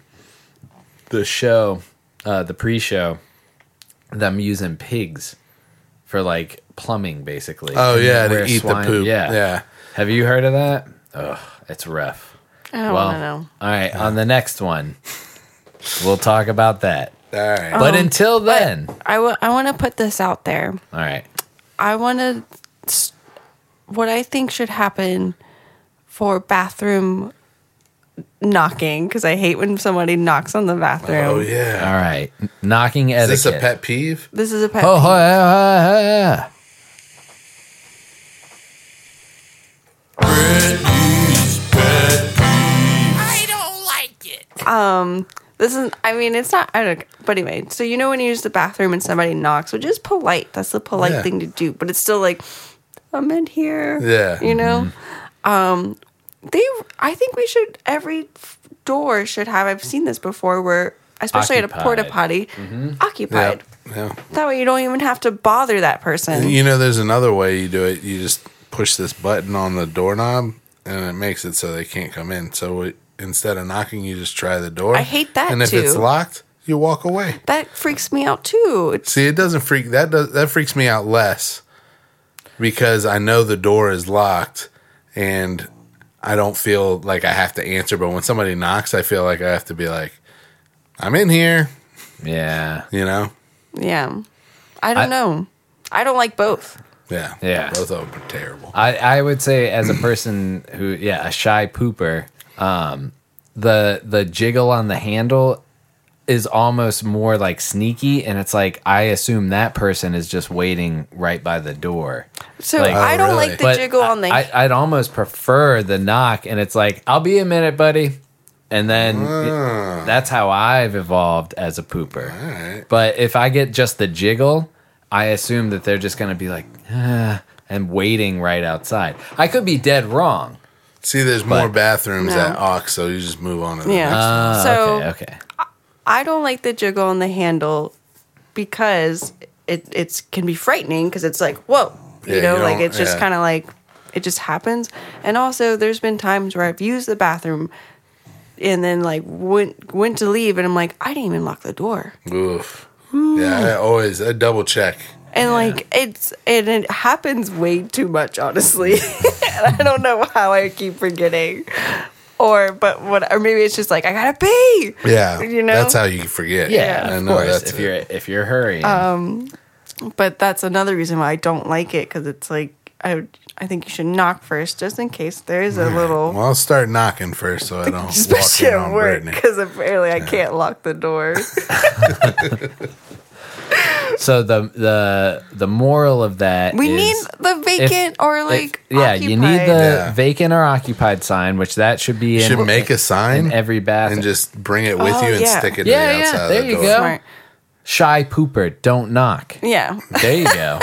S1: the show, uh, the pre-show, them using pigs for like plumbing, basically.
S2: Oh,
S1: And
S2: yeah,
S1: then
S2: to
S1: where
S2: eat the poop.
S1: Yeah,
S2: Yeah.
S1: Have you heard of that? Ugh, it's rough.
S3: I don't
S1: Well,
S3: wanna know.
S1: All right, on the next one, we'll talk about that.
S2: All right,
S1: but
S3: Um,
S1: until then,
S3: I want to put this out there.
S1: all right.
S3: I want to. What I think should happen for bathroom knocking, because I hate when somebody knocks on the bathroom.
S2: Oh yeah.
S1: All right. Knocking
S2: Is
S1: etiquette.
S2: this a pet peeve?
S3: This is a pet
S1: Oh,
S3: peeve.
S1: hi, hi, hi, hi.
S3: Um, this is. I mean, it's not. I don't. But anyway, so you know when you use the bathroom and somebody knocks, which is polite. That's the polite
S2: Yeah.
S3: thing to do. But it's still like, I'm in here.
S2: Yeah. Mm-hmm.
S3: You know, um, they. I think we should. Every f- door should have. I've seen this before, where especially at a porta
S1: Occupied.
S3: potty,
S2: Mm-hmm.
S3: occupied.
S2: Yeah.
S3: That way you don't even have to bother that person.
S2: You know, there's another way you do it. You just push this button on the doorknob, and it makes it so they can't come in. So it, instead of knocking, you just try the door.
S3: I hate that
S2: And if it's
S3: too.
S2: locked, you walk away.
S3: that freaks me out too. It's
S2: See, it doesn't freak that does that freaks me out less because I know the door is locked and I don't feel like I have to answer. But when somebody knocks, I feel like I have to be like, "I'm in here,"
S1: Yeah.
S2: you know?
S3: yeah. I don't
S1: I-
S3: know. I don't like both.
S2: Yeah,
S1: Yeah.
S2: Both of them are terrible.
S1: I, I would say as a person who yeah, a shy pooper, um, the the jiggle on the handle is almost more like sneaky and it's like I assume that person is just waiting right by the door.
S3: So I don't like the
S1: But
S3: jiggle on the.
S1: I, I'd almost prefer the knock, and it's like, I'll be a minute, buddy. And then
S2: Ah.
S1: it- that's how I've evolved as a pooper. But if I get just the jiggle, I assume that they're just going to be like, ah, and waiting right outside. I could be dead wrong.
S2: See, there's more bathrooms
S3: No.
S2: at Ox, so you just move on to the
S3: Yeah.
S2: next one.
S1: Ah,
S3: So-
S1: okay, okay.
S3: I don't like the jiggle on the handle because it it's can be frightening because it's like whoa, you
S2: Yeah,
S3: know,
S2: you
S3: like
S2: don't-
S3: it's just
S2: yeah.
S3: kind of like it just happens. And also, there's been times where I've used the bathroom and then like went went to leave, and I'm like, I didn't even lock the door,
S2: Oof. Yeah, I always I double check.
S3: and like it's and it happens way too much, honestly. and I don't know how I keep forgetting. Or, but what, or maybe it's just like, I gotta pee.
S2: Yeah,
S3: You know?
S2: that's how you forget.
S1: Yeah,
S2: I
S1: of
S2: know
S1: course.
S2: that's it.
S1: If
S3: Uh.
S1: you're if you're hurrying,
S3: Um, but that's another reason why I don't like it because it's like I would, I think you should knock first, just in case there is a
S2: All right.
S3: little,
S2: Well, I'll start knocking first so I don't walk
S3: especially
S2: in
S3: at
S2: on
S3: work,
S2: Brittany.
S3: because apparently I can't lock the door.
S1: So the the the moral of that
S3: we
S1: is-
S3: need the vacant or
S1: if-
S3: like
S1: yeah, you need the
S3: occupied.
S1: vacant or occupied sign, which that should be. in,
S2: should make a sign
S1: in every bathroom
S2: and just bring it with
S3: Oh,
S2: you and
S3: yeah.
S2: stick it to
S1: Yeah,
S2: the
S1: yeah,
S2: outside
S1: there
S2: of the
S1: you
S2: door.
S1: go. Smart. shy pooper, don't knock.
S3: yeah.
S1: There you go.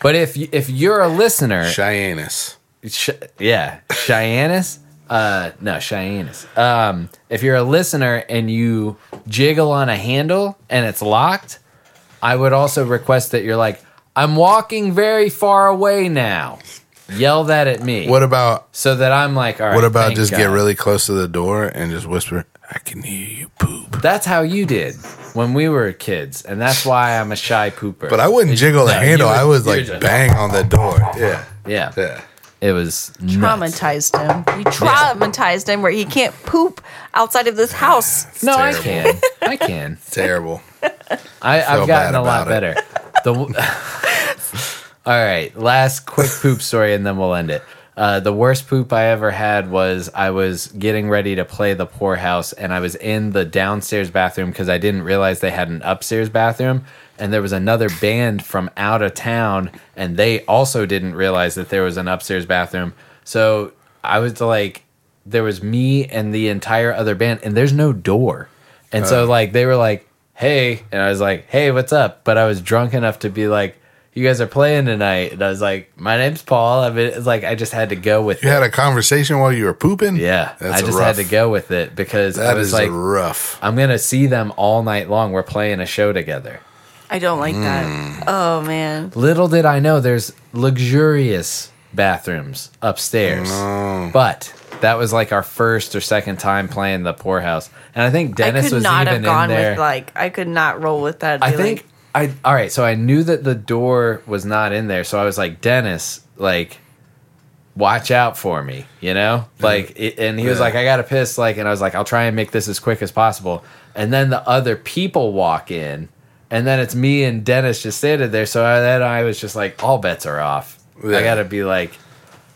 S1: but if you, if you're a listener,
S2: Cheyennes.
S1: Sh- yeah, Cheyennes. Uh, no, Cheyennes. Um, if you're a listener and you jiggle on a handle and it's locked, I would also request that you're like, I'm walking very far away now. Yell that at me.
S2: What about
S1: so that I'm like, all right.
S2: what about
S1: thank
S2: just get
S1: God."
S2: really close to the door and just whisper, I can hear you poop.
S1: That's how you did when we were kids, and that's why I'm a shy pooper.
S2: But I wouldn't jiggle the
S1: No, you
S2: handle.
S1: would-
S2: I was
S1: you
S2: like
S1: would just-
S2: bang on the door. Yeah.
S1: Yeah. It was nuts.
S3: Traumatized him. You traumatized him where he can't poop outside of this house.
S1: No, I can. I can.
S2: Terrible.
S1: I,
S2: Feel
S1: I've gotten
S2: bad
S1: a lot
S2: about
S1: better. The, w- all right, last quick poop story, and then we'll end it. Uh, the worst poop I ever had was I was getting ready to play the poorhouse, and I was in the downstairs bathroom because I didn't realize they had an upstairs bathroom. And there was another band from out of town, and they also didn't realize that there was an upstairs bathroom. So I was like, there was me and the entire other band, and there's no door. And so
S7: Oh.
S2: Uh.
S1: like they were like, "Hey," and I was like, "Hey, what's up?" But I was drunk enough to be like, "You guys are playing tonight," and I was like, "My name's Paul." I mean, it's like I just had to go with
S2: You
S1: it.
S2: had a conversation while you were pooping?
S1: Yeah.
S2: That's
S1: I just
S2: rough.
S1: had to go with it because I
S2: That
S1: was
S2: is
S1: like,
S2: rough.
S1: "I'm gonna see them all night long. We're playing a show together."
S3: I don't like that. Oh man.
S1: Little did I know, there's luxurious bathrooms upstairs, but. That was like our first or second time playing the poorhouse, and I think Dennis
S3: I could
S1: was
S3: not
S1: even
S3: have gone
S1: in there.
S3: with like I could not roll with that.
S1: I
S3: Be like,
S1: think I all right. So I knew that the door was not in there. So I was like, Dennis, like, watch out for me, you know. Like, it, and he was
S7: Yeah.
S1: like, I got to piss, like, and I was like, I'll try and make this as quick as possible. And then the other people walk in, and then it's me and Dennis just standing there. So I, then I was just like, all bets are off. I
S2: Yeah.
S1: got to be like,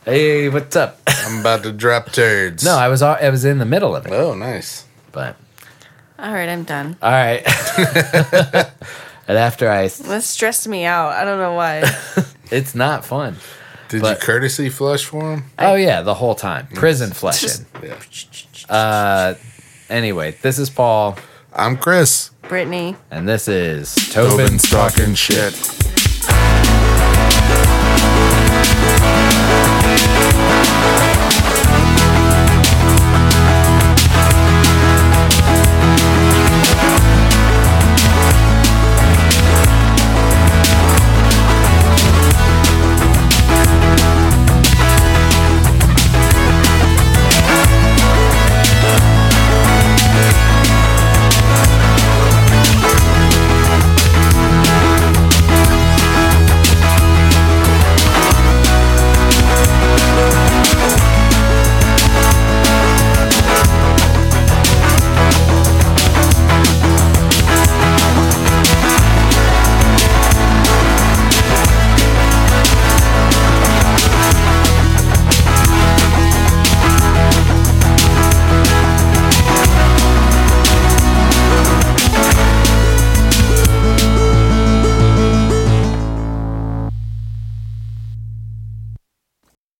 S1: hey, what's up?
S2: I'm about to drop turds.
S1: No, I was al- I was in the middle of it.
S2: Oh, nice.
S1: But
S3: all right, I'm done.
S1: all right. and after I,
S3: That stressed me out. I don't know why.
S1: it's not fun.
S2: Did
S1: But-
S2: you courtesy flush for him?
S1: Oh yeah, the whole time. Prison
S2: Just-
S1: flushing.
S2: Yeah.
S1: Uh anyway, this is Paul.
S2: I'm Chris.
S3: Brittany.
S1: And this is Tobin
S2: Talking Shit.
S8: Thank you.